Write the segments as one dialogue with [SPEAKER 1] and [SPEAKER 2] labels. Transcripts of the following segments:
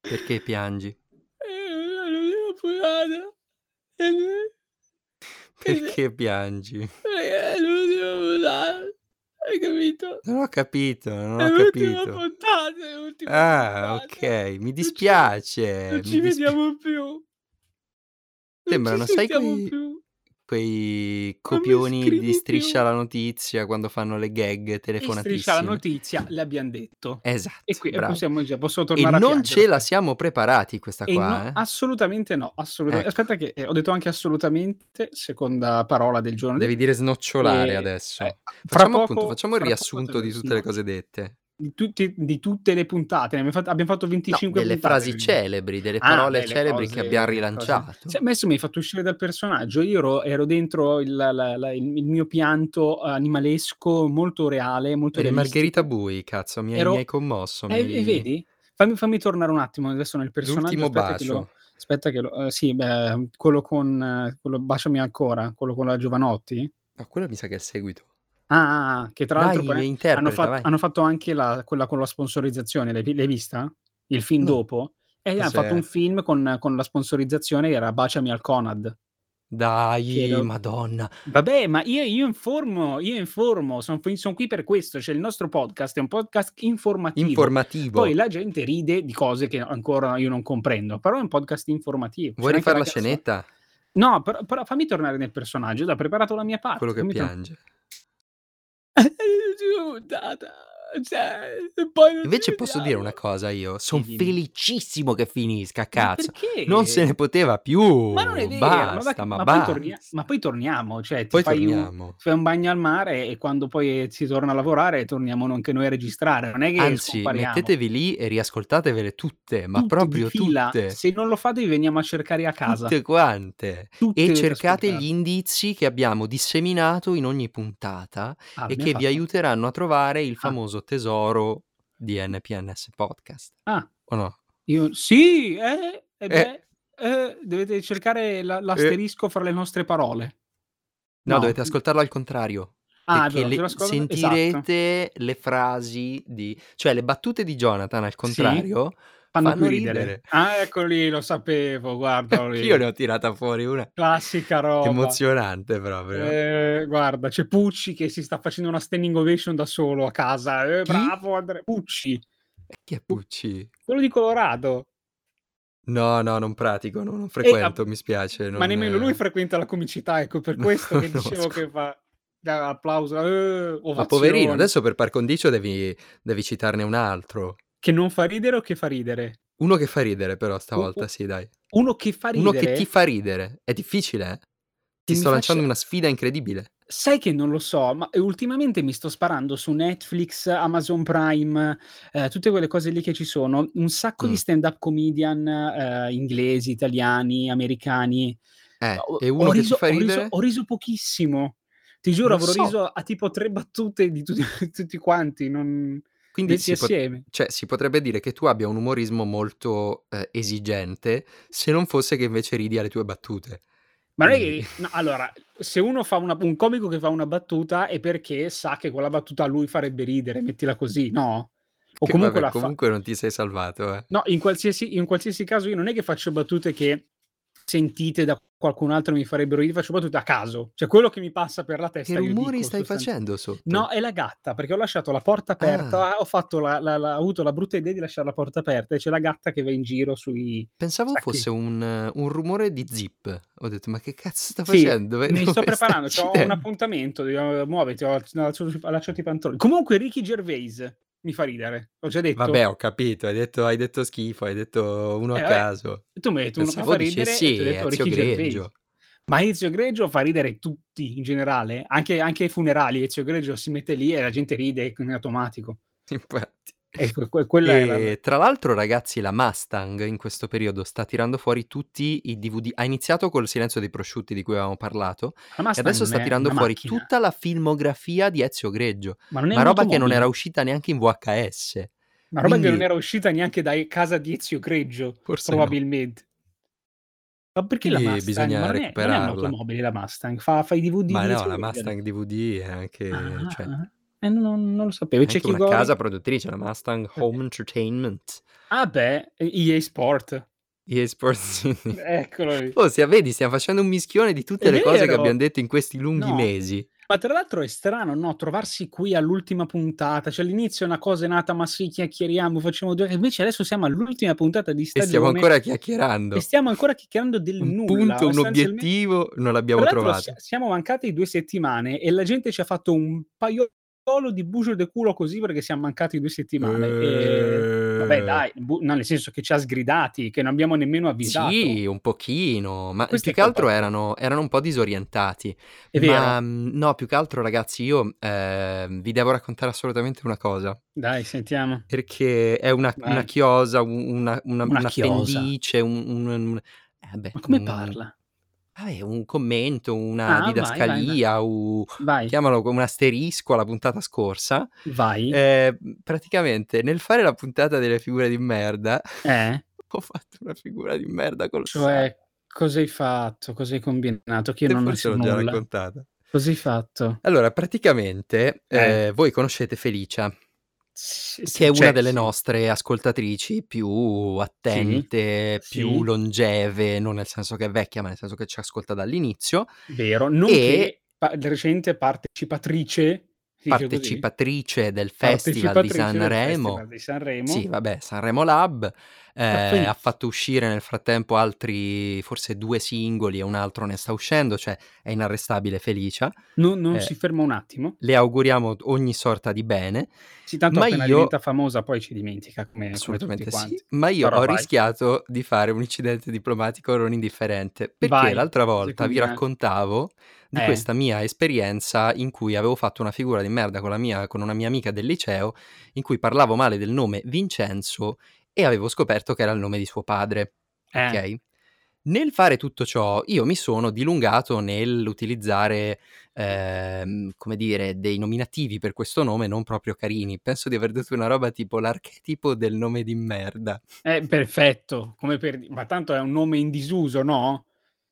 [SPEAKER 1] Perché piangi?
[SPEAKER 2] l'ultima puntata. E lui- Che-
[SPEAKER 1] Perché piangi?
[SPEAKER 2] Perché è l'ultima puntata. Hai capito?
[SPEAKER 1] Non ho capito, non
[SPEAKER 2] è
[SPEAKER 1] ho
[SPEAKER 2] l'ultima
[SPEAKER 1] capito.
[SPEAKER 2] puntata. È l'ultima
[SPEAKER 1] Ah,
[SPEAKER 2] puntata.
[SPEAKER 1] ok, mi
[SPEAKER 2] ci-
[SPEAKER 1] dispiace.
[SPEAKER 2] Non
[SPEAKER 1] mi
[SPEAKER 2] ci
[SPEAKER 1] dispi-
[SPEAKER 2] vediamo più. Non
[SPEAKER 1] Sembrano,
[SPEAKER 2] ci
[SPEAKER 1] sai,
[SPEAKER 2] sentiamo
[SPEAKER 1] quei-
[SPEAKER 2] più.
[SPEAKER 1] Quei
[SPEAKER 2] Non mi
[SPEAKER 1] copioni
[SPEAKER 2] scrivi
[SPEAKER 1] di
[SPEAKER 2] più.
[SPEAKER 1] striscia la notizia quando fanno le gag
[SPEAKER 2] E striscia la
[SPEAKER 1] telefonatissime.
[SPEAKER 2] notizia, l'abbiamo detto.
[SPEAKER 1] Esatto,
[SPEAKER 2] E qui e
[SPEAKER 1] bravo.
[SPEAKER 2] possiamo già, posso
[SPEAKER 1] E
[SPEAKER 2] tornare a
[SPEAKER 1] non
[SPEAKER 2] piangere.
[SPEAKER 1] ce la siamo preparati questa
[SPEAKER 2] E no,
[SPEAKER 1] qua, eh.
[SPEAKER 2] Assolutamente no, assolutamente.
[SPEAKER 1] Ecco.
[SPEAKER 2] Aspetta che eh, ho detto anche assolutamente, seconda parola del giorno.
[SPEAKER 1] Devi dire snocciolare
[SPEAKER 2] E-
[SPEAKER 1] adesso.
[SPEAKER 2] eh, fra
[SPEAKER 1] facciamo
[SPEAKER 2] poco-
[SPEAKER 1] appunto, facciamo il
[SPEAKER 2] fra poco
[SPEAKER 1] riassunto
[SPEAKER 2] te-
[SPEAKER 1] di tutte
[SPEAKER 2] no,
[SPEAKER 1] le cose dette.
[SPEAKER 2] Di, tutti- di tutte le puntate, ne abbiamo fatto, abbiamo fatto
[SPEAKER 1] No,
[SPEAKER 2] 25
[SPEAKER 1] delle
[SPEAKER 2] puntate.
[SPEAKER 1] frasi
[SPEAKER 2] quindi.
[SPEAKER 1] celebri, delle
[SPEAKER 2] Ah,
[SPEAKER 1] parole
[SPEAKER 2] beh, le
[SPEAKER 1] celebri
[SPEAKER 2] cose-
[SPEAKER 1] che abbiamo
[SPEAKER 2] le cose-
[SPEAKER 1] rilanciato.
[SPEAKER 2] Sì, ma adesso mi hai fatto uscire dal personaggio. Io ero, ero dentro il, la- la- il- il mio pianto animalesco molto reale, molto
[SPEAKER 1] Eri Margherita
[SPEAKER 2] realistico.
[SPEAKER 1] Bui, cazzo, mi hai,
[SPEAKER 2] Ero-
[SPEAKER 1] mi hai commosso. mi
[SPEAKER 2] Eh,
[SPEAKER 1] hai-
[SPEAKER 2] e vedi? Fammi, fammi tornare un attimo adesso nel personaggio.
[SPEAKER 1] L'ultimo
[SPEAKER 2] Aspetta che lo.
[SPEAKER 1] bacio.
[SPEAKER 2] Aspetta che lo. eh, sì, beh, quello con. eh, quello, baciami ancora, quello con la Giovanotti.
[SPEAKER 1] No, quello mi sa che è il seguito.
[SPEAKER 2] Ah, che tra l'altro
[SPEAKER 1] Dai,
[SPEAKER 2] poi hanno,
[SPEAKER 1] interpreta,
[SPEAKER 2] fat-
[SPEAKER 1] vai.
[SPEAKER 2] hanno fatto anche la- quella con la sponsorizzazione. L'hai, l'hai vista? Il film
[SPEAKER 1] No.
[SPEAKER 2] dopo? E hanno
[SPEAKER 1] Cos'è?
[SPEAKER 2] fatto un film con, con la sponsorizzazione che era Baciami al Conad.
[SPEAKER 1] Dai,
[SPEAKER 2] Chiedo-
[SPEAKER 1] madonna.
[SPEAKER 2] Vabbè, ma io, io informo, io informo, sono qui per questo. Cioè, il nostro podcast è un podcast informativo.
[SPEAKER 1] Informativo.
[SPEAKER 2] Poi la gente ride di cose che ancora io non comprendo, però è un podcast informativo.
[SPEAKER 1] Vuoi
[SPEAKER 2] C'è anche
[SPEAKER 1] rifare la
[SPEAKER 2] ragazzo-
[SPEAKER 1] scenetta?
[SPEAKER 2] No, però, però fammi tornare nel personaggio, ho preparato la mia parte.
[SPEAKER 1] Quello che
[SPEAKER 2] fammi tor-
[SPEAKER 1] piange.
[SPEAKER 2] cioè,
[SPEAKER 1] Invece posso dire una cosa io. Sono
[SPEAKER 2] dimmi.
[SPEAKER 1] felicissimo che finisca,
[SPEAKER 2] Ma
[SPEAKER 1] cazzo.
[SPEAKER 2] perché?
[SPEAKER 1] Non se ne poteva più.
[SPEAKER 2] Ma non è vero, ma, va
[SPEAKER 1] Basta,
[SPEAKER 2] che-
[SPEAKER 1] ma,
[SPEAKER 2] ma poi
[SPEAKER 1] basta.
[SPEAKER 2] torni- ma poi torniamo, cioè ti
[SPEAKER 1] Poi
[SPEAKER 2] fai un,
[SPEAKER 1] torniamo.
[SPEAKER 2] fai un bagno al mare e quando poi eh, si torna a lavorare torniamo anche noi a registrare, non è che
[SPEAKER 1] Anzi,
[SPEAKER 2] scompariamo.
[SPEAKER 1] mettetevi lì e riascoltatevele tutte, ma
[SPEAKER 2] Tutte di
[SPEAKER 1] proprio
[SPEAKER 2] fila,
[SPEAKER 1] tutte.
[SPEAKER 2] se non lo fate vi veniamo a cercare a casa.
[SPEAKER 1] Tutte quante.
[SPEAKER 2] Tutte
[SPEAKER 1] E
[SPEAKER 2] le
[SPEAKER 1] cercate
[SPEAKER 2] trascoltate.
[SPEAKER 1] gli indizi che abbiamo disseminato in ogni puntata
[SPEAKER 2] Ah,
[SPEAKER 1] e
[SPEAKER 2] l'abbiamo
[SPEAKER 1] che vi
[SPEAKER 2] fatto?
[SPEAKER 1] aiuteranno a trovare il
[SPEAKER 2] Ah.
[SPEAKER 1] famoso tesoro di NPNS Podcast.
[SPEAKER 2] Ah,
[SPEAKER 1] O no?
[SPEAKER 2] io sì, eh, eh,
[SPEAKER 1] Eh.
[SPEAKER 2] beh, eh, dovete cercare la- l'asterisco fra le nostre parole.
[SPEAKER 1] No,
[SPEAKER 2] No.
[SPEAKER 1] dovete ascoltarlo al contrario.
[SPEAKER 2] Ah, è
[SPEAKER 1] perché
[SPEAKER 2] vero,
[SPEAKER 1] le-
[SPEAKER 2] te lo ascolto- esatto.
[SPEAKER 1] sentirete le frasi di... cioè le battute di Jonathan al contrario
[SPEAKER 2] Fanno,
[SPEAKER 1] fanno
[SPEAKER 2] più ridere.
[SPEAKER 1] ridere.
[SPEAKER 2] Ah, ecco lì, lo sapevo, guardalo lì.
[SPEAKER 1] Io ne ho tirata fuori una
[SPEAKER 2] Classica roba.
[SPEAKER 1] emozionante proprio.
[SPEAKER 2] Eh, guarda, c'è Pucci che si sta facendo una standing ovation da solo a casa. Eh,
[SPEAKER 1] Chi?
[SPEAKER 2] bravo Andrea Pucci,
[SPEAKER 1] Chi è Pucci?
[SPEAKER 2] quello di Colorado.
[SPEAKER 1] No, no, non pratico, non, non frequento, mi spiace.
[SPEAKER 2] ah, Ma
[SPEAKER 1] non-
[SPEAKER 2] nemmeno lui frequenta la comicità, ecco per questo che
[SPEAKER 1] No,
[SPEAKER 2] dicevo
[SPEAKER 1] scusa.
[SPEAKER 2] che fa da applauso, eh,
[SPEAKER 1] Ma
[SPEAKER 2] ovazione.
[SPEAKER 1] poverino, adesso per par condicio devi, devi citarne un altro.
[SPEAKER 2] Che non fa ridere o che fa ridere?
[SPEAKER 1] Uno che fa ridere però
[SPEAKER 2] U-
[SPEAKER 1] stavolta,
[SPEAKER 2] u-
[SPEAKER 1] sì dai.
[SPEAKER 2] Uno che fa ridere.
[SPEAKER 1] Uno che ti fa ridere. È difficile, eh? Ti
[SPEAKER 2] Mi
[SPEAKER 1] sto lanciando
[SPEAKER 2] faccia-
[SPEAKER 1] una sfida incredibile.
[SPEAKER 2] Sai che non lo so, ma ultimamente mi sto sparando su Netflix, Amazon Prime, eh, tutte quelle cose lì che ci sono, un sacco
[SPEAKER 1] Mm.
[SPEAKER 2] di stand-up comedian eh, inglesi, italiani, americani.
[SPEAKER 1] Eh,
[SPEAKER 2] Ho,
[SPEAKER 1] e
[SPEAKER 2] ho
[SPEAKER 1] uno che ti
[SPEAKER 2] riso,
[SPEAKER 1] fa
[SPEAKER 2] ho riso-
[SPEAKER 1] ridere?
[SPEAKER 2] ho riso pochissimo, ti giuro,
[SPEAKER 1] Non
[SPEAKER 2] avrò
[SPEAKER 1] so.
[SPEAKER 2] riso a tipo tre battute di tutti, tutti quanti, non...
[SPEAKER 1] Quindi
[SPEAKER 2] messi
[SPEAKER 1] si, pot-
[SPEAKER 2] assieme.
[SPEAKER 1] cioè, si potrebbe dire che tu abbia un umorismo molto eh, esigente, se non fosse che invece ridi alle tue battute.
[SPEAKER 2] Ma non è
[SPEAKER 1] Quindi-
[SPEAKER 2] che, no, allora, se uno fa una, un comico che fa una battuta è perché sa che quella battuta a lui farebbe ridere, mettila così, no? O
[SPEAKER 1] Che
[SPEAKER 2] comunque
[SPEAKER 1] vabbè,
[SPEAKER 2] la fa...
[SPEAKER 1] comunque non ti sei salvato, eh.
[SPEAKER 2] No, in qualsiasi, in qualsiasi caso io non è che faccio battute che sentite da qualcun altro e mi farebbero ridere, faccio battute a caso. Cioè quello che mi passa per la
[SPEAKER 1] Che
[SPEAKER 2] testa io
[SPEAKER 1] rumori
[SPEAKER 2] dico
[SPEAKER 1] stai
[SPEAKER 2] sostanzialmente.
[SPEAKER 1] facendo sotto?
[SPEAKER 2] No, è la gatta, perché ho lasciato la porta
[SPEAKER 1] Ah.
[SPEAKER 2] aperta, ho, fatto la- la- la- ho avuto la brutta idea di lasciare la porta aperta e c'è la gatta che va in giro sui
[SPEAKER 1] Pensavo
[SPEAKER 2] sacchi.
[SPEAKER 1] fosse un, eh, un rumore di zip. Ho detto, ma che cazzo sta
[SPEAKER 2] Sì,
[SPEAKER 1] facendo? Eh, Dove,
[SPEAKER 2] mi sto
[SPEAKER 1] dove sta
[SPEAKER 2] preparando, cioè, ho un
[SPEAKER 1] incidendo?
[SPEAKER 2] appuntamento, devo- muoviti, ho allacciato allacciato i pantaloni. Comunque Ricky Gervais mi fa ridere, ho già detto.
[SPEAKER 1] Vabbè, ho capito, hai detto, hai detto schifo, hai detto uno a
[SPEAKER 2] Eh, vabbè,
[SPEAKER 1] caso.
[SPEAKER 2] tu mi hai detto uno che
[SPEAKER 1] Pensavo
[SPEAKER 2] fa ridere e ti ho
[SPEAKER 1] dicessi Ezio
[SPEAKER 2] detto Ricky Gervais.
[SPEAKER 1] Greggio.
[SPEAKER 2] Ma Ezio Greggio fa ridere tutti in generale, anche, anche ai funerali. Ezio Greggio si mette lì e la gente ride in automatico.
[SPEAKER 1] Infatti.
[SPEAKER 2] Ecco, que- quella era.
[SPEAKER 1] E tra l'altro, ragazzi, la Mustang in questo periodo sta tirando fuori tutti i DVD. Ha iniziato col Silenzio dei prosciutti di cui avevamo parlato e
[SPEAKER 2] La Mustang
[SPEAKER 1] adesso
[SPEAKER 2] non
[SPEAKER 1] sta
[SPEAKER 2] è
[SPEAKER 1] tirando
[SPEAKER 2] una
[SPEAKER 1] fuori
[SPEAKER 2] macchina,
[SPEAKER 1] tutta la filmografia di Ezio Greggio,
[SPEAKER 2] ma non è
[SPEAKER 1] ma roba che non era
[SPEAKER 2] un'automobile,
[SPEAKER 1] uscita neanche in VHS.
[SPEAKER 2] ma roba che non
[SPEAKER 1] Quindi
[SPEAKER 2] era uscita neanche da casa di Ezio Greggio,
[SPEAKER 1] forse no.
[SPEAKER 2] probabilmente. Ma perché la
[SPEAKER 1] Quindi
[SPEAKER 2] Mustang? Ma
[SPEAKER 1] bisogna
[SPEAKER 2] non è, non è
[SPEAKER 1] recuperarla.
[SPEAKER 2] un'automobile la Mustang, fa, fa i DVD
[SPEAKER 1] Ma
[SPEAKER 2] di
[SPEAKER 1] no,
[SPEAKER 2] Ezio
[SPEAKER 1] la
[SPEAKER 2] Greggio.
[SPEAKER 1] Mustang DVD è anche...
[SPEAKER 2] Ah,
[SPEAKER 1] cioè,
[SPEAKER 2] ah. Eh, non, non lo sapevo.
[SPEAKER 1] C'è una
[SPEAKER 2] Gore-
[SPEAKER 1] casa produttrice, la Mustang Home Entertainment.
[SPEAKER 2] Ah beh, EA Sport.
[SPEAKER 1] EA Sports. Sydney.
[SPEAKER 2] Eccolo lì.
[SPEAKER 1] Oh, sia, vedi, stiamo facendo un mischione di tutte
[SPEAKER 2] Ah, È
[SPEAKER 1] le cose che
[SPEAKER 2] vero.
[SPEAKER 1] abbiamo detto in questi lunghi
[SPEAKER 2] No.
[SPEAKER 1] mesi.
[SPEAKER 2] Ma tra l'altro è strano, no? Trovarsi qui all'ultima puntata. Cioè all'inizio è una cosa è nata, ma sì, chiacchieriamo, facciamo due... Invece adesso siamo all'ultima puntata di
[SPEAKER 1] E
[SPEAKER 2] stagione.
[SPEAKER 1] stiamo ancora chiacchierando.
[SPEAKER 2] e stiamo ancora chiacchierando del
[SPEAKER 1] Un
[SPEAKER 2] nulla.
[SPEAKER 1] punto, un
[SPEAKER 2] sostanzialmente-
[SPEAKER 1] obiettivo, non l'abbiamo
[SPEAKER 2] Tra l'altro
[SPEAKER 1] trovato.
[SPEAKER 2] si- siamo mancati due settimane e la gente ci ha fatto un paio di bucio de culo così perché siamo mancati due settimane. E-
[SPEAKER 1] Eh,
[SPEAKER 2] Vabbè, dai, bu- no, nel senso che ci ha sgridati, che non abbiamo nemmeno avvisato.
[SPEAKER 1] Sì, un pochino, ma più
[SPEAKER 2] Questa è
[SPEAKER 1] che altro
[SPEAKER 2] colpa-
[SPEAKER 1] erano, erano un po' disorientati.
[SPEAKER 2] È
[SPEAKER 1] ma
[SPEAKER 2] vero.
[SPEAKER 1] mh, no, più che altro ragazzi, io ehm, vi devo raccontare assolutamente una cosa,
[SPEAKER 2] Dai, sentiamo.
[SPEAKER 1] perché è una,
[SPEAKER 2] Vai.
[SPEAKER 1] una chiosa, un- una, una,
[SPEAKER 2] Una
[SPEAKER 1] un
[SPEAKER 2] chiosa.
[SPEAKER 1] appendice, un... un- un- eh, vabbè,
[SPEAKER 2] Ma come
[SPEAKER 1] un-
[SPEAKER 2] parla?
[SPEAKER 1] vabbè, un commento, una
[SPEAKER 2] Ah, vai,
[SPEAKER 1] didascalia, u-
[SPEAKER 2] Vai,
[SPEAKER 1] chiamalo come un asterisco alla puntata scorsa.
[SPEAKER 2] vai. Eh.
[SPEAKER 1] Eh, praticamente nel fare la puntata delle figure di merda, ho fatto una figura di merda col
[SPEAKER 2] Eh? Cioè, cosa hai fatto? Cosa hai combinato? Che io non
[SPEAKER 1] forse
[SPEAKER 2] so
[SPEAKER 1] l'ho già
[SPEAKER 2] nulla.
[SPEAKER 1] raccontata.
[SPEAKER 2] Cosa hai fatto?
[SPEAKER 1] Allora, praticamente
[SPEAKER 2] Eh.
[SPEAKER 1] eh, voi conoscete Felicia,
[SPEAKER 2] Sì, sì,
[SPEAKER 1] che è una
[SPEAKER 2] cioè,
[SPEAKER 1] delle
[SPEAKER 2] sì.
[SPEAKER 1] nostre ascoltatrici più attente,
[SPEAKER 2] Sì.
[SPEAKER 1] più
[SPEAKER 2] Sì.
[SPEAKER 1] longeve, non nel senso che è vecchia, ma nel senso che ci ascolta dall'inizio,
[SPEAKER 2] Vero, nonché pa- recente partecipatrice. si dice così?
[SPEAKER 1] partecipatrice del Festival di
[SPEAKER 2] Ah, Partecipatrice del
[SPEAKER 1] Sanremo.
[SPEAKER 2] Festival di Sanremo.
[SPEAKER 1] Sì, vabbè, Sanremo Lab eh,
[SPEAKER 2] quindi-
[SPEAKER 1] ha fatto uscire nel frattempo altri forse due singoli e un altro ne sta uscendo, cioè è inarrestabile Felicia.
[SPEAKER 2] Non, non
[SPEAKER 1] Eh.
[SPEAKER 2] si ferma un attimo.
[SPEAKER 1] Le auguriamo ogni sorta di bene.
[SPEAKER 2] Sì, tanto
[SPEAKER 1] Ma
[SPEAKER 2] appena
[SPEAKER 1] io-
[SPEAKER 2] diventa famosa poi ci dimentica come, come
[SPEAKER 1] Assolutamente
[SPEAKER 2] tutti
[SPEAKER 1] sì,
[SPEAKER 2] quanti.
[SPEAKER 1] ma io
[SPEAKER 2] Però
[SPEAKER 1] ho
[SPEAKER 2] vai.
[SPEAKER 1] rischiato di fare un incidente diplomatico non indifferente, perché
[SPEAKER 2] Vai,
[SPEAKER 1] l'altra
[SPEAKER 2] cosa hai
[SPEAKER 1] volta vi
[SPEAKER 2] combinato?
[SPEAKER 1] raccontavo di
[SPEAKER 2] Eh.
[SPEAKER 1] questa mia esperienza in cui avevo fatto una figura di merda con, la mia, con una mia amica del liceo, in cui parlavo male del nome Vincenzo e avevo scoperto che era il nome di suo padre,
[SPEAKER 2] Eh.
[SPEAKER 1] ok? Nel fare tutto ciò io mi sono dilungato nell'utilizzare, ehm, come dire, dei nominativi per questo nome non proprio carini. Penso di aver detto una roba tipo l'archetipo del nome di merda.
[SPEAKER 2] Eh, perfetto, come per di- ma tanto è un nome in disuso, no?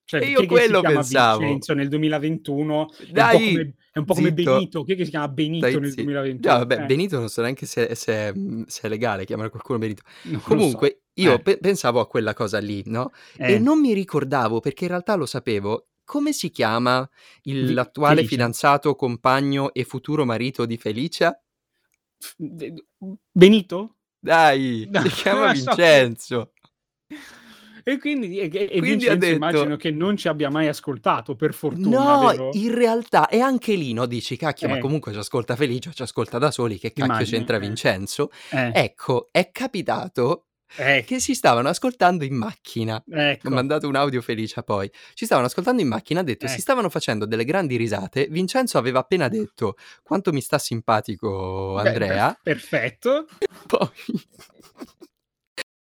[SPEAKER 2] Cioè,
[SPEAKER 1] E
[SPEAKER 2] chi
[SPEAKER 1] io
[SPEAKER 2] è che si
[SPEAKER 1] quello
[SPEAKER 2] chiama
[SPEAKER 1] pensavo.
[SPEAKER 2] Vincenzo nel 2021? È un po'
[SPEAKER 1] Dai!
[SPEAKER 2] come, è un po' come
[SPEAKER 1] zitto.
[SPEAKER 2] Benito, chi è che si chiama Benito
[SPEAKER 1] Dai,
[SPEAKER 2] nel
[SPEAKER 1] sì.
[SPEAKER 2] 2021?
[SPEAKER 1] No, vabbè,
[SPEAKER 2] Eh,
[SPEAKER 1] Benito non so neanche se, se- se è legale chiamare qualcuno Benito.
[SPEAKER 2] non lo so.
[SPEAKER 1] Comunque, io
[SPEAKER 2] Eh.
[SPEAKER 1] pe- pensavo a quella cosa lì, no?
[SPEAKER 2] Eh,
[SPEAKER 1] E non mi ricordavo, perché in realtà lo sapevo, come si chiama il-
[SPEAKER 2] Vi-
[SPEAKER 1] l'attuale
[SPEAKER 2] Felicia.
[SPEAKER 1] fidanzato, compagno e futuro marito di Felicia?
[SPEAKER 2] f- de- Benito?
[SPEAKER 1] Dai, si
[SPEAKER 2] No,
[SPEAKER 1] chiama
[SPEAKER 2] lo so.
[SPEAKER 1] Vincenzo.
[SPEAKER 2] E quindi, e, e
[SPEAKER 1] Quindi ha
[SPEAKER 2] Vincenzo
[SPEAKER 1] detto-
[SPEAKER 2] immagino che non ci abbia mai ascoltato, per fortuna,
[SPEAKER 1] No,
[SPEAKER 2] vero?
[SPEAKER 1] in realtà è anche lì, no? Dici, cacchio, ma
[SPEAKER 2] Eh.
[SPEAKER 1] comunque ci ascolta Felicio, ci ascolta da soli, che cacchio
[SPEAKER 2] Immagino,
[SPEAKER 1] c'entra
[SPEAKER 2] eh.
[SPEAKER 1] Vincenzo?
[SPEAKER 2] Eh,
[SPEAKER 1] Ecco, è capitato
[SPEAKER 2] eh,
[SPEAKER 1] che si stavano ascoltando in macchina. Ho
[SPEAKER 2] ecco.
[SPEAKER 1] mandato un audio Felicia poi. Ci stavano ascoltando in macchina, ha detto,
[SPEAKER 2] Ecco.
[SPEAKER 1] si stavano facendo delle grandi risate. Vincenzo aveva appena detto quanto mi sta simpatico
[SPEAKER 2] Beh,
[SPEAKER 1] Andrea.
[SPEAKER 2] per- perfetto.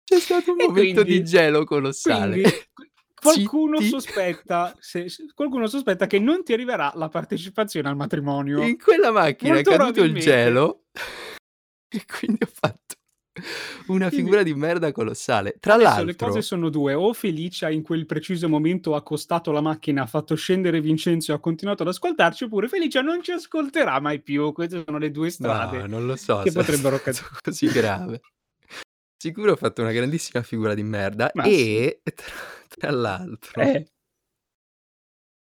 [SPEAKER 1] Poi c'è stato un
[SPEAKER 2] E
[SPEAKER 1] momento di
[SPEAKER 2] quindi-
[SPEAKER 1] gelo colossale.
[SPEAKER 2] Quindi qualcuno
[SPEAKER 1] Zitti.
[SPEAKER 2] sospetta, se- se- qualcuno sospetta che non ti arriverà la partecipazione al matrimonio.
[SPEAKER 1] In quella macchina
[SPEAKER 2] Molto
[SPEAKER 1] è caduto il
[SPEAKER 2] probabilmente.
[SPEAKER 1] gelo e quindi ho fatto una
[SPEAKER 2] Quindi-
[SPEAKER 1] figura di merda colossale. Tra
[SPEAKER 2] Adesso le
[SPEAKER 1] l'altro,
[SPEAKER 2] cose sono due, o Felicia in quel preciso momento ha accostato la macchina, ha fatto scendere Vincenzo e ha continuato ad ascoltarci, oppure Felicia non ci ascolterà mai più, queste sono le due strade.
[SPEAKER 1] no, non lo so
[SPEAKER 2] che
[SPEAKER 1] se è
[SPEAKER 2] potrebbero
[SPEAKER 1] stato così grave. Sicuro ho fatto una grandissima figura di merda
[SPEAKER 2] Ma
[SPEAKER 1] e tra, tra l'altro,
[SPEAKER 2] Eh,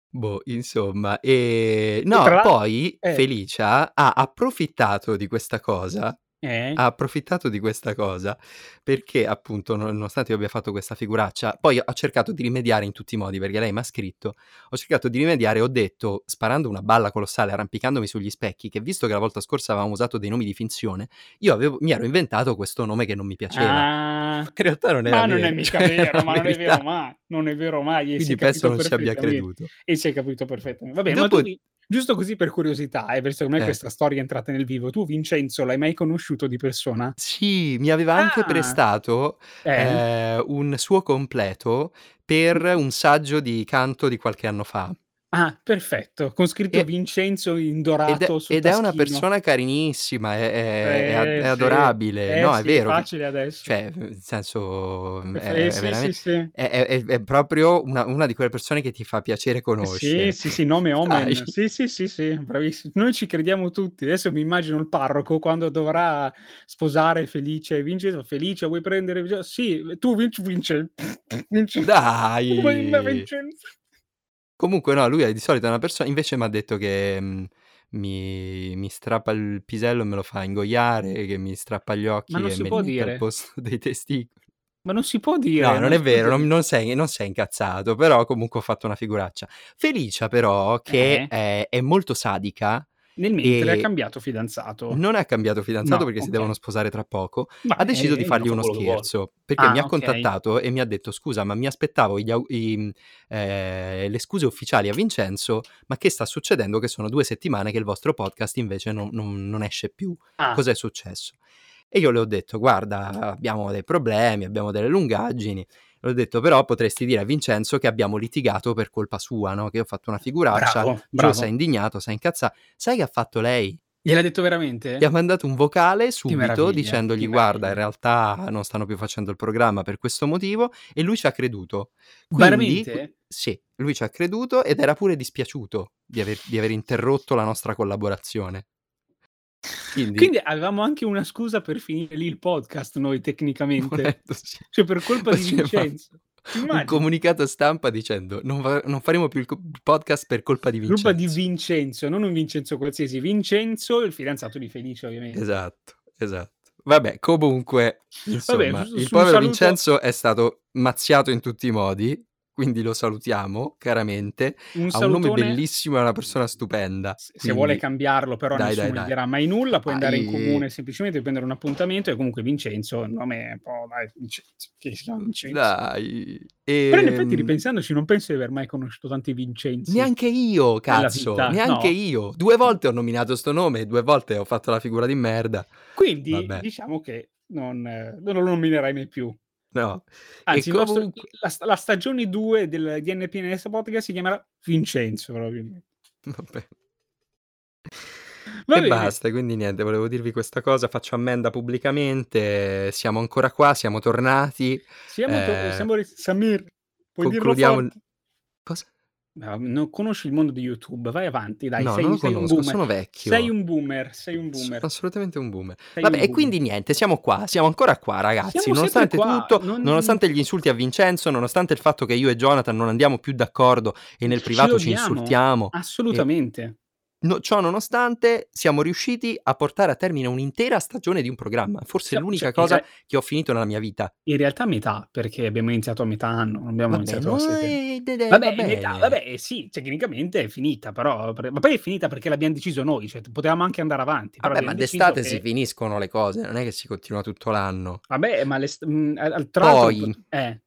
[SPEAKER 1] boh, insomma, e no,
[SPEAKER 2] tra l'al-
[SPEAKER 1] poi
[SPEAKER 2] eh.
[SPEAKER 1] Felicia ha approfittato di questa cosa
[SPEAKER 2] eh,
[SPEAKER 1] ha approfittato di questa cosa perché appunto non- nonostante io abbia fatto questa figuraccia poi ho cercato di rimediare in tutti i modi perché lei mi ha scritto ho cercato di rimediare ho detto sparando una balla colossale arrampicandomi sugli specchi che visto che la volta scorsa avevamo usato dei nomi di finzione io avevo- mi ero inventato questo nome che non mi piaceva
[SPEAKER 2] ah,
[SPEAKER 1] in realtà non era
[SPEAKER 2] ma non
[SPEAKER 1] vero,
[SPEAKER 2] è mica
[SPEAKER 1] cioè, era
[SPEAKER 2] vero, ma
[SPEAKER 1] la
[SPEAKER 2] non è
[SPEAKER 1] verità.
[SPEAKER 2] vero mai, non è vero mai, e si
[SPEAKER 1] quindi
[SPEAKER 2] è
[SPEAKER 1] penso
[SPEAKER 2] capito
[SPEAKER 1] non ci abbia
[SPEAKER 2] perfettamente.
[SPEAKER 1] creduto
[SPEAKER 2] E si è capito perfettamente. Va bene,
[SPEAKER 1] Dopo-
[SPEAKER 2] ma tu, giusto così per curiosità, eh, perché secondo me
[SPEAKER 1] Eh.
[SPEAKER 2] questa storia è entrata nel vivo. Tu, Vincenzo, l'hai mai conosciuto di persona?
[SPEAKER 1] sì mi aveva anche
[SPEAKER 2] Ah.
[SPEAKER 1] prestato
[SPEAKER 2] Eh, Mm.
[SPEAKER 1] eh, un suo completo per un saggio di canto di qualche anno fa
[SPEAKER 2] Ah, perfetto, con scritto
[SPEAKER 1] E-
[SPEAKER 2] Vincenzo
[SPEAKER 1] Ed
[SPEAKER 2] in
[SPEAKER 1] è,
[SPEAKER 2] dorato sul
[SPEAKER 1] ed è una
[SPEAKER 2] taschino.
[SPEAKER 1] persona carinissima, è, è- è
[SPEAKER 2] Eh,
[SPEAKER 1] ad- è
[SPEAKER 2] sì.
[SPEAKER 1] adorabile,
[SPEAKER 2] Eh,
[SPEAKER 1] no, è
[SPEAKER 2] sì,
[SPEAKER 1] vero.
[SPEAKER 2] facile adesso.
[SPEAKER 1] Cioè, nel senso, mm, è,
[SPEAKER 2] Eh,
[SPEAKER 1] è
[SPEAKER 2] sì,
[SPEAKER 1] veramente-
[SPEAKER 2] sì, sì.
[SPEAKER 1] è- è- è- è proprio una, una di quelle persone che ti fa piacere
[SPEAKER 2] Sì,
[SPEAKER 1] conoscere.
[SPEAKER 2] sì, sì, nome
[SPEAKER 1] Dai.
[SPEAKER 2] omen. Sì, sì, sì, sì, bravissimo. Noi ci crediamo tutti. Adesso mi immagino il parroco quando dovrà sposare Felice e Vincenzo. Felice, vuoi prendere? Vincenzo? Sì, tu Vince, Vince, Vince. Come me,
[SPEAKER 1] Dai!
[SPEAKER 2] Vincenzo.
[SPEAKER 1] Comunque no, lui è di solito una persona, invece mi ha detto che mh, mi, mi strappa il pisello e me lo fa ingoiare, che mi strappa gli
[SPEAKER 2] Ma
[SPEAKER 1] occhi
[SPEAKER 2] non
[SPEAKER 1] e
[SPEAKER 2] si
[SPEAKER 1] me li
[SPEAKER 2] può
[SPEAKER 1] mette al
[SPEAKER 2] dire,
[SPEAKER 1] posto dei testicoli.
[SPEAKER 2] ma non si può dire,
[SPEAKER 1] No,
[SPEAKER 2] non
[SPEAKER 1] non è
[SPEAKER 2] si può
[SPEAKER 1] vero, non,
[SPEAKER 2] dire.
[SPEAKER 1] non sei, non sei incazzato, però comunque ho fatto una figuraccia. Felicia però, che
[SPEAKER 2] Eh,
[SPEAKER 1] è, è molto sadica
[SPEAKER 2] nel mentre ha
[SPEAKER 1] e
[SPEAKER 2] cambiato fidanzato.
[SPEAKER 1] non ha cambiato fidanzato
[SPEAKER 2] Oh. No,
[SPEAKER 1] perché si
[SPEAKER 2] ok.
[SPEAKER 1] devono sposare tra poco, ha
[SPEAKER 2] Ma
[SPEAKER 1] deciso di
[SPEAKER 2] eh, ognuno
[SPEAKER 1] fargli
[SPEAKER 2] fa
[SPEAKER 1] uno
[SPEAKER 2] quello che vuole.
[SPEAKER 1] scherzo, perché mi
[SPEAKER 2] Ah,
[SPEAKER 1] ha
[SPEAKER 2] ok.
[SPEAKER 1] contattato e mi ha detto scusa, ma mi aspettavo gli au- i- eh, le scuse ufficiali a Vincenzo, ma che sta succedendo che sono due settimane che il vostro podcast invece non, non- non esce più?
[SPEAKER 2] Ah,
[SPEAKER 1] Cos'è successo? E io le ho detto, guarda, abbiamo dei problemi, abbiamo delle lungaggini. Le ho detto, però potresti dire a Vincenzo che abbiamo litigato per colpa sua, no? Che io ho fatto una figuraccia,
[SPEAKER 2] Eh, bravo,
[SPEAKER 1] Gio si è
[SPEAKER 2] bravo.
[SPEAKER 1] indignato, si è incazzato. Sai che ha fatto lei?
[SPEAKER 2] Gliel'ha detto
[SPEAKER 1] gli ha
[SPEAKER 2] veramente?
[SPEAKER 1] mandato un vocale
[SPEAKER 2] Eh. Che
[SPEAKER 1] subito
[SPEAKER 2] meraviglia, che
[SPEAKER 1] dicendogli guarda in
[SPEAKER 2] meraviglia.
[SPEAKER 1] realtà non stanno più facendo il programma per questo motivo e lui ci ha creduto quindi qui-
[SPEAKER 2] Veramente?
[SPEAKER 1] sì lui ci ha creduto ed era pure dispiaciuto di aver, di aver interrotto la nostra collaborazione quindi
[SPEAKER 2] Quindi avevamo anche una scusa per finire lì il podcast noi tecnicamente,
[SPEAKER 1] volendo, sì,
[SPEAKER 2] cioè per colpa di
[SPEAKER 1] facevamo
[SPEAKER 2] Vincenzo. Ti
[SPEAKER 1] un
[SPEAKER 2] immagini?
[SPEAKER 1] comunicato stampa dicendo non, va- non faremo più il co- il podcast per colpa di
[SPEAKER 2] Ruba di
[SPEAKER 1] Vincenzo
[SPEAKER 2] Vincenzo, non un Vincenzo qualsiasi, Vincenzo, il fidanzato di Felice ovviamente.
[SPEAKER 1] Esatto, esatto. Vabbè, comunque,
[SPEAKER 2] Vabbè,
[SPEAKER 1] insomma,
[SPEAKER 2] su,
[SPEAKER 1] il
[SPEAKER 2] su un
[SPEAKER 1] povero
[SPEAKER 2] saluto,
[SPEAKER 1] Vincenzo è stato mazziato in tutti i modi, quindi lo salutiamo caramente.
[SPEAKER 2] un
[SPEAKER 1] Ha un nome
[SPEAKER 2] salutone.
[SPEAKER 1] bellissimo, è una persona stupenda,
[SPEAKER 2] Se se vuole
[SPEAKER 1] quindi
[SPEAKER 2] cambiarlo, però
[SPEAKER 1] dai, dai,
[SPEAKER 2] nessuno gli
[SPEAKER 1] dai.
[SPEAKER 2] dirà mai nulla. Puoi andare in
[SPEAKER 1] Dai,
[SPEAKER 2] comune semplicemente e prendere un appuntamento. E comunque Vincenzo, il nome è un po' dai, Vincenzo, chi si chiama Vincenzo?
[SPEAKER 1] dai.
[SPEAKER 2] Però in effetti,
[SPEAKER 1] Ehm,
[SPEAKER 2] ripensandoci, non penso di aver mai conosciuto tanti Vincenzi
[SPEAKER 1] Neanche io,
[SPEAKER 2] nella
[SPEAKER 1] cazzo,
[SPEAKER 2] vita,
[SPEAKER 1] neanche
[SPEAKER 2] no.
[SPEAKER 1] io. Due
[SPEAKER 2] No.
[SPEAKER 1] volte ho nominato sto nome, due volte ho fatto la figura di merda.
[SPEAKER 2] Quindi
[SPEAKER 1] Vabbè,
[SPEAKER 2] diciamo che non, eh, non lo nominerai mai più.
[SPEAKER 1] no. E
[SPEAKER 2] Anzi, il nostro-
[SPEAKER 1] comunque...
[SPEAKER 2] la, sta- la stagione 2 del DNPNS podcast si chiamerà Vincenzo, probabilmente.
[SPEAKER 1] Vabbè.
[SPEAKER 2] Va
[SPEAKER 1] E
[SPEAKER 2] bene,
[SPEAKER 1] basta, quindi niente, volevo dirvi questa cosa, faccio ammenda pubblicamente, siamo ancora qua, siamo tornati,
[SPEAKER 2] siamo, to-
[SPEAKER 1] eh,
[SPEAKER 2] siamo ri- Samir, puoi dirlo
[SPEAKER 1] concludiamo... il-
[SPEAKER 2] forte.
[SPEAKER 1] Cosa?
[SPEAKER 2] No, non conosci il mondo di YouTube, vai avanti, dai,
[SPEAKER 1] No, non
[SPEAKER 2] sei,
[SPEAKER 1] lo
[SPEAKER 2] sei un
[SPEAKER 1] conosco,
[SPEAKER 2] boomer.
[SPEAKER 1] sono
[SPEAKER 2] Sei
[SPEAKER 1] vecchio,
[SPEAKER 2] un boomer, sei un
[SPEAKER 1] sono
[SPEAKER 2] boomer,
[SPEAKER 1] assolutamente un boomer.
[SPEAKER 2] sei
[SPEAKER 1] Vabbè,
[SPEAKER 2] un
[SPEAKER 1] e
[SPEAKER 2] boomer.
[SPEAKER 1] quindi niente, siamo qua, siamo ancora qua ragazzi,
[SPEAKER 2] Siamo
[SPEAKER 1] nonostante
[SPEAKER 2] sempre qua,
[SPEAKER 1] tutto,
[SPEAKER 2] non...
[SPEAKER 1] nonostante gli insulti a Vincenzo, nonostante il fatto che io e Jonathan non andiamo più d'accordo e nel
[SPEAKER 2] ci
[SPEAKER 1] privato ci
[SPEAKER 2] odiamo, Ah.
[SPEAKER 1] insultiamo e
[SPEAKER 2] assolutamente.
[SPEAKER 1] No- ciò nonostante, siamo riusciti a portare a termine un'intera stagione di un programma. Forse
[SPEAKER 2] Siamo- cioè,
[SPEAKER 1] l'unica
[SPEAKER 2] in,
[SPEAKER 1] cosa
[SPEAKER 2] re-
[SPEAKER 1] che ho finito nella mia vita.
[SPEAKER 2] in realtà metà, perché abbiamo iniziato a metà anno, non abbiamo
[SPEAKER 1] Va bene,
[SPEAKER 2] iniziato a settembre.
[SPEAKER 1] eh, de- de- va
[SPEAKER 2] Vabbè, è metà,
[SPEAKER 1] bene.
[SPEAKER 2] vabbè, eh sì, tecnicamente è finita, però, per- ma poi è finita perché l'abbiamo deciso noi, cioè potevamo anche andare avanti, però
[SPEAKER 1] Vabbè,
[SPEAKER 2] abbiamo
[SPEAKER 1] ma
[SPEAKER 2] deciso
[SPEAKER 1] d'estate si
[SPEAKER 2] che,
[SPEAKER 1] finiscono le cose, non è che si continua tutto l'anno.
[SPEAKER 2] vabbè, ma le st- mh, al- al- tra l'altro,
[SPEAKER 1] Poi,
[SPEAKER 2] pot- eh,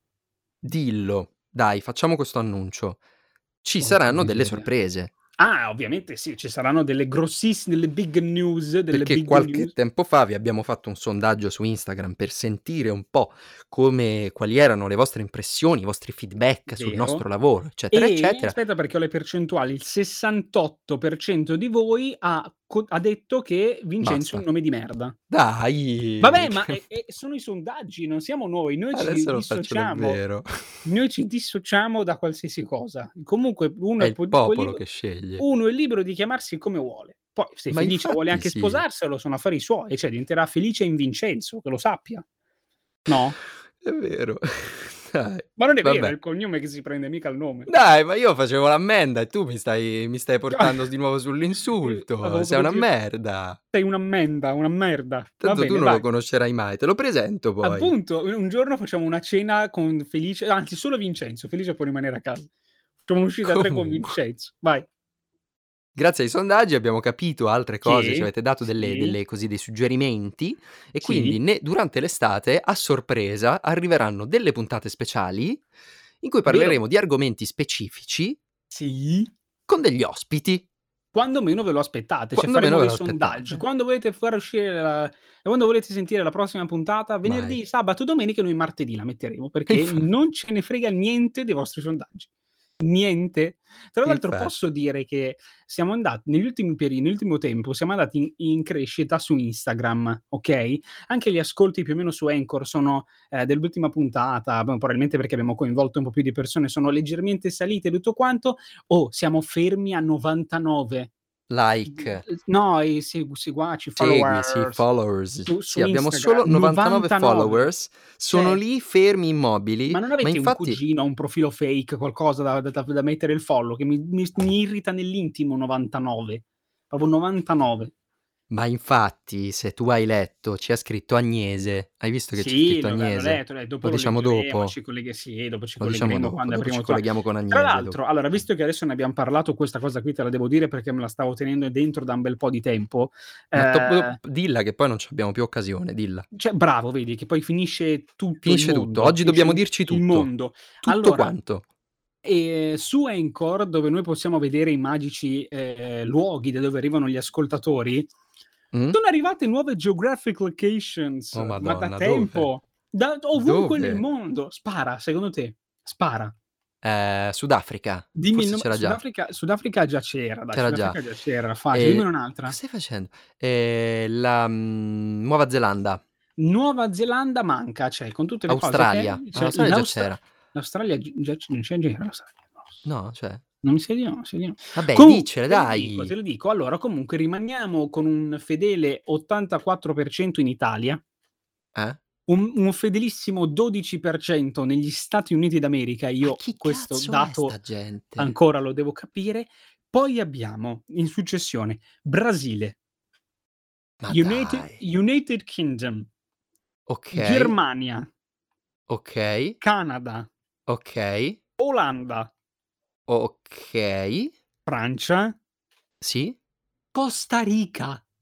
[SPEAKER 1] dillo, dai, facciamo questo annuncio. Ci
[SPEAKER 2] porca
[SPEAKER 1] saranno delle
[SPEAKER 2] miseria.
[SPEAKER 1] sorprese,
[SPEAKER 2] Ah, ovviamente sì, ci saranno delle grossissime, delle big news, delle
[SPEAKER 1] perché
[SPEAKER 2] big
[SPEAKER 1] qualche
[SPEAKER 2] news.
[SPEAKER 1] tempo fa vi abbiamo fatto un sondaggio su Instagram per sentire un po' come, quali erano le vostre impressioni, i vostri feedback sul nostro
[SPEAKER 2] Vero.
[SPEAKER 1] lavoro, eccetera,
[SPEAKER 2] E
[SPEAKER 1] eccetera.
[SPEAKER 2] aspetta perché ho le percentuali, il 68% di voi ha, co- ha detto che Vincenzo è un
[SPEAKER 1] Basta.
[SPEAKER 2] nome di merda.
[SPEAKER 1] Dai,
[SPEAKER 2] Vabbè, ma
[SPEAKER 1] che-
[SPEAKER 2] eh, eh, sono i sondaggi, non siamo noi, noi ci
[SPEAKER 1] adesso lo faccio
[SPEAKER 2] dissociamo,
[SPEAKER 1] davvero.
[SPEAKER 2] noi ci dissociamo da qualsiasi cosa. Comunque uno
[SPEAKER 1] È
[SPEAKER 2] è,
[SPEAKER 1] il
[SPEAKER 2] po- poi
[SPEAKER 1] popolo
[SPEAKER 2] lib-
[SPEAKER 1] che sceglie.
[SPEAKER 2] uno è libero di chiamarsi come vuole. Poi se
[SPEAKER 1] Ma
[SPEAKER 2] Felice vuole
[SPEAKER 1] infatti
[SPEAKER 2] anche
[SPEAKER 1] sì.
[SPEAKER 2] sposarselo, sono affari suoi, cioè diventerà Felice in Vincenzo, che lo sappia. No?
[SPEAKER 1] È vero. Dai,
[SPEAKER 2] Ma non è vero, è
[SPEAKER 1] vabbè.
[SPEAKER 2] il cognome che si prende mica il nome.
[SPEAKER 1] Dai, ma io facevo l'ammenda e tu mi stai, mi stai portando di nuovo
[SPEAKER 2] Io
[SPEAKER 1] sull'insulto.
[SPEAKER 2] avevo
[SPEAKER 1] Sei una
[SPEAKER 2] capito,
[SPEAKER 1] merda.
[SPEAKER 2] sei una merda, una merda. Va
[SPEAKER 1] Tanto tu
[SPEAKER 2] bene,
[SPEAKER 1] non lo
[SPEAKER 2] vai.
[SPEAKER 1] conoscerai mai. Te lo presento poi.
[SPEAKER 2] Appunto, un un giorno facciamo una cena con Felice, anzi solo Vincenzo, Felice può rimanere a casa. Facciamo un'uscita a tre con
[SPEAKER 1] Comunque,
[SPEAKER 2] Vincenzo, vai.
[SPEAKER 1] grazie ai sondaggi abbiamo capito altre cose, ci
[SPEAKER 2] Sì,
[SPEAKER 1] avete dato delle,
[SPEAKER 2] sì,
[SPEAKER 1] delle- così, dei suggerimenti e quindi
[SPEAKER 2] sì.
[SPEAKER 1] ne- durante l'estate, a sorpresa, arriveranno delle puntate speciali in cui
[SPEAKER 2] Vero?
[SPEAKER 1] parleremo di argomenti specifici
[SPEAKER 2] Sì.
[SPEAKER 1] con degli ospiti,
[SPEAKER 2] Quando meno ve lo aspettate, cioè
[SPEAKER 1] quando meno
[SPEAKER 2] faremo
[SPEAKER 1] ve
[SPEAKER 2] dei
[SPEAKER 1] lo
[SPEAKER 2] sondaggi.
[SPEAKER 1] aspettate.
[SPEAKER 2] Quando volete far uscire la... quando volete sentire la prossima puntata,
[SPEAKER 1] Mai.
[SPEAKER 2] venerdì, sabato, domenica, noi martedì la metteremo perché
[SPEAKER 1] Infa-
[SPEAKER 2] non ce ne frega niente dei vostri sondaggi. niente. Tra l'altro Infatti. posso dire che siamo andati, negli ultimi periodi, nell'ultimo tempo, siamo andati in, in, crescita su Instagram, ok? Anche gli ascolti più o meno su Anchor sono eh, dell'ultima puntata, probabilmente perché abbiamo coinvolto un po' più di persone, sono leggermente salite tutto quanto. Oh, siamo fermi a 99
[SPEAKER 1] like
[SPEAKER 2] no i segu- seguaci followers,
[SPEAKER 1] Segui, sì, followers. Su, su sì, abbiamo solo 99, 99. followers sono cioè, lì fermi immobili
[SPEAKER 2] ma non avete ma infatti... un cugino un profilo fake qualcosa da, da, da mettere il follow che mi, mi, mi, irrita nell'intimo 99 proprio 99
[SPEAKER 1] ma infatti se tu hai letto ci ha scritto Agnese hai visto che
[SPEAKER 2] sì,
[SPEAKER 1] c'è scritto Agnese
[SPEAKER 2] letto, dai, eh, dopo
[SPEAKER 1] lo, lo diciamo dopo
[SPEAKER 2] ci collega- sì, dopo ci lo diciamo dopo, quando
[SPEAKER 1] dopo ci colleghiamo qua. con Agnese
[SPEAKER 2] tra l'altro dopo. allora visto che adesso ne abbiamo parlato questa cosa qui te la devo dire perché me la stavo tenendo dentro da un bel po' di tempo
[SPEAKER 1] ma eh... to- dilla che poi non abbiamo più occasione dilla
[SPEAKER 2] cioè bravo vedi che poi finisce tutto
[SPEAKER 1] finisce
[SPEAKER 2] mondo,
[SPEAKER 1] tutto oggi
[SPEAKER 2] finisce
[SPEAKER 1] dobbiamo dirci tutto
[SPEAKER 2] il mondo
[SPEAKER 1] tutto
[SPEAKER 2] allora,
[SPEAKER 1] quanto
[SPEAKER 2] e su Anchor, dove noi possiamo vedere i magici eh, luoghi da dove arrivano gli ascoltatori, Mm? Sono arrivate nuove geographic locations,
[SPEAKER 1] oh, Madonna,
[SPEAKER 2] ma da tempo, da ovunque dove? nel mondo. Spara, secondo te? Spara.
[SPEAKER 1] Eh, Sudafrica.
[SPEAKER 2] Dimmi,
[SPEAKER 1] no, c'era
[SPEAKER 2] Sudafrica,
[SPEAKER 1] già.
[SPEAKER 2] Sudafrica già c'era. Dai,
[SPEAKER 1] c'era
[SPEAKER 2] Sudafrica
[SPEAKER 1] già.
[SPEAKER 2] già c'era. Facile. Eh, Dimmi un'altra.
[SPEAKER 1] Cosa stai facendo? Eh, la mh, Nuova Zelanda.
[SPEAKER 2] Nuova Zelanda manca, cioè, con tutte le
[SPEAKER 1] Australia.
[SPEAKER 2] cose. eh?
[SPEAKER 1] Che, cioè, Australia. L'Austra- già c'era.
[SPEAKER 2] L'Australia già c- non c'è già l'Australia.
[SPEAKER 1] No, cioè,
[SPEAKER 2] non mi sei di no, mi sei di no.
[SPEAKER 1] Vabbè, comunque, dicele, dai.
[SPEAKER 2] Te lo, dico, te lo dico. Allora, comunque rimaniamo con un fedele 84% in Italia.
[SPEAKER 1] Eh?
[SPEAKER 2] Un, un, fedelissimo 12% negli Stati Uniti d'America. Io questo dato ancora lo devo capire. Poi abbiamo in successione Brasile, United, United, Kingdom,
[SPEAKER 1] okay.
[SPEAKER 2] Germania,
[SPEAKER 1] okay.
[SPEAKER 2] Canada,
[SPEAKER 1] okay.
[SPEAKER 2] Olanda,
[SPEAKER 1] Ok.
[SPEAKER 2] Francia.
[SPEAKER 1] Sì.
[SPEAKER 2] Costa Rica.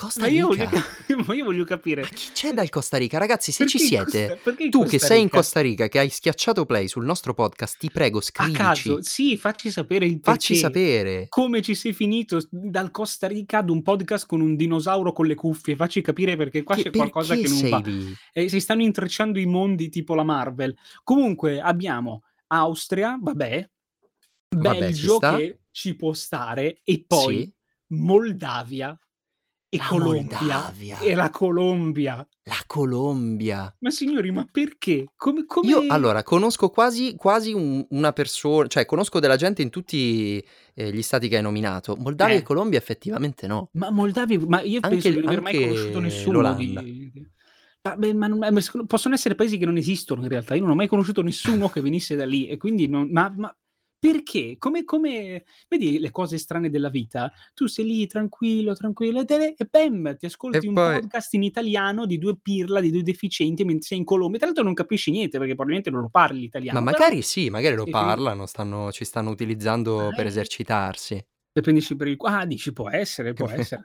[SPEAKER 1] Costa Rica. Ma
[SPEAKER 2] io, voglio, ma io voglio, capire. Ma
[SPEAKER 1] chi c'è dal Costa Rica? Ragazzi, se perché ci siete, Costa, tu che sei in Costa Rica, che hai schiacciato play sul nostro podcast, ti prego, scrivici.
[SPEAKER 2] A caso, sì, facci sapere il perché.
[SPEAKER 1] Facci sapere.
[SPEAKER 2] Come ci sei finito dal Costa Rica ad un podcast con un dinosauro con le cuffie. Facci capire perché qua che, c'è qualcosa che non va. Eh, si stanno intrecciando i mondi tipo la Marvel. Comunque, abbiamo Austria, vabbè,
[SPEAKER 1] Vabbè,
[SPEAKER 2] Belgio
[SPEAKER 1] ci
[SPEAKER 2] che ci può stare e poi sì. Moldavia e
[SPEAKER 1] la
[SPEAKER 2] Colombia
[SPEAKER 1] Moldavia.
[SPEAKER 2] e la Colombia.
[SPEAKER 1] La Colombia.
[SPEAKER 2] Ma signori, ma perché? Come, come...
[SPEAKER 1] Io allora conosco quasi, quasi un, una persona, cioè conosco della gente in tutti eh, gli stati che hai nominato. Moldavia eh. e Colombia effettivamente no.
[SPEAKER 2] Ma Moldavia, ma io
[SPEAKER 1] anche,
[SPEAKER 2] penso di non aver mai
[SPEAKER 1] anche
[SPEAKER 2] conosciuto nessuno di... Ma, beh, ma, non, ma, possono essere paesi che non esistono in realtà. Io non ho mai conosciuto nessuno che venisse da lì e quindi non, ma, ma perché? Come, come, vedi le cose strane della vita? Tu sei lì tranquillo, tranquillo, e, te, e bam, ti ascolti
[SPEAKER 1] E
[SPEAKER 2] un
[SPEAKER 1] poi-
[SPEAKER 2] podcast in italiano di due pirla, di due deficienti, mentre sei in Colombia. Tra l'altro non capisci niente perché probabilmente non lo parli l'italiano.
[SPEAKER 1] Ma
[SPEAKER 2] però-
[SPEAKER 1] magari sì, magari lo
[SPEAKER 2] Sì, Ah, eh. sì.
[SPEAKER 1] parlano, stanno- ci stanno utilizzando per esercitarsi.
[SPEAKER 2] Le prendici per il... Ah, dici, può essere, può essere.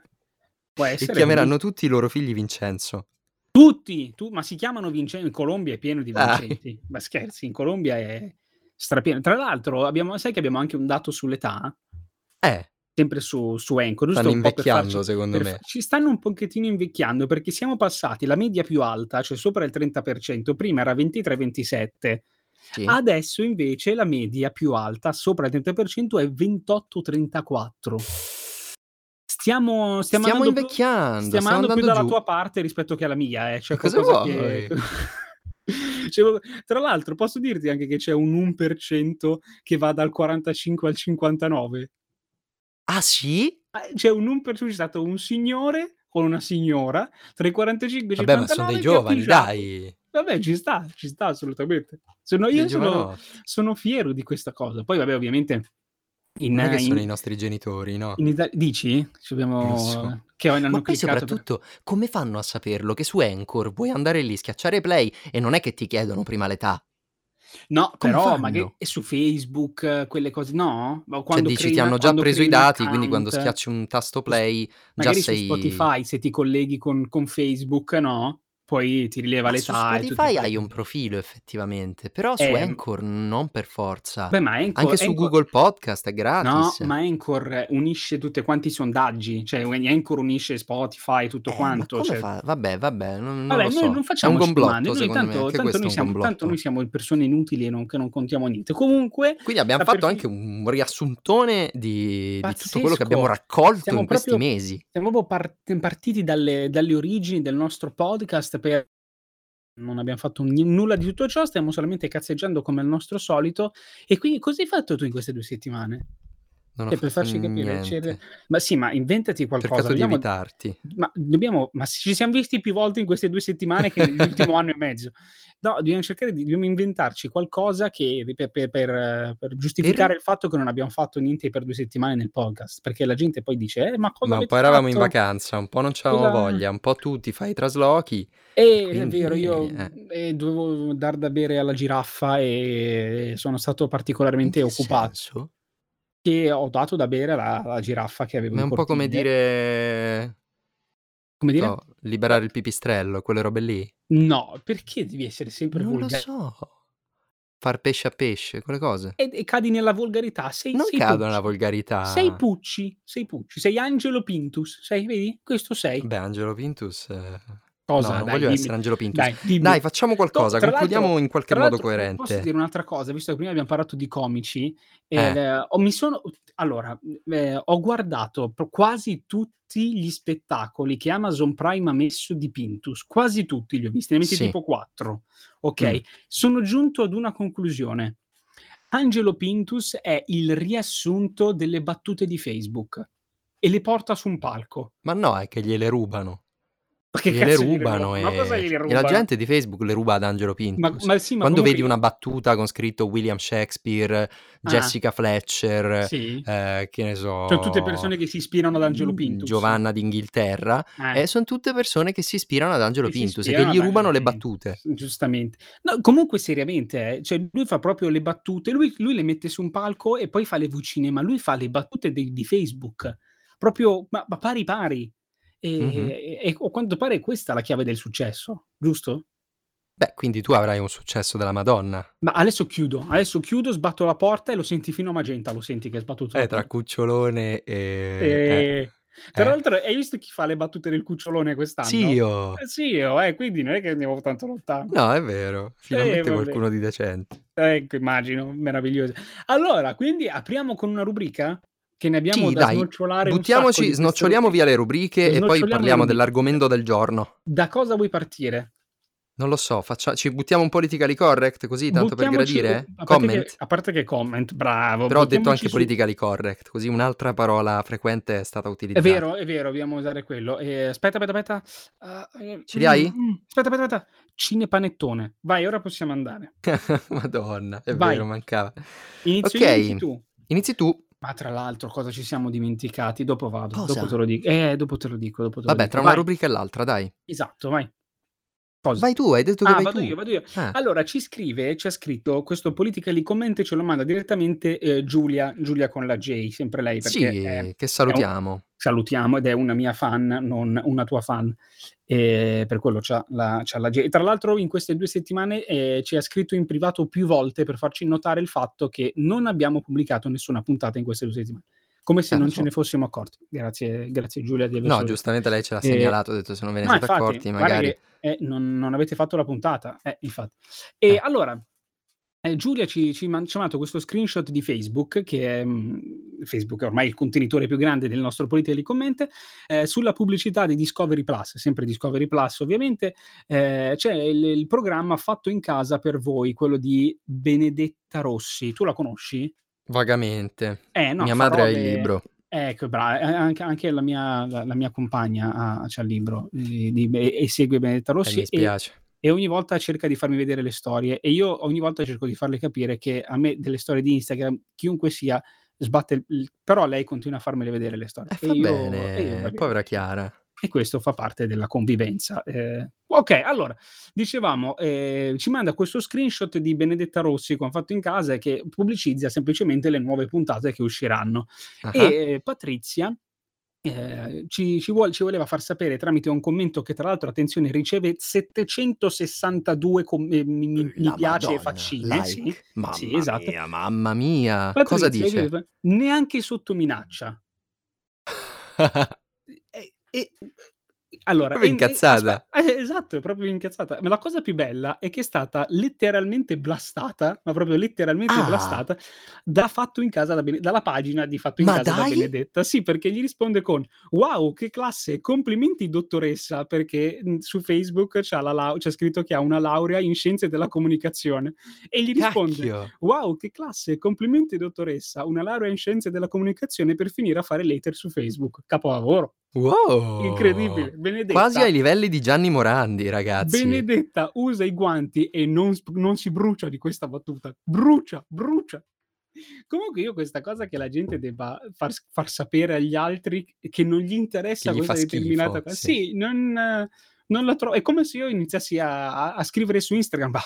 [SPEAKER 2] Può
[SPEAKER 1] E
[SPEAKER 2] essere.
[SPEAKER 1] chiameranno tutti i loro figli Vincenzo.
[SPEAKER 2] Tutti, tu- ma si chiamano Vincenzo, in Colombia è pieno di
[SPEAKER 1] Dai.
[SPEAKER 2] Vincenti, ma scherzi, in Colombia è strapieno. Tra l'altro, abbiamo, sai che abbiamo anche un dato sull'età,
[SPEAKER 1] Eh,
[SPEAKER 2] sempre su, su Anchor, giusto
[SPEAKER 1] stanno
[SPEAKER 2] un po' per
[SPEAKER 1] invecchiando
[SPEAKER 2] farci-
[SPEAKER 1] secondo
[SPEAKER 2] per
[SPEAKER 1] me.
[SPEAKER 2] fa- ci stanno un pochettino invecchiando perché siamo passati, la media più alta, cioè sopra il 30%, prima era 23-27%,
[SPEAKER 1] Sì.
[SPEAKER 2] adesso invece la media più alta, sopra il 30%, è 28-34%. Stiamo, stiamo,
[SPEAKER 1] stiamo
[SPEAKER 2] andando più-
[SPEAKER 1] invecchiando,
[SPEAKER 2] stiamo
[SPEAKER 1] stiamo
[SPEAKER 2] andando
[SPEAKER 1] andando
[SPEAKER 2] più dalla
[SPEAKER 1] giù.
[SPEAKER 2] tua parte rispetto che alla mia. eh. C'è
[SPEAKER 1] Ma cosa
[SPEAKER 2] qualcosa
[SPEAKER 1] vuoi?
[SPEAKER 2] che- Cioè, tra l'altro, posso dirti anche che c'è un 1% che va dal 45 al 59.
[SPEAKER 1] Ah sì?
[SPEAKER 2] Ah, C'è un 1%, c'è stato un signore con una signora tra i 45 e i
[SPEAKER 1] Vabbè,
[SPEAKER 2] 59.
[SPEAKER 1] ma sono dei
[SPEAKER 2] che ha
[SPEAKER 1] giovani,
[SPEAKER 2] pigiato.
[SPEAKER 1] dai.
[SPEAKER 2] Vabbè, ci sta, ci sta assolutamente. Sono,
[SPEAKER 1] Dei
[SPEAKER 2] io sono,
[SPEAKER 1] giovanotti.
[SPEAKER 2] sono fiero di questa cosa. Poi, vabbè, ovviamente, in,
[SPEAKER 1] Non è che sono
[SPEAKER 2] in-
[SPEAKER 1] i nostri genitori, no?
[SPEAKER 2] in Italia dici? Ci abbiamo...
[SPEAKER 1] Non so.
[SPEAKER 2] Che hanno
[SPEAKER 1] Ma poi
[SPEAKER 2] cliccato per-
[SPEAKER 1] soprattutto, come fanno a saperlo che su Anchor puoi andare lì, schiacciare play e non è che ti chiedono prima l'età? Cioè,
[SPEAKER 2] No,
[SPEAKER 1] Come
[SPEAKER 2] però
[SPEAKER 1] fanno?
[SPEAKER 2] magari e su Facebook, eh, quelle cose, no? Ma quando
[SPEAKER 1] cioè dici,
[SPEAKER 2] crei
[SPEAKER 1] ti
[SPEAKER 2] una-
[SPEAKER 1] hanno già
[SPEAKER 2] quando
[SPEAKER 1] preso
[SPEAKER 2] crei
[SPEAKER 1] i
[SPEAKER 2] un
[SPEAKER 1] dati, quindi quando
[SPEAKER 2] account,
[SPEAKER 1] schiacci un tasto play già
[SPEAKER 2] magari
[SPEAKER 1] sei...
[SPEAKER 2] su Spotify se ti colleghi con, con Facebook, no? poi ti rileva
[SPEAKER 1] Ma
[SPEAKER 2] l'età.
[SPEAKER 1] Ah, su
[SPEAKER 2] e tutto
[SPEAKER 1] Spotify hai
[SPEAKER 2] quello.
[SPEAKER 1] un profilo effettivamente, però su
[SPEAKER 2] Eh,
[SPEAKER 1] Anchor non per forza.
[SPEAKER 2] Beh, ma Anchor,
[SPEAKER 1] Anche su
[SPEAKER 2] Anchor-
[SPEAKER 1] Google Podcast è
[SPEAKER 2] No,
[SPEAKER 1] gratis.
[SPEAKER 2] ma Anchor unisce tutti quanti i sondaggi, cioè Anchor unisce Spotify e tutto
[SPEAKER 1] Eh,
[SPEAKER 2] quanto.
[SPEAKER 1] ma come
[SPEAKER 2] cioè-
[SPEAKER 1] fa? Vabbè, vabbè, non, non
[SPEAKER 2] Vabbè,
[SPEAKER 1] lo so.
[SPEAKER 2] noi non facciamo
[SPEAKER 1] è un gomblotto,
[SPEAKER 2] domande, noi
[SPEAKER 1] secondo
[SPEAKER 2] tanto,
[SPEAKER 1] me, anche
[SPEAKER 2] tanto
[SPEAKER 1] questo è
[SPEAKER 2] noi
[SPEAKER 1] un
[SPEAKER 2] siamo,
[SPEAKER 1] gomblotto.
[SPEAKER 2] tanto noi siamo persone inutili e non, che non contiamo niente. Comunque,
[SPEAKER 1] Quindi abbiamo
[SPEAKER 2] sta per
[SPEAKER 1] fatto
[SPEAKER 2] fi-
[SPEAKER 1] anche un riassuntone di, di tutto quello che
[SPEAKER 2] Pazzesco.
[SPEAKER 1] abbiamo raccolto
[SPEAKER 2] Siamo
[SPEAKER 1] in questi
[SPEAKER 2] proprio-
[SPEAKER 1] mesi.
[SPEAKER 2] siamo proprio par- partiti dalle, dalle origini del nostro podcast per... Non abbiamo fatto n- nulla di tutto ciò, stiamo solamente cazzeggiando come al nostro solito. E quindi cosa hai fatto tu in queste due settimane?
[SPEAKER 1] Non ho
[SPEAKER 2] E per
[SPEAKER 1] fatto
[SPEAKER 2] farci capire, c'è-
[SPEAKER 1] niente.
[SPEAKER 2] ma sì, ma inventati
[SPEAKER 1] Ho
[SPEAKER 2] qualcosa.
[SPEAKER 1] cercato di
[SPEAKER 2] dobbiamo-
[SPEAKER 1] evitarti.
[SPEAKER 2] ma, dobbiamo, ma ci siamo visti più volte in queste due settimane che nell'ultimo anno e mezzo. No, dobbiamo cercare di dobbiamo inventarci qualcosa che, per, per- per, eh, per giustificare
[SPEAKER 1] Per-
[SPEAKER 2] il fatto che non abbiamo fatto niente per due settimane nel podcast, perché la gente poi dice, eh, ma cosa
[SPEAKER 1] Ma
[SPEAKER 2] avete
[SPEAKER 1] poi eravamo in
[SPEAKER 2] fatto?"
[SPEAKER 1] vacanza, un po' non c'avevamo
[SPEAKER 2] Cosa-
[SPEAKER 1] voglia, un po' tu ti fai i traslochi.
[SPEAKER 2] Eh, è
[SPEAKER 1] quindi,
[SPEAKER 2] vero, io
[SPEAKER 1] eh.
[SPEAKER 2] eh, dovevo dar da bere alla giraffa e sono stato
[SPEAKER 1] In
[SPEAKER 2] particolarmente
[SPEAKER 1] che
[SPEAKER 2] occupato.
[SPEAKER 1] senso?
[SPEAKER 2] Che ho dato da bere alla, alla giraffa che avevo
[SPEAKER 1] Ma è
[SPEAKER 2] in
[SPEAKER 1] un po' come
[SPEAKER 2] cortile.
[SPEAKER 1] dire,
[SPEAKER 2] Come dire?
[SPEAKER 1] no, liberare il pipistrello, quelle robe lì.
[SPEAKER 2] No, perché devi essere sempre
[SPEAKER 1] Non lo
[SPEAKER 2] volgare?
[SPEAKER 1] so. Far pesce a pesce, quelle cose.
[SPEAKER 2] E, e cadi nella volgarità, sei,
[SPEAKER 1] Non
[SPEAKER 2] sei
[SPEAKER 1] cadono nella
[SPEAKER 2] Pucci.
[SPEAKER 1] volgarità.
[SPEAKER 2] Sei Pucci, sei Pucci, sei Angelo Pintus, sei, vedi? Questo sei.
[SPEAKER 1] Beh, Angelo Pintus. eh,
[SPEAKER 2] Cosa?
[SPEAKER 1] No, non
[SPEAKER 2] Dai,
[SPEAKER 1] voglio
[SPEAKER 2] dimmi.
[SPEAKER 1] essere Angelo Pintus.
[SPEAKER 2] Dai, dimmi.
[SPEAKER 1] Dai, facciamo qualcosa,
[SPEAKER 2] No, tra
[SPEAKER 1] concludiamo
[SPEAKER 2] l'altro-
[SPEAKER 1] in qualche
[SPEAKER 2] Tra
[SPEAKER 1] modo
[SPEAKER 2] l'altro, posso
[SPEAKER 1] coerente.
[SPEAKER 2] dire un'altra cosa, visto che prima abbiamo parlato di comici, eh,
[SPEAKER 1] Eh.
[SPEAKER 2] eh, ho- mi sono, allora, eh, ho guardato pro- quasi tutti gli spettacoli che Amazon Prime ha messo di Pintus, quasi tutti li ho visti, ne ho messi
[SPEAKER 1] Sì.
[SPEAKER 2] tipo 4, ok?
[SPEAKER 1] Mm.
[SPEAKER 2] Sono giunto ad una conclusione. Angelo Pintus è il riassunto delle battute di Facebook e le porta su un palco.
[SPEAKER 1] Ma no, è che gliele rubano.
[SPEAKER 2] Ma che
[SPEAKER 1] Gliele
[SPEAKER 2] cazzo gliele
[SPEAKER 1] rubano
[SPEAKER 2] ruba?
[SPEAKER 1] e...
[SPEAKER 2] Ma cosa gliele
[SPEAKER 1] e la
[SPEAKER 2] rubano?
[SPEAKER 1] gente di Facebook le ruba ad Angelo
[SPEAKER 2] Ma,
[SPEAKER 1] Pintus.
[SPEAKER 2] ma sì, ma
[SPEAKER 1] Quando
[SPEAKER 2] comunque-
[SPEAKER 1] vedi una battuta con scritto William Shakespeare, Jessica Fletcher,
[SPEAKER 2] Sì.
[SPEAKER 1] eh, che ne so... Mm,
[SPEAKER 2] Sono Cioè, tutte persone che si ispirano ad Angelo Pintus.
[SPEAKER 1] Giovanna d'Inghilterra,
[SPEAKER 2] Eh,
[SPEAKER 1] e sono tutte persone che si ispirano ad Angelo
[SPEAKER 2] che si
[SPEAKER 1] Pintus e che
[SPEAKER 2] ispirano
[SPEAKER 1] gli
[SPEAKER 2] ad
[SPEAKER 1] rubano
[SPEAKER 2] Angelo
[SPEAKER 1] le
[SPEAKER 2] Pintus,
[SPEAKER 1] battute.
[SPEAKER 2] Giustamente. No, comunque seriamente, eh, cioè lui fa proprio le battute, lui, lui le mette su un palco e poi fa le vocine, ma lui fa le battute dei- di Facebook. Proprio, ma, ma pari pari. E,
[SPEAKER 1] Mhm.
[SPEAKER 2] e- e- a quanto pare questa è la chiave del successo, giusto?
[SPEAKER 1] Beh, quindi tu avrai un successo della Madonna. eh,
[SPEAKER 2] Ma adesso chiudo, adesso chiudo, sbatto la porta e lo senti fino a Magenta, lo senti che è sbattuto la
[SPEAKER 1] Eh, tra
[SPEAKER 2] porta.
[SPEAKER 1] Cucciolone e... eh,
[SPEAKER 2] Esatto. E- Tra
[SPEAKER 1] eh.
[SPEAKER 2] l'altro, hai visto chi fa le battute del cucciolone quest'anno?
[SPEAKER 1] Sì, io...
[SPEAKER 2] Eh, sì, io, eh, quindi non è che andiamo tanto lontano.
[SPEAKER 1] No, è vero. Finalmente
[SPEAKER 2] Eh, vabbè.
[SPEAKER 1] qualcuno di decente.
[SPEAKER 2] Ecco, immagino, meraviglioso. Allora, quindi apriamo con una rubrica che ne abbiamo
[SPEAKER 1] Sì,
[SPEAKER 2] da
[SPEAKER 1] dai,
[SPEAKER 2] snocciolare un sacco di
[SPEAKER 1] Buttiamoci,
[SPEAKER 2] queste
[SPEAKER 1] snoccioliamo
[SPEAKER 2] rubriche.
[SPEAKER 1] via le rubriche e poi
[SPEAKER 2] Snoccioliamo le
[SPEAKER 1] parliamo
[SPEAKER 2] rubriche.
[SPEAKER 1] dell'argomento del giorno.
[SPEAKER 2] Da cosa vuoi partire?
[SPEAKER 1] Non lo so, faccia- ci buttiamo un politically correct così, tanto per
[SPEAKER 2] Buttiamoci,
[SPEAKER 1] gradire?
[SPEAKER 2] a parte,
[SPEAKER 1] Comment?
[SPEAKER 2] che, a parte che comment, bravo.
[SPEAKER 1] Però ho detto
[SPEAKER 2] buttiamoci
[SPEAKER 1] anche
[SPEAKER 2] su-
[SPEAKER 1] politically correct, così un'altra parola frequente è stata
[SPEAKER 2] È
[SPEAKER 1] utilizzata.
[SPEAKER 2] vero, è vero, dobbiamo usare quello. Eh, aspetta, aspetta, aspetta. Eh,
[SPEAKER 1] Ce li hai?
[SPEAKER 2] mm, mm, aspetta, aspetta, aspetta. Cinepanettone. Vai, ora possiamo andare.
[SPEAKER 1] Madonna, è
[SPEAKER 2] Vai.
[SPEAKER 1] vero, mancava.
[SPEAKER 2] Inizio io, inizi
[SPEAKER 1] Ok,
[SPEAKER 2] tu.
[SPEAKER 1] inizi tu.
[SPEAKER 2] Ma tra l'altro, cosa ci siamo dimenticati? Dopo vado, dopo
[SPEAKER 1] Cosa?
[SPEAKER 2] te lo dico. Eh, dopo te lo dico, dopo te lo
[SPEAKER 1] Vabbè,
[SPEAKER 2] dico.
[SPEAKER 1] tra una
[SPEAKER 2] Vai.
[SPEAKER 1] rubrica e l'altra, dai.
[SPEAKER 2] Esatto, vai. Cosa?
[SPEAKER 1] Vai tu, hai detto che
[SPEAKER 2] Ah,
[SPEAKER 1] vai
[SPEAKER 2] vado
[SPEAKER 1] tu.
[SPEAKER 2] io, vado io.
[SPEAKER 1] Ah,
[SPEAKER 2] Allora ci scrive, ci ha scritto questo politically comment, ce lo manda direttamente eh, Giulia, Giulia con la J, sempre lei perché eh, è-
[SPEAKER 1] sì, che
[SPEAKER 2] è un-
[SPEAKER 1] salutiamo.
[SPEAKER 2] salutiamo ed è una mia fan, non una tua fan, e per quello c'ha la, c'ha la J. E Tra l'altro in queste due settimane eh, ci ha scritto in privato più volte per farci notare il fatto che non abbiamo pubblicato nessuna puntata in queste due settimane, come se
[SPEAKER 1] Eh, lo
[SPEAKER 2] non
[SPEAKER 1] so.
[SPEAKER 2] ce ne fossimo accorti. Grazie, grazie Giulia di averci
[SPEAKER 1] No, giustamente lei ce l'ha
[SPEAKER 2] Eh,
[SPEAKER 1] segnalato, ha detto se non ve ne
[SPEAKER 2] No,
[SPEAKER 1] siete
[SPEAKER 2] infatti,
[SPEAKER 1] accorti,
[SPEAKER 2] guarda
[SPEAKER 1] magari...
[SPEAKER 2] che eh, non, non avete fatto la puntata. Eh, infatti. E
[SPEAKER 1] Eh.
[SPEAKER 2] allora, eh, Giulia ci, ci man- ci ha mandato questo screenshot di Facebook, che è, mm, Facebook è ormai il contenitore più grande del nostro Political Comment, eh, sulla pubblicità di Discovery Plus, sempre Discovery Plus ovviamente, eh, c'è il, il programma fatto in casa per voi, quello di Benedetta Rossi. Tu la conosci?
[SPEAKER 1] Vagamente.
[SPEAKER 2] Eh, no,
[SPEAKER 1] Mia
[SPEAKER 2] fa
[SPEAKER 1] madre ha il
[SPEAKER 2] robe-
[SPEAKER 1] libro.
[SPEAKER 2] Ecco, brava. Eh, Anche, anche la, mia, la, la mia compagna ha, c'ha il libro eh, di- e, e segue Benedetta
[SPEAKER 1] E
[SPEAKER 2] Rossi
[SPEAKER 1] mi
[SPEAKER 2] e,
[SPEAKER 1] spiace.
[SPEAKER 2] e ogni volta cerca di farmi vedere le storie e io ogni volta cerco di farle capire che a me delle storie di Instagram, chiunque sia, sbatte il... il- però lei continua a farmele vedere le storie.
[SPEAKER 1] E Eh,
[SPEAKER 2] E
[SPEAKER 1] fa
[SPEAKER 2] io- e io, va
[SPEAKER 1] bene,
[SPEAKER 2] bene.
[SPEAKER 1] povera Chiara.
[SPEAKER 2] E questo fa parte della convivenza. eh. Ok, allora, dicevamo, eh, ci manda questo screenshot di Benedetta Rossi che hanno fatto in casa e che pubblicizza semplicemente le nuove puntate che usciranno
[SPEAKER 1] Ah,
[SPEAKER 2] e eh, Patrizia eh, ci, ci, vuol- ci voleva far sapere tramite un commento che tra l'altro, attenzione, riceve 762 com- eh, mi, mi- mi
[SPEAKER 1] La
[SPEAKER 2] piace e
[SPEAKER 1] Madonna,
[SPEAKER 2] faccine.
[SPEAKER 1] like.
[SPEAKER 2] Sì,
[SPEAKER 1] Mamma
[SPEAKER 2] sì, esatto.
[SPEAKER 1] mia, mamma mia. Cosa
[SPEAKER 2] Patrizia
[SPEAKER 1] dice?
[SPEAKER 2] Gilbert, Neanche sotto minaccia. E, e- allora,
[SPEAKER 1] Proprio
[SPEAKER 2] e- e-
[SPEAKER 1] incazzata.
[SPEAKER 2] aspe- eh, esatto, è proprio incazzata. Ma la cosa più bella è che è stata letteralmente blastata, ma proprio letteralmente
[SPEAKER 1] Ah.
[SPEAKER 2] blastata, da Fatto in casa da Bene- dalla pagina di Fatto in
[SPEAKER 1] Ma
[SPEAKER 2] casa da
[SPEAKER 1] dai?
[SPEAKER 2] Benedetta. Sì, perché gli risponde con wow, che classe, complimenti dottoressa, perché mh, su Facebook c'ha la lau- c'è scritto che ha una laurea in scienze della comunicazione. E gli risponde
[SPEAKER 1] Cacchio.
[SPEAKER 2] Wow, che classe! Complimenti, dottoressa. Una laurea in scienze della comunicazione per finire a fare later su Facebook. Capolavoro.
[SPEAKER 1] Wow.
[SPEAKER 2] Incredibile. Benedetta.
[SPEAKER 1] Quasi ai livelli di Gianni Morandi, ragazzi.
[SPEAKER 2] Benedetta usa i guanti e non, sp- non si brucia di questa battuta. Brucia, brucia. Comunque io questa cosa che la gente debba far, far sapere agli altri che non gli interessa
[SPEAKER 1] Che gli
[SPEAKER 2] questa
[SPEAKER 1] fa schifo,
[SPEAKER 2] determinata cosa.
[SPEAKER 1] sì.
[SPEAKER 2] Sì, non, eh, non la trovo. È come se io iniziassi a, a- a scrivere su Instagram. Bah,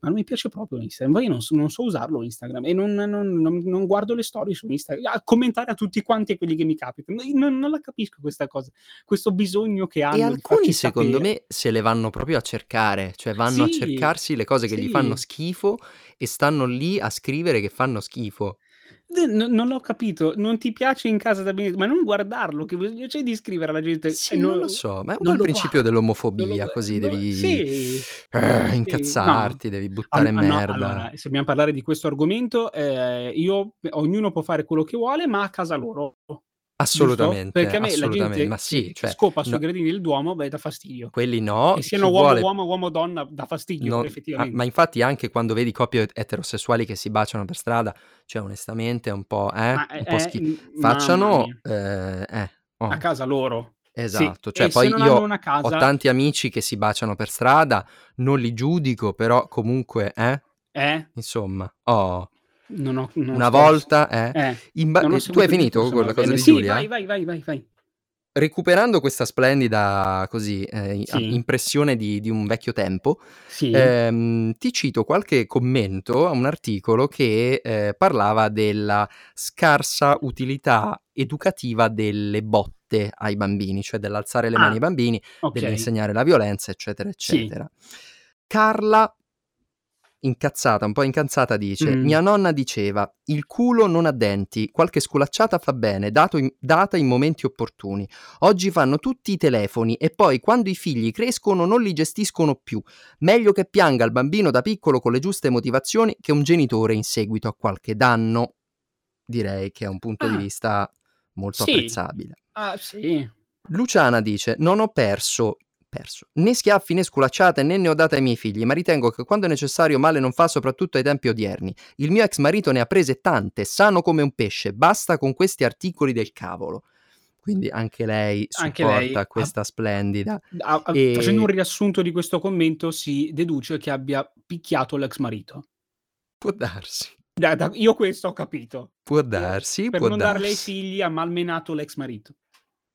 [SPEAKER 2] ma non mi piace proprio Instagram. Poi io non so, non so usarlo Instagram e non, non- non- non guardo le storie su Instagram. A commentare a tutti quanti quelli che mi capitano. Non, non la capisco questa cosa. Questo bisogno che hanno.
[SPEAKER 1] E
[SPEAKER 2] di farci
[SPEAKER 1] alcuni secondo
[SPEAKER 2] sapere.
[SPEAKER 1] me se le vanno proprio a cercare, cioè vanno a
[SPEAKER 2] Sì,
[SPEAKER 1] cercarsi le cose che gli fanno
[SPEAKER 2] sì.
[SPEAKER 1] schifo e stanno lì a scrivere che fanno schifo.
[SPEAKER 2] Eh, no- non l'ho capito, non ti piace in casa da Benedetto, ma non guardarlo, che bisogna c'è di scrivere alla gente.
[SPEAKER 1] Sì,
[SPEAKER 2] eh,
[SPEAKER 1] non, lo so, ma è un po'
[SPEAKER 2] non
[SPEAKER 1] il
[SPEAKER 2] lo
[SPEAKER 1] principio
[SPEAKER 2] guardo, non
[SPEAKER 1] dell'omofobia,
[SPEAKER 2] lo-
[SPEAKER 1] così
[SPEAKER 2] non-
[SPEAKER 1] devi
[SPEAKER 2] sì,
[SPEAKER 1] eh,
[SPEAKER 2] sì,
[SPEAKER 1] incazzarti,
[SPEAKER 2] no.
[SPEAKER 1] devi
[SPEAKER 2] Ah,
[SPEAKER 1] buttare
[SPEAKER 2] ah, no,
[SPEAKER 1] merda.
[SPEAKER 2] allora, se dobbiamo parlare di questo argomento, eh, io, ognuno può fare quello che vuole, ma a casa loro. giusto?
[SPEAKER 1] assolutamente,
[SPEAKER 2] Perché a me la
[SPEAKER 1] assolutamente,
[SPEAKER 2] gente
[SPEAKER 1] ma sì,
[SPEAKER 2] che
[SPEAKER 1] cioè
[SPEAKER 2] scopa sui
[SPEAKER 1] no.
[SPEAKER 2] gradini del Duomo, beh, dà fastidio.
[SPEAKER 1] quelli no,
[SPEAKER 2] che
[SPEAKER 1] chi
[SPEAKER 2] siano uomo,
[SPEAKER 1] vuole
[SPEAKER 2] uomo, uomo, donna, dà fastidio,
[SPEAKER 1] Non- ah,
[SPEAKER 2] effettivamente.
[SPEAKER 1] ma infatti anche quando vedi coppie eterosessuali che si baciano per strada, cioè onestamente è un po', eh,
[SPEAKER 2] Ma,
[SPEAKER 1] un po'
[SPEAKER 2] eh,
[SPEAKER 1] schifo.
[SPEAKER 2] eh, mamma
[SPEAKER 1] Facciano,
[SPEAKER 2] mia,
[SPEAKER 1] eh, eh, oh,
[SPEAKER 2] a casa loro. Sì,
[SPEAKER 1] esatto,
[SPEAKER 2] e
[SPEAKER 1] cioè
[SPEAKER 2] se
[SPEAKER 1] poi
[SPEAKER 2] non
[SPEAKER 1] io
[SPEAKER 2] hanno una
[SPEAKER 1] ho
[SPEAKER 2] casa,
[SPEAKER 1] tanti amici che si baciano per strada, non li giudico, però comunque, eh,
[SPEAKER 2] eh,
[SPEAKER 1] insomma, oh,
[SPEAKER 2] Non ho, non
[SPEAKER 1] una
[SPEAKER 2] sto-
[SPEAKER 1] volta, eh.
[SPEAKER 2] Eh,
[SPEAKER 1] In ba-
[SPEAKER 2] non ho
[SPEAKER 1] eh, tu
[SPEAKER 2] seguito
[SPEAKER 1] hai
[SPEAKER 2] il
[SPEAKER 1] finito
[SPEAKER 2] discorso,
[SPEAKER 1] con
[SPEAKER 2] ma
[SPEAKER 1] la
[SPEAKER 2] va
[SPEAKER 1] cosa
[SPEAKER 2] bene.
[SPEAKER 1] di
[SPEAKER 2] sì,
[SPEAKER 1] Giulia?
[SPEAKER 2] vai, vai, vai, vai, vai.
[SPEAKER 1] Recuperando questa splendida così eh, i-
[SPEAKER 2] Sì.
[SPEAKER 1] impressione di- di un vecchio tempo,
[SPEAKER 2] Sì.
[SPEAKER 1] Ehm, ti cito qualche commento a un articolo che eh, parlava della scarsa utilità educativa delle botte ai bambini, cioè dell'alzare le
[SPEAKER 2] Ah,
[SPEAKER 1] mani ai bambini,
[SPEAKER 2] ok.
[SPEAKER 1] dell'insegnare la violenza, eccetera,
[SPEAKER 2] Sì.
[SPEAKER 1] eccetera. Carla, incazzata, un po' incazzata, dice:
[SPEAKER 2] Mm.
[SPEAKER 1] Mia nonna diceva: Il culo non ha denti, qualche sculacciata fa bene, dato in- data in momenti opportuni. Oggi fanno tutti i telefoni e poi quando i figli crescono non li gestiscono più. Meglio che pianga il bambino da piccolo con le giuste motivazioni che un genitore in seguito a qualche danno. Direi che è un punto di
[SPEAKER 2] Ah.
[SPEAKER 1] vista molto
[SPEAKER 2] Sì.
[SPEAKER 1] apprezzabile.
[SPEAKER 2] Ah, sì.
[SPEAKER 1] Luciana dice: Non ho perso. Perso. Né schiaffi né sculacciate né ne ho date ai miei figli, ma ritengo che quando è necessario male non fa, soprattutto ai tempi odierni. Il mio ex marito ne ha prese tante, sano come un pesce, basta con questi articoli del cavolo. Quindi anche lei
[SPEAKER 2] Anche
[SPEAKER 1] supporta
[SPEAKER 2] lei.
[SPEAKER 1] questa splendida.
[SPEAKER 2] Ah, ah,
[SPEAKER 1] E-
[SPEAKER 2] Facendo un riassunto di questo commento si deduce che abbia picchiato l'ex marito.
[SPEAKER 1] Può darsi,
[SPEAKER 2] Da- da- io questo ho capito.
[SPEAKER 1] può darsi,
[SPEAKER 2] Per
[SPEAKER 1] può
[SPEAKER 2] non darle ai
[SPEAKER 1] darsi.
[SPEAKER 2] figli ha malmenato l'ex marito.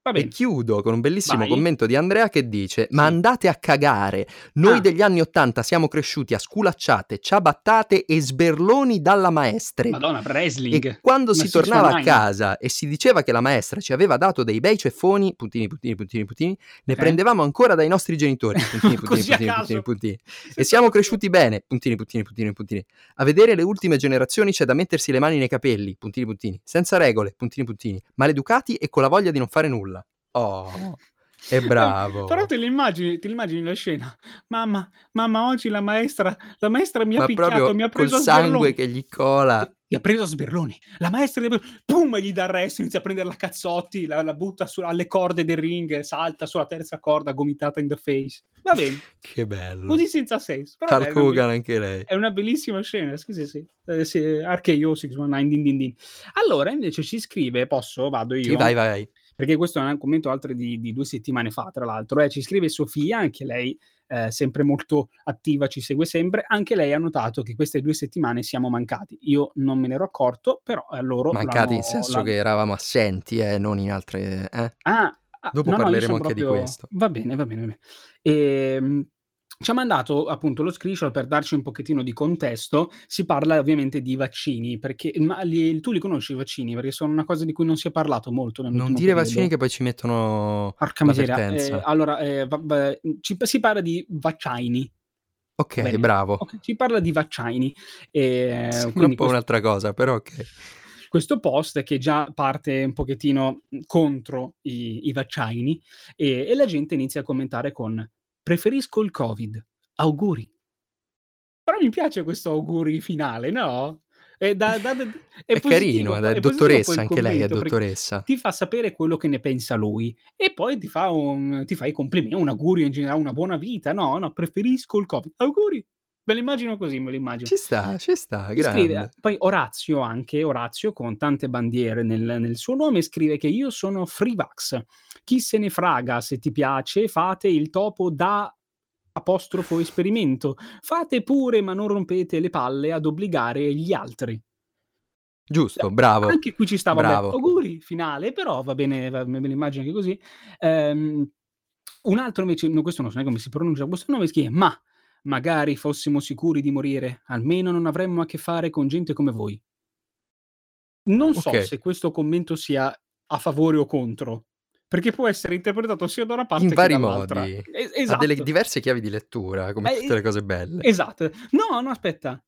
[SPEAKER 2] Va
[SPEAKER 1] E
[SPEAKER 2] bene.
[SPEAKER 1] chiudo con un bellissimo
[SPEAKER 2] Vai.
[SPEAKER 1] commento di Andrea che dice: Ma
[SPEAKER 2] Sì.
[SPEAKER 1] andate a cagare! Noi
[SPEAKER 2] Ah.
[SPEAKER 1] degli anni Ottanta siamo cresciuti a sculacciate, ciabattate e sberloni dalla maestre.
[SPEAKER 2] Madonna, wrestling.
[SPEAKER 1] E quando
[SPEAKER 2] Ma
[SPEAKER 1] si
[SPEAKER 2] Six One
[SPEAKER 1] tornava a
[SPEAKER 2] Nine.
[SPEAKER 1] casa e si diceva che la maestra ci aveva dato dei bei ceffoni, puntini, puntini, puntini, puntini, ne
[SPEAKER 2] Eh?
[SPEAKER 1] prendevamo ancora dai nostri genitori, puntini, puntini,
[SPEAKER 2] Così a
[SPEAKER 1] puntini,
[SPEAKER 2] caso.
[SPEAKER 1] puntini, puntini. E
[SPEAKER 2] Senza
[SPEAKER 1] siamo
[SPEAKER 2] motivo.
[SPEAKER 1] cresciuti bene, puntini, puntini, puntini, puntini. A vedere le ultime generazioni c'è da mettersi le mani nei capelli, puntini, puntini. Senza regole, puntini, puntini. Maleducati e con la voglia di non fare nulla. Oh, è bravo.
[SPEAKER 2] Però te l'immagini, te l'immagini la scena. Mamma, mamma, oggi la maestra, la maestra mi ha
[SPEAKER 1] Ma
[SPEAKER 2] picchiato,
[SPEAKER 1] proprio
[SPEAKER 2] mi ha
[SPEAKER 1] col
[SPEAKER 2] preso a
[SPEAKER 1] sangue
[SPEAKER 2] sberloni.
[SPEAKER 1] che gli cola.
[SPEAKER 2] Gli ha preso a sberloni. La maestra gli ha preso- pum, e gli dà il resto, inizia a prendere la cazzotti, la, la butta su- alle corde del ring, salta sulla terza corda, gomitata in the face. Va bene,
[SPEAKER 1] Che bello.
[SPEAKER 2] così senza senso. Però
[SPEAKER 1] Hulk
[SPEAKER 2] dai, è una be-
[SPEAKER 1] Mm. Hogan anche lei.
[SPEAKER 2] è una bellissima scena, sì, sì, sì. Eh, sì, RKO 619, din, din, din. Allora, invece ci scrive, posso, vado io?
[SPEAKER 1] Sì, vai, vai, vai.
[SPEAKER 2] perché questo è un commento altre di, di due settimane fa, tra l'altro. eh. Ci scrive Sofia, anche lei eh, sempre molto attiva, ci segue sempre. Anche lei ha notato che queste due settimane siamo mancati. Io non me ne ero accorto, però eh, loro
[SPEAKER 1] Mancati
[SPEAKER 2] l'hanno-
[SPEAKER 1] in senso
[SPEAKER 2] l'hanno-
[SPEAKER 1] che eravamo assenti e non in altre... eh?
[SPEAKER 2] Ah, ah,
[SPEAKER 1] Dopo
[SPEAKER 2] no, no, io
[SPEAKER 1] parleremo
[SPEAKER 2] sono
[SPEAKER 1] anche di
[SPEAKER 2] proprio...
[SPEAKER 1] questo.
[SPEAKER 2] Va bene, va bene, va bene. Ehm, ci ha mandato appunto lo screenshot per darci un pochettino di contesto. Si parla ovviamente di vaccini, perché ma li- tu li conosci i vaccini? Perché sono una cosa di cui non boh. si è parlato molto. nell'ultimo
[SPEAKER 1] Non dire
[SPEAKER 2] periodo.
[SPEAKER 1] vaccini che poi ci mettono
[SPEAKER 2] Porca miseria.
[SPEAKER 1] l'avvertenza.
[SPEAKER 2] Eh, allora, eh, va- va- ci- si parla di vaccini.
[SPEAKER 1] Ok,
[SPEAKER 2] bene.
[SPEAKER 1] bravo.
[SPEAKER 2] Ok, si parla di vaccini. Eh,
[SPEAKER 1] Sembra un po'
[SPEAKER 2] quindi questo-
[SPEAKER 1] un'altra cosa, però ok.
[SPEAKER 2] questo post che già parte un pochettino contro i, i vaccini e, e la gente inizia a commentare con preferisco il covid, auguri. Però mi piace questo auguri finale, no? È, da- da- da-
[SPEAKER 1] È,
[SPEAKER 2] positivo,
[SPEAKER 1] carino, è
[SPEAKER 2] positivo
[SPEAKER 1] dottoressa,
[SPEAKER 2] poi il
[SPEAKER 1] anche lei è
[SPEAKER 2] commento, perché
[SPEAKER 1] dottoressa.
[SPEAKER 2] Ti fa sapere quello che ne pensa lui e poi ti fa, un, ti fa i complimenti, un augurio in generale, una buona vita. No, no, preferisco il covid. Auguri. Me lo immagino così, me lo immagino.
[SPEAKER 1] Ci sta, ci sta,
[SPEAKER 2] E
[SPEAKER 1] grande.
[SPEAKER 2] scrive- eh. poi Orazio anche, Orazio con tante bandiere nel, nel suo nome, scrive che io sono Freevax. Chi se ne fraga, se ti piace, fate il topo da apostrofo esperimento. Fate pure, ma non rompete le palle ad obbligare gli altri.
[SPEAKER 1] Giusto, bravo.
[SPEAKER 2] Anche qui ci stava vabbè,
[SPEAKER 1] Bravo.
[SPEAKER 2] auguri, finale, però va bene, va- me l'immagino anche così. Ehm, un altro invece, no, questo non so neanche come si pronuncia, questo nome si chiama Ma. Magari fossimo sicuri di morire, almeno non avremmo a che fare con gente come voi. Non so
[SPEAKER 1] Ok.
[SPEAKER 2] se questo commento sia a favore o contro, perché può essere interpretato sia da una parte
[SPEAKER 1] In
[SPEAKER 2] che
[SPEAKER 1] vari
[SPEAKER 2] dall'altra.
[SPEAKER 1] modi.
[SPEAKER 2] Es-
[SPEAKER 1] Ha
[SPEAKER 2] esatto.
[SPEAKER 1] delle diverse chiavi di lettura, come
[SPEAKER 2] Eh,
[SPEAKER 1] tutte le cose belle.
[SPEAKER 2] Esatto. No, no, aspetta.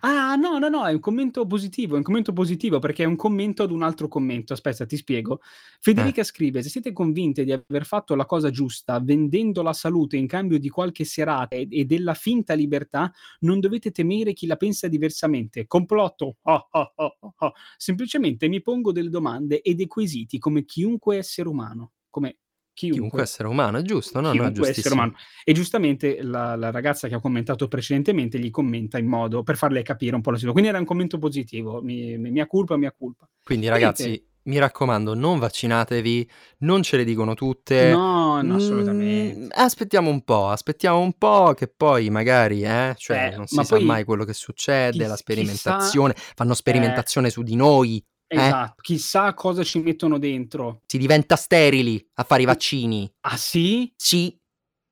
[SPEAKER 2] Ah, no, no, no, è un commento positivo, è un commento positivo perché è un commento ad un altro commento. Aspetta, ti spiego. Federica scrive, se siete convinte di aver fatto la cosa giusta vendendo la salute in cambio di qualche serata e, e della finta libertà, non dovete temere chi la pensa diversamente. Complotto. Ah, ah, ah, ah, ah. Semplicemente mi pongo delle domande e dei quesiti come chiunque essere umano. Come chiunque,
[SPEAKER 1] Chiunque essere umano, è giusto? No, no, è
[SPEAKER 2] chiunque essere
[SPEAKER 1] giustissimo.
[SPEAKER 2] umano. E giustamente la, la ragazza che ho commentato precedentemente gli commenta in modo per farle capire un po' la situazione. Quindi era un commento positivo, mi, mi- mia colpa, mia colpa.
[SPEAKER 1] Quindi
[SPEAKER 2] Niente.
[SPEAKER 1] ragazzi, mi raccomando, non vaccinatevi, non ce le dicono tutte.
[SPEAKER 2] no, no,
[SPEAKER 1] Mm,
[SPEAKER 2] assolutamente.
[SPEAKER 1] aspettiamo un po', aspettiamo un po' che poi magari, eh, cioè
[SPEAKER 2] Eh,
[SPEAKER 1] non
[SPEAKER 2] ma
[SPEAKER 1] si sa
[SPEAKER 2] poi
[SPEAKER 1] mai quello che succede,
[SPEAKER 2] chi- Eh.
[SPEAKER 1] la
[SPEAKER 2] chissà-
[SPEAKER 1] sperimentazione, fanno sperimentazione su di noi,
[SPEAKER 2] Esatto, chissà cosa ci mettono dentro.
[SPEAKER 1] si diventa sterili a fare i vaccini.
[SPEAKER 2] Ah sì?
[SPEAKER 1] Sì,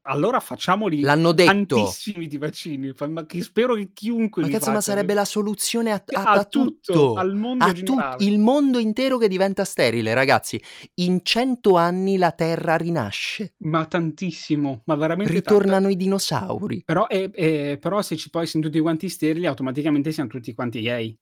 [SPEAKER 2] Allora facciamoli
[SPEAKER 1] l'hanno detto.
[SPEAKER 2] tantissimi di vaccini, fa- ma che spero che chiunque
[SPEAKER 1] Ma
[SPEAKER 2] li
[SPEAKER 1] cazzo, ma
[SPEAKER 2] faccia.
[SPEAKER 1] sarebbe la soluzione a, a-
[SPEAKER 2] Eh, a,
[SPEAKER 1] a
[SPEAKER 2] tutto,
[SPEAKER 1] tutto.
[SPEAKER 2] al mondo
[SPEAKER 1] A
[SPEAKER 2] generale.
[SPEAKER 1] tutto il mondo intero che diventa sterile, ragazzi. In cento anni la Terra rinasce.
[SPEAKER 2] Ma tantissimo, ma veramente tanto.
[SPEAKER 1] Ritornano i dinosauri.
[SPEAKER 2] Però, eh, eh, però se ci poi siamo tutti quanti sterili, automaticamente siamo tutti quanti gay.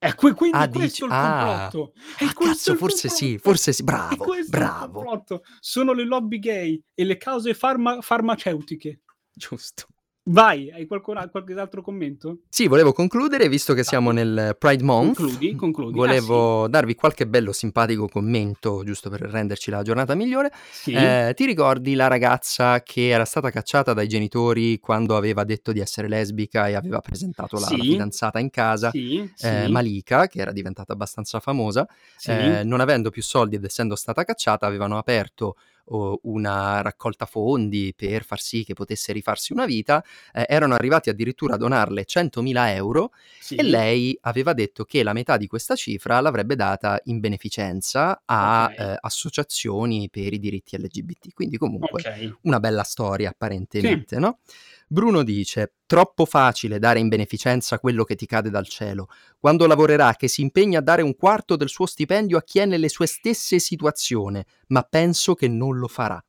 [SPEAKER 2] E qui- quindi
[SPEAKER 1] Ah, dici-
[SPEAKER 2] questo è il
[SPEAKER 1] ah.
[SPEAKER 2] complotto. È
[SPEAKER 1] Ah,
[SPEAKER 2] questo
[SPEAKER 1] cazzo,
[SPEAKER 2] il
[SPEAKER 1] forse sì,
[SPEAKER 2] complotto.
[SPEAKER 1] forse sì.
[SPEAKER 2] È
[SPEAKER 1] Bravo,
[SPEAKER 2] questo il
[SPEAKER 1] bravo.
[SPEAKER 2] complotto. Sono le lobby gay e le cause farma- farmaceutiche.
[SPEAKER 1] Giusto.
[SPEAKER 2] Vai, hai qualcun- qualche altro commento?
[SPEAKER 1] Sì, volevo concludere, visto che siamo nel Pride Month.
[SPEAKER 2] Concludi, Ah, concludi.
[SPEAKER 1] Volevo darvi qualche bello simpatico commento, giusto per renderci la giornata migliore.
[SPEAKER 2] Ah, sì, sì.
[SPEAKER 1] Eh, ti ricordi la ragazza che era stata cacciata dai genitori quando aveva detto di essere lesbica e aveva presentato la, la
[SPEAKER 2] Sì.
[SPEAKER 1] fidanzata in casa?
[SPEAKER 2] sì, sì,
[SPEAKER 1] Eh, Malika, che era diventata abbastanza famosa,
[SPEAKER 2] sì.
[SPEAKER 1] eh, non avendo più soldi ed essendo stata cacciata, avevano aperto oh, una raccolta fondi per far sì che potesse rifarsi una vita. eh, erano arrivati addirittura a donarle 100.000 euro
[SPEAKER 2] sì.
[SPEAKER 1] e lei aveva detto che la metà di questa cifra l'avrebbe data in beneficenza a
[SPEAKER 2] Ok.
[SPEAKER 1] eh, associazioni per i diritti LGBT. Quindi comunque
[SPEAKER 2] Ok.
[SPEAKER 1] una bella storia apparentemente, no? Bruno dice, troppo facile dare in beneficenza quello che ti cade dal cielo. Quando lavorerà che si impegna a dare un quarto del suo stipendio a chi è nelle sue stesse situazioni, ma penso che non lo farà.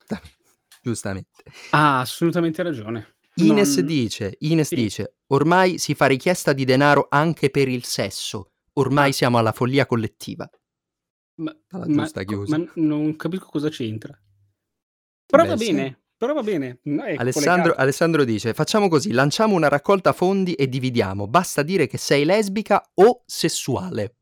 [SPEAKER 1] Giustamente.
[SPEAKER 2] Ha assolutamente ragione.
[SPEAKER 1] Ines
[SPEAKER 2] Non-
[SPEAKER 1] dice, Ines
[SPEAKER 2] Sì.
[SPEAKER 1] dice, ormai si fa richiesta di denaro anche per il sesso, ormai
[SPEAKER 2] Ah.
[SPEAKER 1] siamo alla follia collettiva.
[SPEAKER 2] Ma,
[SPEAKER 1] Alla
[SPEAKER 2] ma-
[SPEAKER 1] giusta
[SPEAKER 2] co-
[SPEAKER 1] chiusa.
[SPEAKER 2] ma non capisco cosa c'entra. Però
[SPEAKER 1] Beh,
[SPEAKER 2] va
[SPEAKER 1] sì.
[SPEAKER 2] bene, però va bene. No, ecco, è
[SPEAKER 1] Alessandro,
[SPEAKER 2] collegato.
[SPEAKER 1] Alessandro dice: Facciamo così, lanciamo una raccolta fondi e dividiamo. Basta dire che sei lesbica o sessuale.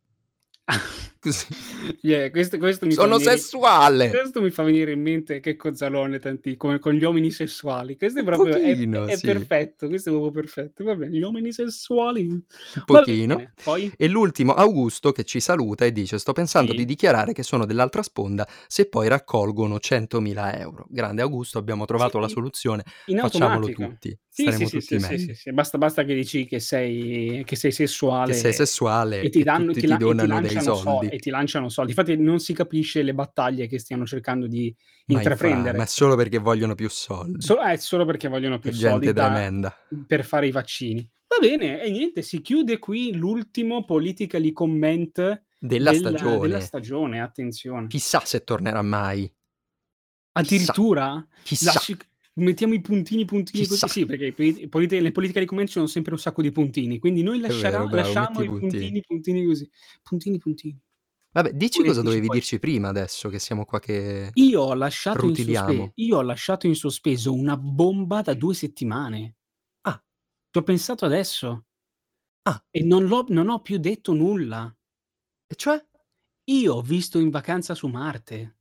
[SPEAKER 1] Così.
[SPEAKER 2] Yeah, questo, questo mi fa
[SPEAKER 1] Sono
[SPEAKER 2] venire-
[SPEAKER 1] sessuale.
[SPEAKER 2] Questo mi fa venire in mente che cozzalone tanti, come con gli uomini sessuali. Questo è proprio è-
[SPEAKER 1] pochino,
[SPEAKER 2] è,
[SPEAKER 1] sì.
[SPEAKER 2] perfetto, questo è proprio perfetto. Va bene, gli uomini sessuali. Un
[SPEAKER 1] Un pochino.
[SPEAKER 2] Poi
[SPEAKER 1] E l'ultimo, Augusto, che ci saluta e dice: Sto pensando
[SPEAKER 2] Sì.
[SPEAKER 1] di dichiarare che sono dell'altra sponda se poi raccolgono 100.000 euro. Grande Augusto, abbiamo trovato
[SPEAKER 2] Sì.
[SPEAKER 1] la soluzione.
[SPEAKER 2] in
[SPEAKER 1] Facciamolo
[SPEAKER 2] automatico.
[SPEAKER 1] tutti.
[SPEAKER 2] Sì,
[SPEAKER 1] Saremo
[SPEAKER 2] sì, sì,
[SPEAKER 1] tutti
[SPEAKER 2] sì, sì,
[SPEAKER 1] meglio.
[SPEAKER 2] sì, sì. Basta, basta che dici che sei, che sei sessuale.
[SPEAKER 1] Che sei sessuale
[SPEAKER 2] e ti
[SPEAKER 1] e
[SPEAKER 2] danno
[SPEAKER 1] tutti
[SPEAKER 2] ti la- e ti
[SPEAKER 1] donano dei
[SPEAKER 2] lanciano
[SPEAKER 1] soldi.
[SPEAKER 2] e ti lanciano soldi. Infatti non si capisce le battaglie che stiano cercando di intraprendere.
[SPEAKER 1] Ma, è solo perché vogliono più soldi.
[SPEAKER 2] So- eh, solo perché vogliono più
[SPEAKER 1] Gente
[SPEAKER 2] soldi da-
[SPEAKER 1] tremenda.
[SPEAKER 2] per fare i vaccini. Va bene, e niente, si chiude qui l'ultimo politically comment
[SPEAKER 1] Della,
[SPEAKER 2] della-
[SPEAKER 1] stagione.
[SPEAKER 2] della stagione, attenzione.
[SPEAKER 1] Chissà se tornerà mai.
[SPEAKER 2] Addirittura
[SPEAKER 1] Chissà.
[SPEAKER 2] lasci- mettiamo i puntini, puntini
[SPEAKER 1] Chissà.
[SPEAKER 2] così, sì, perché i politi- politi- le politiche di commento ci sono sempre un sacco di puntini, quindi noi lascerà-
[SPEAKER 1] vero, bravo,
[SPEAKER 2] lasciamo
[SPEAKER 1] metti
[SPEAKER 2] i
[SPEAKER 1] i puntini.
[SPEAKER 2] puntini, puntini così, puntini, puntini.
[SPEAKER 1] Vabbè, dici
[SPEAKER 2] Pure
[SPEAKER 1] cosa
[SPEAKER 2] dici
[SPEAKER 1] dovevi
[SPEAKER 2] poi.
[SPEAKER 1] dirci prima adesso che siamo qua che...
[SPEAKER 2] Io ho, lasciato in
[SPEAKER 1] Rutiliamo.
[SPEAKER 2] sospe- io ho lasciato in sospeso una bomba da due settimane.
[SPEAKER 1] Ah.
[SPEAKER 2] Ci ho pensato adesso.
[SPEAKER 1] Ah.
[SPEAKER 2] E non, l'ho- non ho più detto nulla.
[SPEAKER 1] E cioè?
[SPEAKER 2] Io ho visto in vacanza su Marte.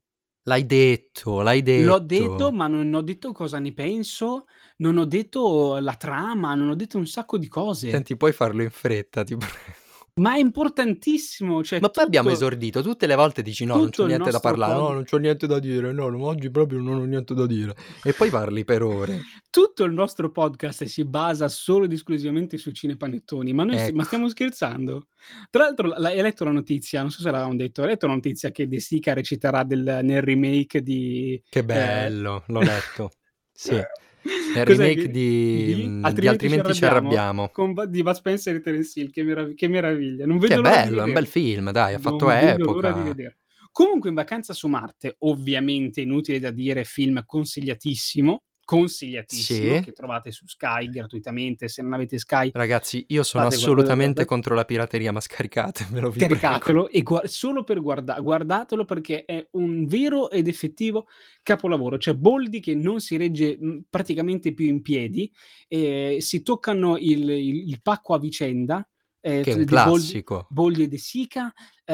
[SPEAKER 1] L'hai detto, l'hai detto.
[SPEAKER 2] L'ho detto, ma non ho detto cosa ne penso, non ho detto la trama, non ho detto un sacco di cose.
[SPEAKER 1] Senti, puoi farlo in fretta, ti prego.
[SPEAKER 2] Ma è importantissimo. Cioè,
[SPEAKER 1] Ma poi abbiamo
[SPEAKER 2] tutto-
[SPEAKER 1] esordito, tutte le volte dici no, non
[SPEAKER 2] tutto
[SPEAKER 1] c'ho
[SPEAKER 2] il
[SPEAKER 1] niente da
[SPEAKER 2] nostro
[SPEAKER 1] parlare, no,
[SPEAKER 2] pod-
[SPEAKER 1] non c'ho niente da dire, no, no, oggi proprio non ho niente da dire. E poi parli per ore.
[SPEAKER 2] tutto il nostro podcast si basa solo ed esclusivamente su cinepanettoni, ma noi sti- ma
[SPEAKER 1] Ecco.
[SPEAKER 2] stiamo scherzando. Tra l'altro, la- hai letto la notizia, non so se l'avevamo detto, hai letto la notizia che De Sica reciterà del- nel remake di...
[SPEAKER 1] Che bello, l'ho letto. Sì,
[SPEAKER 2] Eh,
[SPEAKER 1] nel
[SPEAKER 2] Nel
[SPEAKER 1] remake di, mm, di Altrimenti, ci arrabbiamo.
[SPEAKER 2] Con, Va- di Bud Spencer e Terence Hill, che, merav- che meraviglia. Non
[SPEAKER 1] Che
[SPEAKER 2] vedo
[SPEAKER 1] è
[SPEAKER 2] l'ora di
[SPEAKER 1] bello, è un
[SPEAKER 2] vederlo.
[SPEAKER 1] bel film, dai, ha fatto
[SPEAKER 2] Non vedo l'ora di
[SPEAKER 1] epoca.
[SPEAKER 2] vedere. Comunque, in vacanza su Marte, ovviamente inutile da dire, film consigliatissimo. Consigliatissimo,
[SPEAKER 1] Sì.
[SPEAKER 2] che trovate su Sky gratuitamente. Se non avete Sky,
[SPEAKER 1] Ragazzi, io sono
[SPEAKER 2] Fate qualcosa da
[SPEAKER 1] assolutamente
[SPEAKER 2] guardare.
[SPEAKER 1] contro la pirateria, ma scaricatemelo, vi prego.
[SPEAKER 2] caricatelo e gua- solo per guardarlo, guardatelo perché è un vero ed effettivo capolavoro. C'è Boldi che non si regge mh, praticamente più in piedi, eh, si toccano il, il- il pacco a vicenda. eh,
[SPEAKER 1] Che è
[SPEAKER 2] di
[SPEAKER 1] un
[SPEAKER 2] Boldi-
[SPEAKER 1] classico.
[SPEAKER 2] Bolli e De Sica. eh,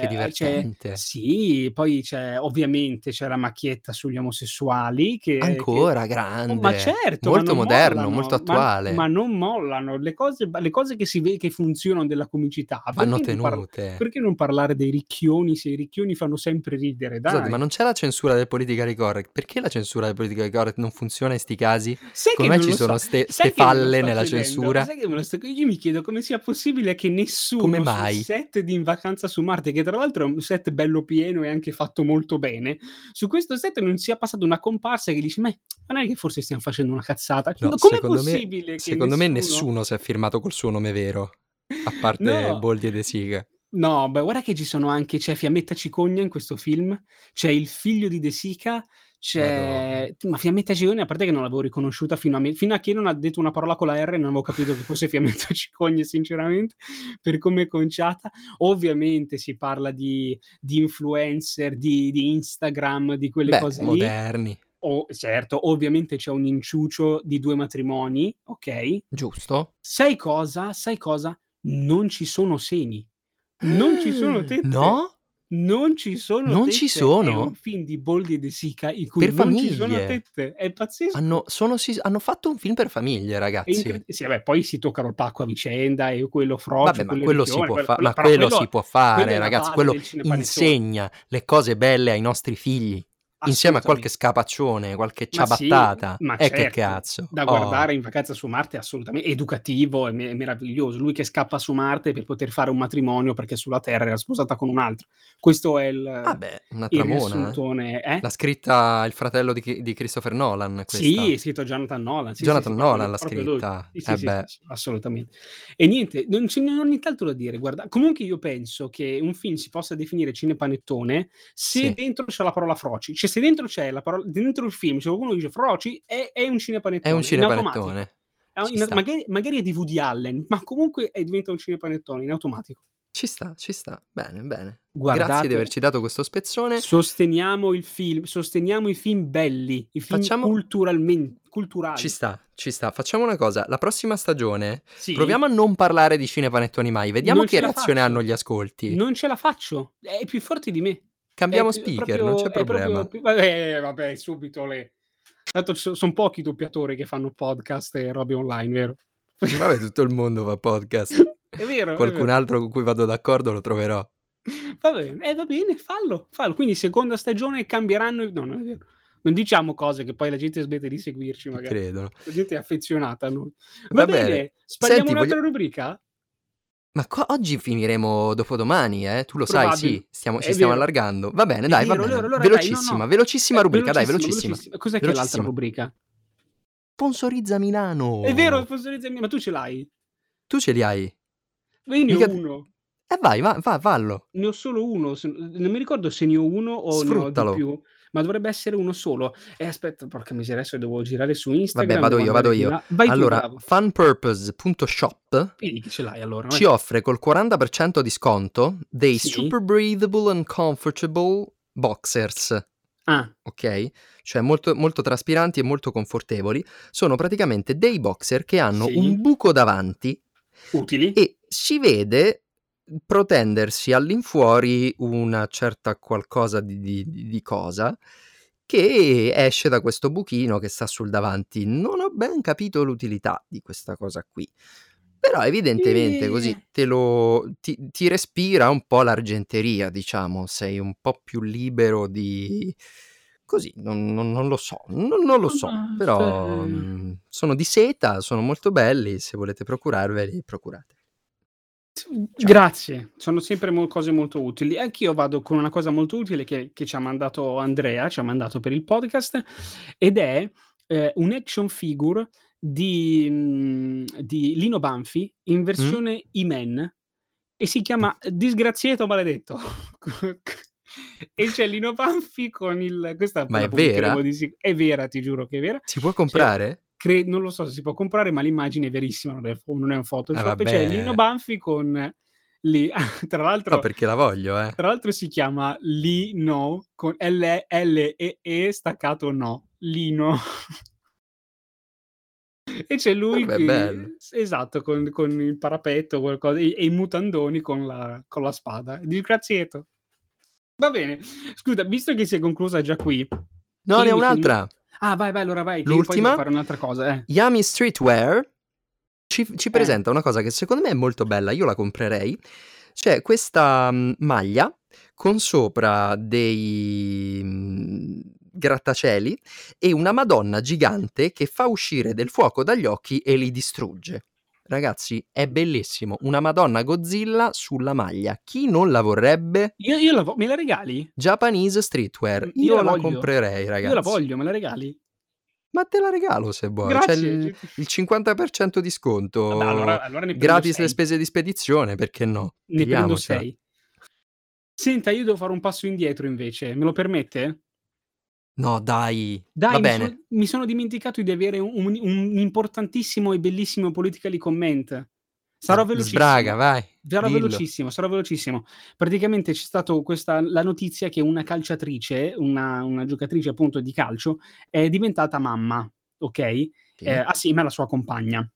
[SPEAKER 1] Che
[SPEAKER 2] c'è-
[SPEAKER 1] divertente.
[SPEAKER 2] sì, poi c'è ovviamente c'è la macchietta sugli omosessuali. eh, Che,
[SPEAKER 1] Ancora
[SPEAKER 2] che-
[SPEAKER 1] grande.
[SPEAKER 2] oh, ma certo, ma
[SPEAKER 1] molto
[SPEAKER 2] non
[SPEAKER 1] moderno,
[SPEAKER 2] mollano,
[SPEAKER 1] molto
[SPEAKER 2] ma-
[SPEAKER 1] attuale.
[SPEAKER 2] Ma, non mollano le cose, le cose che si vede che funzionano della comicità.
[SPEAKER 1] Vanno
[SPEAKER 2] perché non par-
[SPEAKER 1] tenute.
[SPEAKER 2] perché non parlare dei ricchioni se i ricchioni fanno sempre ridere? Dai.
[SPEAKER 1] Scusate, ma non c'è la censura del politically correct? Perché la censura del politically correct non funziona in sti casi?
[SPEAKER 2] Sai
[SPEAKER 1] Secondo
[SPEAKER 2] che
[SPEAKER 1] me
[SPEAKER 2] non
[SPEAKER 1] ci
[SPEAKER 2] lo
[SPEAKER 1] sono
[SPEAKER 2] so.
[SPEAKER 1] ste,
[SPEAKER 2] Sai
[SPEAKER 1] ste
[SPEAKER 2] che me lo
[SPEAKER 1] falle
[SPEAKER 2] sto
[SPEAKER 1] nella
[SPEAKER 2] chiedendo?
[SPEAKER 1] censura.
[SPEAKER 2] Sai che me lo sto- Io mi chiedo come sia possibile che nessuno
[SPEAKER 1] Come
[SPEAKER 2] sul
[SPEAKER 1] mai?
[SPEAKER 2] set di In Vacanza su Marte, che tra l'altro è un set bello pieno e anche fatto molto bene, su questo set non sia passata una comparsa che dice, ma ma non è che forse stiamo facendo una cazzata.
[SPEAKER 1] No,
[SPEAKER 2] come è
[SPEAKER 1] secondo me-
[SPEAKER 2] possibile che
[SPEAKER 1] Secondo me nessuno si è firmato col suo nome vero, a parte
[SPEAKER 2] No.
[SPEAKER 1] Boldi e De Sica.
[SPEAKER 2] No, beh, guarda che ci sono anche, c'è Fiammetta Cicogna in questo film, c'è il figlio di De Sica, c'è... Ma Fiammetta Cicogna, a parte che non l'avevo riconosciuta fino a, me- fino a che non ha detto una parola con la R, non avevo capito che fosse Fiammetta Cicogna, sinceramente, per come è conciata. Ovviamente si parla di, di influencer, di, di Instagram, di quelle
[SPEAKER 1] Beh,
[SPEAKER 2] cose lì.
[SPEAKER 1] moderni,
[SPEAKER 2] O- certo, ovviamente c'è un inciucio di due matrimoni, ok?
[SPEAKER 1] giusto?
[SPEAKER 2] Sai cosa? Sai cosa? Non ci sono seni. Non ci sono tette.
[SPEAKER 1] No?
[SPEAKER 2] Non ci sono
[SPEAKER 1] Non
[SPEAKER 2] tette.
[SPEAKER 1] ci sono?
[SPEAKER 2] È un film di Boldi e De Sica in cui
[SPEAKER 1] Per
[SPEAKER 2] non ci sono
[SPEAKER 1] famiglie.
[SPEAKER 2] tette. È pazzesco.
[SPEAKER 1] Hanno, sono si- hanno fatto un film per famiglie,
[SPEAKER 2] È
[SPEAKER 1] ragazzi.
[SPEAKER 2] incred- sì, vabbè, poi si toccano il pacco a vicenda e quello frocio,
[SPEAKER 1] Vabbè, ma
[SPEAKER 2] quello
[SPEAKER 1] quello si
[SPEAKER 2] ricchione,
[SPEAKER 1] può,
[SPEAKER 2] quello-
[SPEAKER 1] fa-
[SPEAKER 2] quello-
[SPEAKER 1] ma
[SPEAKER 2] però
[SPEAKER 1] quello
[SPEAKER 2] quello-
[SPEAKER 1] si può
[SPEAKER 2] quella è
[SPEAKER 1] fare,
[SPEAKER 2] la
[SPEAKER 1] ragazzi.
[SPEAKER 2] base
[SPEAKER 1] Quello
[SPEAKER 2] del cinepanettone.
[SPEAKER 1] insegna le cose belle ai nostri figli. Insieme a qualche scapaccione, qualche
[SPEAKER 2] Ma sì,
[SPEAKER 1] ciabattata.
[SPEAKER 2] ma
[SPEAKER 1] e che
[SPEAKER 2] certo,
[SPEAKER 1] cazzo.
[SPEAKER 2] da
[SPEAKER 1] Oh,
[SPEAKER 2] guardare in vacanza su Marte è assolutamente educativo e me- meraviglioso. Lui che scappa su Marte per poter fare un matrimonio perché sulla Terra era sposata con un altro. Questo è il,
[SPEAKER 1] Vabbè, una
[SPEAKER 2] il
[SPEAKER 1] tramona. eh.
[SPEAKER 2] riassuntone. eh?
[SPEAKER 1] L'ha scritta il fratello di, Chi- di Christopher Nolan. Questa.
[SPEAKER 2] Sì, è scritto Jonathan Nolan. sì, sì,
[SPEAKER 1] Jonathan
[SPEAKER 2] sì,
[SPEAKER 1] Nolan
[SPEAKER 2] proprio-
[SPEAKER 1] l'ha
[SPEAKER 2] proprio lui.
[SPEAKER 1] scritta.
[SPEAKER 2] Sì, sì,
[SPEAKER 1] eh
[SPEAKER 2] sì,
[SPEAKER 1] beh,
[SPEAKER 2] sì, assolutamente. E niente, non c'è non ho nient'altro da dire. Guarda, comunque io penso che un film si possa definire cinepanettone se
[SPEAKER 1] Sì.
[SPEAKER 2] dentro c'è la parola froci. Cioè se dentro c'è la parola, dentro il film, se qualcuno dice froci, è, è un cinepanettone.
[SPEAKER 1] è un
[SPEAKER 2] in automatico.
[SPEAKER 1] cinepanettone.
[SPEAKER 2] È un-
[SPEAKER 1] Ci
[SPEAKER 2] in-
[SPEAKER 1] sta.
[SPEAKER 2] magari, magari è di Woody Allen, ma comunque è, diventa un cinepanettone in automatico.
[SPEAKER 1] Ci sta, ci sta. Bene, bene. Grazie
[SPEAKER 2] Guardate,
[SPEAKER 1] di averci dato questo spezzone.
[SPEAKER 2] sosteniamo il film, sosteniamo i film belli, i film
[SPEAKER 1] Facciamo-
[SPEAKER 2] culturalmente, culturali.
[SPEAKER 1] Ci sta, ci sta. Facciamo una cosa. La prossima stagione
[SPEAKER 2] Sì.
[SPEAKER 1] proviamo a non parlare di cinepanettoni mai. Vediamo
[SPEAKER 2] Non ce
[SPEAKER 1] che
[SPEAKER 2] la
[SPEAKER 1] reazione
[SPEAKER 2] faccio.
[SPEAKER 1] hanno gli ascolti.
[SPEAKER 2] Non ce la faccio, è più forte di me.
[SPEAKER 1] Cambiamo
[SPEAKER 2] È più-
[SPEAKER 1] speaker,
[SPEAKER 2] proprio-
[SPEAKER 1] non c'è
[SPEAKER 2] è proprio
[SPEAKER 1] problema.
[SPEAKER 2] più- vabbè, vabbè, subito le... Tanto sono pochi doppiatori che fanno podcast e robe online, vero?
[SPEAKER 1] Vabbè, tutto il mondo fa podcast.
[SPEAKER 2] È vero. è
[SPEAKER 1] Qualcun
[SPEAKER 2] vero.
[SPEAKER 1] altro con cui vado d'accordo lo troverò.
[SPEAKER 2] Va bene, eh, va bene, fallo, fallo. Quindi seconda stagione cambieranno... i- No, non è vero. Non diciamo cose che poi la gente smette di seguirci,
[SPEAKER 1] Ci
[SPEAKER 2] magari.
[SPEAKER 1] credono.
[SPEAKER 2] La gente è affezionata a noi. Va,
[SPEAKER 1] Va bene.
[SPEAKER 2] bene, spariamo
[SPEAKER 1] Senti,
[SPEAKER 2] un'altra rubrica?
[SPEAKER 1] Ma qua oggi finiremo dopodomani, eh? Tu lo sai,
[SPEAKER 2] Probabile.
[SPEAKER 1] sì, stiamo, ci
[SPEAKER 2] È
[SPEAKER 1] stiamo
[SPEAKER 2] vero.
[SPEAKER 1] allargando. Va bene,
[SPEAKER 2] È
[SPEAKER 1] dai, va
[SPEAKER 2] vero,
[SPEAKER 1] bene.
[SPEAKER 2] allora- allora dai, no,
[SPEAKER 1] velocissima,
[SPEAKER 2] no.
[SPEAKER 1] velocissima
[SPEAKER 2] Eh,
[SPEAKER 1] rubrica, dai, velocissima.
[SPEAKER 2] velocissimo, velocissimo. Cos'è che è l'altra
[SPEAKER 1] Velocissima.
[SPEAKER 2] rubrica?
[SPEAKER 1] Sponsorizza Milano.
[SPEAKER 2] È vero, sponsorizzami, ma tu ce l'hai.
[SPEAKER 1] Tu ce li hai.
[SPEAKER 2] Ma Io ne
[SPEAKER 1] Mica-
[SPEAKER 2] ho uno.
[SPEAKER 1] Eh vai, va, va, vallo.
[SPEAKER 2] Ne ho solo uno. se- Non mi ricordo se ne ho uno o ne
[SPEAKER 1] Sfruttalo.
[SPEAKER 2] ho di più. Ma dovrebbe essere uno solo. E aspetta, porca miseria, adesso devo girare su
[SPEAKER 1] Vabbè,
[SPEAKER 2] Instagram.
[SPEAKER 1] vado
[SPEAKER 2] devo
[SPEAKER 1] io,
[SPEAKER 2] andare
[SPEAKER 1] vado
[SPEAKER 2] di
[SPEAKER 1] io.
[SPEAKER 2] là. Vai tu,
[SPEAKER 1] allora,
[SPEAKER 2] bravo. Ah,
[SPEAKER 1] funpurpose.shop
[SPEAKER 2] Vedi che ce l'hai allora.
[SPEAKER 1] ci offre col 40% di sconto dei
[SPEAKER 2] Sì.
[SPEAKER 1] super breathable and comfortable boxers.
[SPEAKER 2] Ah,
[SPEAKER 1] ok? Cioè molto, molto traspiranti e molto confortevoli, sono praticamente dei boxer che hanno
[SPEAKER 2] Sì.
[SPEAKER 1] un buco davanti
[SPEAKER 2] utili.
[SPEAKER 1] e si vede protendersi all'infuori una certa qualcosa di, di- di- di cosa che esce da questo buchino che sta sul davanti. Non ho ben capito l'utilità di questa cosa qui. Però evidentemente
[SPEAKER 2] Sì.
[SPEAKER 1] così te lo, ti, ti respira un po' l'argenteria, diciamo, sei un po' più libero di... Così, non, non- non lo so, non, non lo so,
[SPEAKER 2] Ma,
[SPEAKER 1] però
[SPEAKER 2] eh.
[SPEAKER 1] mm, sono di seta, sono molto belli, se volete procurarveli, procurate.
[SPEAKER 2] Grazie, sono sempre mo- cose molto utili. Anch'io vado con una cosa molto utile che, che ci ha mandato Andrea, ci ha mandato per il podcast, ed è eh, un action figure di, mm, di Lino Banfi in versione
[SPEAKER 1] Mm.
[SPEAKER 2] I-Men e si chiama Disgraziato Maledetto. e c'è Lino Banfi con il... Questa
[SPEAKER 1] Ma
[SPEAKER 2] la
[SPEAKER 1] è
[SPEAKER 2] pubblicheremo
[SPEAKER 1] vera?
[SPEAKER 2] di sic- è vera, ti giuro che è vera.
[SPEAKER 1] Si può comprare?
[SPEAKER 2] Cre- non lo so se si può comprare, ma l'immagine è verissima, non è, non è un
[SPEAKER 1] Ah,
[SPEAKER 2] Photoshop.
[SPEAKER 1] vabbè.
[SPEAKER 2] E c'è Lino Banfi con lì, tra l'altro,
[SPEAKER 1] No, perché la voglio, eh.
[SPEAKER 2] tra l'altro si chiama Lino con L- L-E-E staccato no, Lino. e c'è lui,
[SPEAKER 1] Vabbè,
[SPEAKER 2] che-
[SPEAKER 1] bello.
[SPEAKER 2] esatto, con, con il parapetto qualcosa, e, e i mutandoni con la, con la spada. Disgraziato. Va bene, scusa, visto che si è conclusa già qui.
[SPEAKER 1] No,
[SPEAKER 2] io
[SPEAKER 1] ne ho
[SPEAKER 2] mi chiedo-
[SPEAKER 1] un'altra.
[SPEAKER 2] Ah, vai, vai, allora vai. che io poi devo
[SPEAKER 1] L'ultima?
[SPEAKER 2] fare un'altra cosa. Eh.
[SPEAKER 1] Yami Streetwear ci, ci presenta una cosa che secondo me è molto bella, io la comprerei. C'è questa mm, maglia con sopra dei mm, grattacieli e una Madonna gigante che fa uscire del fuoco dagli occhi e li distrugge. Ragazzi, è bellissimo. Una Madonna Godzilla sulla maglia. Chi non la vorrebbe?
[SPEAKER 2] Io, io la vo- me la regali?
[SPEAKER 1] Japanese Streetwear.
[SPEAKER 2] Io
[SPEAKER 1] Io,
[SPEAKER 2] la
[SPEAKER 1] la,
[SPEAKER 2] voglio.
[SPEAKER 1] comprerei, ragazzi. cioè,
[SPEAKER 2] Io la voglio, me la regali?
[SPEAKER 1] Ma te la regalo se vuoi. C'è
[SPEAKER 2] Grazie.
[SPEAKER 1] il, il 50% di sconto.
[SPEAKER 2] Vabbè, allora, allora ne prendo
[SPEAKER 1] gratis
[SPEAKER 2] sei.
[SPEAKER 1] le spese di spedizione, perché no?
[SPEAKER 2] Ne prendo
[SPEAKER 1] Pigliamocela.
[SPEAKER 2] 6. Senta, io devo fare un passo indietro invece, me lo permette?
[SPEAKER 1] No, dai.
[SPEAKER 2] Dai,
[SPEAKER 1] Va
[SPEAKER 2] mi,
[SPEAKER 1] bene.
[SPEAKER 2] Sono, mi sono dimenticato di avere un, un- un importantissimo e bellissimo politically comment. Sarò velocissimo.
[SPEAKER 1] eh, Ah, Sbraga, vai.
[SPEAKER 2] Sarò
[SPEAKER 1] dillo.
[SPEAKER 2] velocissimo, sarò velocissimo. Praticamente c'è stata questa la notizia che una calciatrice, una, una giocatrice appunto di calcio, è diventata mamma, ok?
[SPEAKER 1] Sì.
[SPEAKER 2] Eh, assieme alla sua compagna.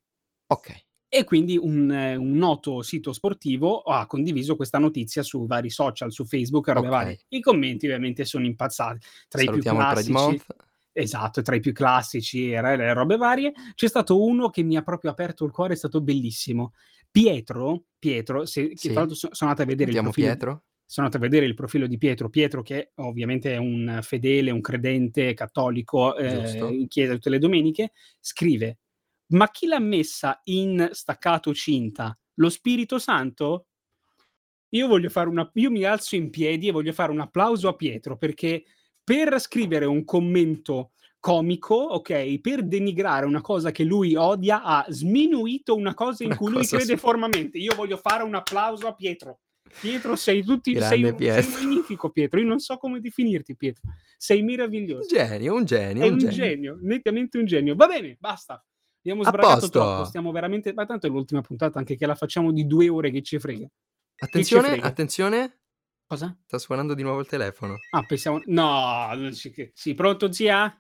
[SPEAKER 1] Ok.
[SPEAKER 2] E quindi un, eh, un noto sito sportivo ha condiviso questa notizia su vari social, su Facebook e robe
[SPEAKER 1] Ok.
[SPEAKER 2] varie. I commenti ovviamente sono impazzati. Tra
[SPEAKER 1] Salutiamo
[SPEAKER 2] i
[SPEAKER 1] il
[SPEAKER 2] più
[SPEAKER 1] Pride
[SPEAKER 2] classici,
[SPEAKER 1] Month.
[SPEAKER 2] esatto, tra i più classici e re- le robe varie, c'è stato uno che mi ha proprio aperto il cuore, è stato bellissimo. Pietro, Pietro, se, che
[SPEAKER 1] Sì.
[SPEAKER 2] tra l'altro so- sono andato a vedere il
[SPEAKER 1] Salutiamo
[SPEAKER 2] profilo,
[SPEAKER 1] Pietro.
[SPEAKER 2] sono andato a vedere il profilo di Pietro. Pietro, che ovviamente è un fedele, un credente cattolico eh,
[SPEAKER 1] Giusto.
[SPEAKER 2] in chiesa tutte le domeniche, scrive: Ma chi l'ha messa in staccato cinta? Lo Spirito Santo? Io voglio fare una. Io mi alzo in piedi e voglio fare un applauso a Pietro perché per scrivere un commento comico, ok, per denigrare una cosa che lui odia, ha sminuito una cosa in
[SPEAKER 1] Una
[SPEAKER 2] cui lui
[SPEAKER 1] cosa
[SPEAKER 2] crede
[SPEAKER 1] sp-
[SPEAKER 2] formalmente. Io voglio fare un applauso a Pietro. Pietro, sei tutti
[SPEAKER 1] Grande
[SPEAKER 2] sei, un- sei
[SPEAKER 1] Pietro.
[SPEAKER 2] magnifico, Pietro. Io non so come definirti, Pietro. Sei
[SPEAKER 1] Un
[SPEAKER 2] meraviglioso.
[SPEAKER 1] genio, un genio.
[SPEAKER 2] È un genio, nettamente un genio. Va bene, basta. Abbiamo
[SPEAKER 1] A
[SPEAKER 2] sbragato
[SPEAKER 1] posto.
[SPEAKER 2] troppo. Stiamo veramente. Ma tanto è l'ultima puntata, anche che la facciamo di due ore che ci frega. Chi ci
[SPEAKER 1] Attenzione,
[SPEAKER 2] frega?
[SPEAKER 1] attenzione.
[SPEAKER 2] Cosa?
[SPEAKER 1] Sta suonando di nuovo il telefono.
[SPEAKER 2] Ah, pensiamo. No, non ci... che- sì, pronto, zia?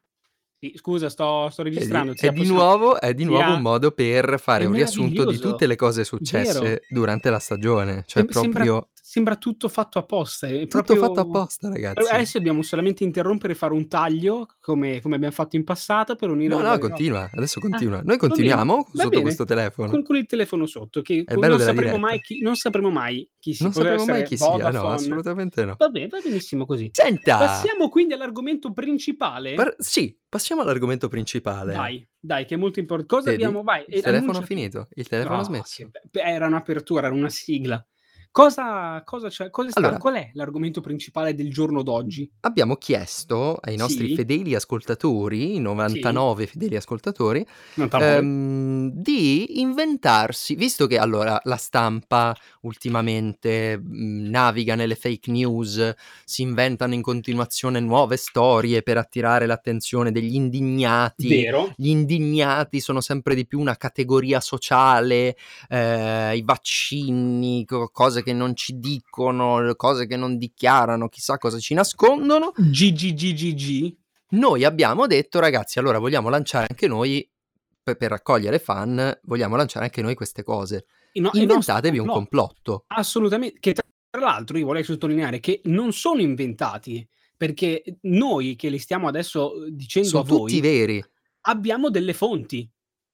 [SPEAKER 2] Sì, scusa, sto, sto
[SPEAKER 1] E di-
[SPEAKER 2] registrando.
[SPEAKER 1] è
[SPEAKER 2] zia,
[SPEAKER 1] di,
[SPEAKER 2] possiamo-
[SPEAKER 1] nuovo, è di nuovo
[SPEAKER 2] Zia,
[SPEAKER 1] un modo per fare
[SPEAKER 2] è
[SPEAKER 1] un riassunto di
[SPEAKER 2] meraviglioso.
[SPEAKER 1] tutte le cose successe
[SPEAKER 2] Vero.
[SPEAKER 1] durante la stagione. Cioè,
[SPEAKER 2] Sem- sembra-
[SPEAKER 1] proprio
[SPEAKER 2] sembra tutto fatto apposta. È
[SPEAKER 1] tutto
[SPEAKER 2] proprio... Eh,
[SPEAKER 1] fatto apposta, ragazzi.
[SPEAKER 2] Adesso dobbiamo solamente interrompere e fare un taglio, come, come abbiamo fatto in passato, per unire...
[SPEAKER 1] No,
[SPEAKER 2] la
[SPEAKER 1] no,
[SPEAKER 2] voce-
[SPEAKER 1] continua, adesso continua.
[SPEAKER 2] Ah,
[SPEAKER 1] Noi
[SPEAKER 2] va
[SPEAKER 1] continuiamo
[SPEAKER 2] bene, va
[SPEAKER 1] sotto
[SPEAKER 2] bene.
[SPEAKER 1] questo telefono.
[SPEAKER 2] Con, con il telefono sotto, che
[SPEAKER 1] È il bello
[SPEAKER 2] non
[SPEAKER 1] della
[SPEAKER 2] sapremo,
[SPEAKER 1] diretta.
[SPEAKER 2] mai chi, non sapremo mai chi si
[SPEAKER 1] Non
[SPEAKER 2] poteva
[SPEAKER 1] sapremo mai
[SPEAKER 2] essere
[SPEAKER 1] chi sia, no,
[SPEAKER 2] Vodafone.
[SPEAKER 1] assolutamente no.
[SPEAKER 2] Va bene, va benissimo così.
[SPEAKER 1] Senta!
[SPEAKER 2] Passiamo quindi all'argomento principale.
[SPEAKER 1] par- sì, passiamo all'argomento principale.
[SPEAKER 2] Dai, dai, che è molto importante. Cosa
[SPEAKER 1] Vedi?
[SPEAKER 2] abbiamo? Vai,
[SPEAKER 1] Il
[SPEAKER 2] eh,
[SPEAKER 1] telefono
[SPEAKER 2] annunciati.
[SPEAKER 1] finito, il telefono
[SPEAKER 2] No,
[SPEAKER 1] smesso.
[SPEAKER 2] che be- Era un'apertura, era una sigla. Cosa, cosa c'è- cosa è stato-
[SPEAKER 1] Allora.
[SPEAKER 2] qual è l'argomento principale del giorno d'oggi?
[SPEAKER 1] Abbiamo chiesto ai nostri
[SPEAKER 2] Sì.
[SPEAKER 1] fedeli ascoltatori, 99 fedeli ascoltatori,
[SPEAKER 2] Non tanto-
[SPEAKER 1] ehm, di inventarsi, visto che allora la stampa ultimamente mh, naviga nelle fake news, si inventano in continuazione nuove storie per attirare l'attenzione degli indignati.
[SPEAKER 2] Vero?
[SPEAKER 1] Gli indignati sono sempre di più una categoria sociale, eh, i vaccini, co- cose che non ci dicono, cose che non dichiarano, chissà cosa ci nascondono.
[SPEAKER 2] GGGGG.
[SPEAKER 1] Noi abbiamo detto, ragazzi, allora vogliamo lanciare anche noi, per, per raccogliere fan, vogliamo lanciare anche noi queste cose.
[SPEAKER 2] Ah, E no- e no,
[SPEAKER 1] Inventatevi un
[SPEAKER 2] complotto.
[SPEAKER 1] complotto.
[SPEAKER 2] Assolutamente, che tra tra l'altro io vorrei sottolineare che non sono inventati, perché noi che li stiamo adesso eh, dicendo
[SPEAKER 1] Sono
[SPEAKER 2] a voi
[SPEAKER 1] tutti veri.
[SPEAKER 2] abbiamo delle fonti,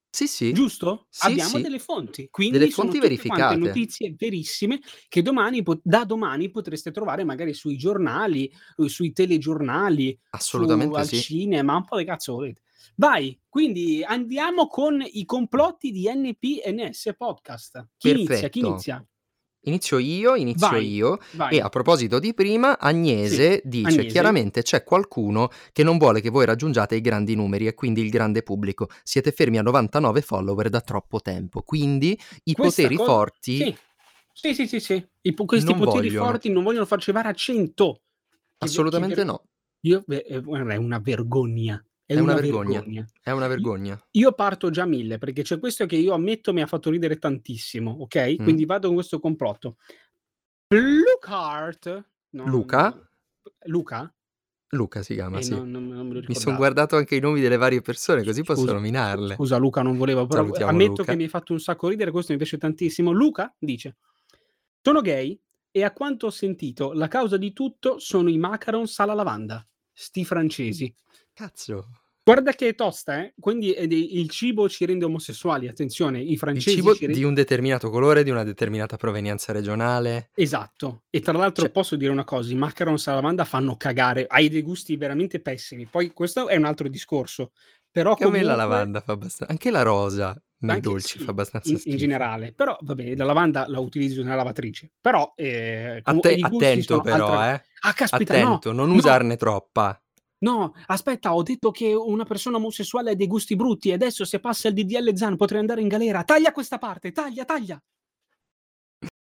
[SPEAKER 1] Sì, sì.
[SPEAKER 2] giusto?
[SPEAKER 1] Sì,
[SPEAKER 2] abbiamo
[SPEAKER 1] sì.
[SPEAKER 2] delle fonti, quindi
[SPEAKER 1] Delle
[SPEAKER 2] sono
[SPEAKER 1] fonti
[SPEAKER 2] tutte quante
[SPEAKER 1] verificate.
[SPEAKER 2] notizie verissime che domani pot- da domani potreste trovare magari sui giornali, eh, sui telegiornali, su-
[SPEAKER 1] Assolutamente
[SPEAKER 2] al
[SPEAKER 1] sì.
[SPEAKER 2] cinema, un po' di cazzo volete. Vai, quindi andiamo con i complotti di NPNS Podcast. Chi inizia? Chi
[SPEAKER 1] Perfetto.
[SPEAKER 2] inizia?
[SPEAKER 1] Inizio io, inizio
[SPEAKER 2] Vai.
[SPEAKER 1] io.
[SPEAKER 2] Vai.
[SPEAKER 1] E a proposito di prima, Agnese dice
[SPEAKER 2] Agnese.
[SPEAKER 1] chiaramente c'è qualcuno che non vuole che voi raggiungiate i grandi numeri e quindi il grande pubblico. Siete fermi a 99 follower da troppo tempo, quindi i
[SPEAKER 2] Questa
[SPEAKER 1] poteri
[SPEAKER 2] cosa-
[SPEAKER 1] forti
[SPEAKER 2] Sì, sì, sì, sì. sì. I po- questi
[SPEAKER 1] Non
[SPEAKER 2] poteri
[SPEAKER 1] vogliono.
[SPEAKER 2] forti non vogliono farci arrivare a 100.
[SPEAKER 1] assolutamente no,
[SPEAKER 2] Io, eh, eh, guarda, è una vergogna. È,
[SPEAKER 1] È
[SPEAKER 2] una,
[SPEAKER 1] una
[SPEAKER 2] vergogna.
[SPEAKER 1] vergogna. è una vergogna.
[SPEAKER 2] Io parto già a mille perché c'è questo che io ammetto mi ha fatto ridere tantissimo, ok?
[SPEAKER 1] Mm.
[SPEAKER 2] Quindi vado con questo complotto. Lucart. no,
[SPEAKER 1] Luca?
[SPEAKER 2] no. Luca?
[SPEAKER 1] Luca si chiama,
[SPEAKER 2] Eh,
[SPEAKER 1] sì.
[SPEAKER 2] no, non, non me lo
[SPEAKER 1] Mi
[SPEAKER 2] ricordavo.
[SPEAKER 1] sono guardato anche i nomi delle varie persone, così posso
[SPEAKER 2] Scusa,
[SPEAKER 1] nominarle.
[SPEAKER 2] Scusa Luca, non volevo, però
[SPEAKER 1] Salutiamo
[SPEAKER 2] ammetto
[SPEAKER 1] Luca.
[SPEAKER 2] che mi hai fatto un sacco ridere, questo mi piace tantissimo. Luca dice, sono gay e a quanto ho sentito la causa di tutto sono i macarons alla lavanda, sti francesi.
[SPEAKER 1] Cazzo,
[SPEAKER 2] Guarda che è tosta, eh? Quindi ed è- il cibo ci rende omosessuali, attenzione, i
[SPEAKER 1] il
[SPEAKER 2] francesi
[SPEAKER 1] cibo
[SPEAKER 2] ci rendono...
[SPEAKER 1] di un determinato colore, di una determinata provenienza regionale.
[SPEAKER 2] Esatto, e tra l'altro
[SPEAKER 1] Cioè-
[SPEAKER 2] posso dire una cosa, i macarons alla lavanda fanno cagare, hai dei gusti veramente pessimi, poi questo è un altro discorso, però
[SPEAKER 1] Anche a me la
[SPEAKER 2] comunque-
[SPEAKER 1] lavanda fa abbastanza, anche la rosa nei
[SPEAKER 2] Anche-
[SPEAKER 1] dolci
[SPEAKER 2] sì,
[SPEAKER 1] fa abbastanza
[SPEAKER 2] in, in
[SPEAKER 1] schifo.
[SPEAKER 2] generale. Però va bene, la lavanda la utilizzo nella lavatrice. Però eh,
[SPEAKER 1] Atte-
[SPEAKER 2] comunque i gusti
[SPEAKER 1] attento
[SPEAKER 2] sono
[SPEAKER 1] però,
[SPEAKER 2] altra-
[SPEAKER 1] eh.
[SPEAKER 2] Ah, caspita,
[SPEAKER 1] Attento, non usarne troppa.
[SPEAKER 2] no, no, aspetta, ho detto che una persona omosessuale ha dei gusti brutti e adesso se passa il DDL Zan potrei andare in galera. Taglia questa parte, taglia, taglia.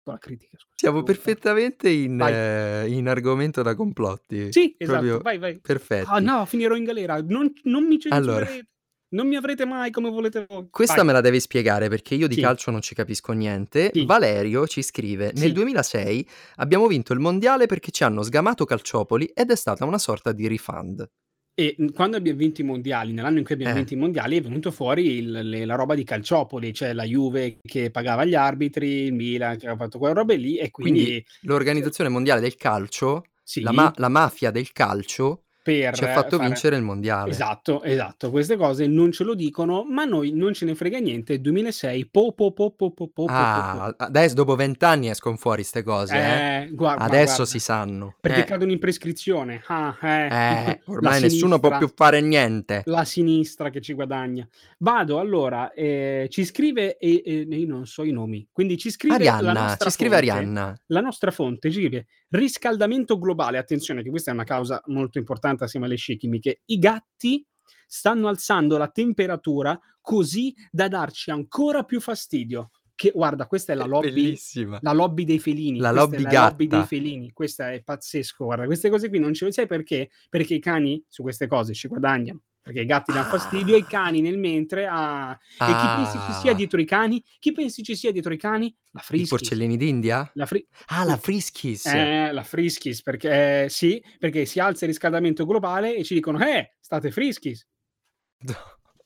[SPEAKER 2] Con la critica, scusa.
[SPEAKER 1] Siamo
[SPEAKER 2] Devo-
[SPEAKER 1] perfettamente in,
[SPEAKER 2] Vai.
[SPEAKER 1] eh, in argomento da complotti.
[SPEAKER 2] Sì, esatto,
[SPEAKER 1] proprio
[SPEAKER 2] vai, vai.
[SPEAKER 1] Perfetto.
[SPEAKER 2] Ah no, finirò in galera. Non, non mi
[SPEAKER 1] Allora.
[SPEAKER 2] censurerete. Non mi avrete mai come volete voi.
[SPEAKER 1] Questa
[SPEAKER 2] Vai.
[SPEAKER 1] me la devi spiegare perché io di
[SPEAKER 2] Sì.
[SPEAKER 1] calcio non ci capisco niente.
[SPEAKER 2] Sì.
[SPEAKER 1] Valerio ci scrive:
[SPEAKER 2] Sì.
[SPEAKER 1] Nel 2006 abbiamo vinto il mondiale perché ci hanno sgamato Calciopoli ed è stata una sorta di refund.
[SPEAKER 2] E mh, quando abbiamo vinto i mondiali, nell'anno in cui abbiamo
[SPEAKER 1] Eh.
[SPEAKER 2] vinto i mondiali, è venuto fuori il- le- la roba di Calciopoli, cioè la Juve che pagava gli arbitri, il Milan che aveva fatto quelle robe lì, e quindi,
[SPEAKER 1] Quindi L'Organizzazione Mondiale del Calcio,
[SPEAKER 2] sì,
[SPEAKER 1] la, ma- la mafia del calcio,
[SPEAKER 2] per
[SPEAKER 1] ci ha fatto
[SPEAKER 2] fare-
[SPEAKER 1] vincere il mondiale.
[SPEAKER 2] Esatto, esatto, queste cose non ce lo dicono, ma noi non ce ne frega niente. 2006, po po po po po po. po, po, po.
[SPEAKER 1] Ah, adesso dopo vent'anni escono fuori queste cose. eh.
[SPEAKER 2] Eh, guarda,
[SPEAKER 1] Adesso
[SPEAKER 2] guarda,
[SPEAKER 1] si sanno.
[SPEAKER 2] Perché
[SPEAKER 1] Eh,
[SPEAKER 2] cadono in prescrizione. Ah, eh.
[SPEAKER 1] eh,
[SPEAKER 2] La
[SPEAKER 1] ormai nessuno può
[SPEAKER 2] sinistra.
[SPEAKER 1] più fare niente.
[SPEAKER 2] la sinistra che ci guadagna. Vado allora, eh, ci scrive, e, e- io non so i nomi, quindi ci scrive la
[SPEAKER 1] Arianna,
[SPEAKER 2] nostra
[SPEAKER 1] ci scrive
[SPEAKER 2] fonte,
[SPEAKER 1] Arianna.
[SPEAKER 2] La nostra fonte ci scrive riscaldamento globale, attenzione che questa è una causa molto importante assieme alle scie chimiche, i gatti stanno alzando la temperatura così da darci ancora più fastidio. Che guarda, questa è la lobby
[SPEAKER 1] Bellissima.
[SPEAKER 2] la lobby dei felini.
[SPEAKER 1] La
[SPEAKER 2] questa
[SPEAKER 1] lobby
[SPEAKER 2] è la lobby
[SPEAKER 1] gatta.
[SPEAKER 2] dei felini. Questa è pazzesco. Guarda, queste cose qui non ce le sai perché? Perché i cani su queste cose ci guadagnano. Perché i gatti danno
[SPEAKER 1] Ah.
[SPEAKER 2] fastidio e i cani nel mentre. ah. E chi pensi ci sia
[SPEAKER 1] Ah,
[SPEAKER 2] dietro i cani? Chi pensi ci sia dietro i cani? La
[SPEAKER 1] I
[SPEAKER 2] Friskis.
[SPEAKER 1] porcellini d'India?
[SPEAKER 2] La, fri-
[SPEAKER 1] Ah, la Friskis.
[SPEAKER 2] eh, la Friskis, perché eh, sì, perché si alza il riscaldamento globale e ci dicono: Eh, state Friskis.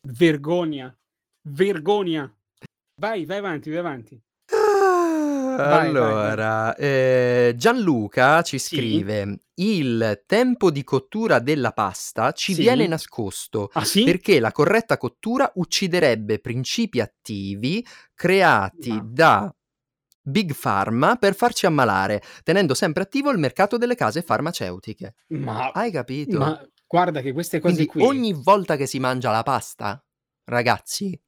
[SPEAKER 2] Vergogna, vergogna. Vai, vai avanti, vai avanti.
[SPEAKER 1] Ah,
[SPEAKER 2] Vai,
[SPEAKER 1] allora, eh, Gianluca ci
[SPEAKER 2] Sì.
[SPEAKER 1] scrive: Il tempo di cottura della pasta ci
[SPEAKER 2] Sì.
[SPEAKER 1] viene nascosto
[SPEAKER 2] Ah sì?
[SPEAKER 1] perché la corretta cottura ucciderebbe principi attivi creati
[SPEAKER 2] Ma-
[SPEAKER 1] da Big Pharma per farci ammalare, tenendo sempre attivo il mercato delle case farmaceutiche.
[SPEAKER 2] Ma,
[SPEAKER 1] Hai capito?
[SPEAKER 2] ma guarda che queste cose
[SPEAKER 1] Quindi
[SPEAKER 2] qui,
[SPEAKER 1] ogni volta che si mangia la pasta, ragazzi,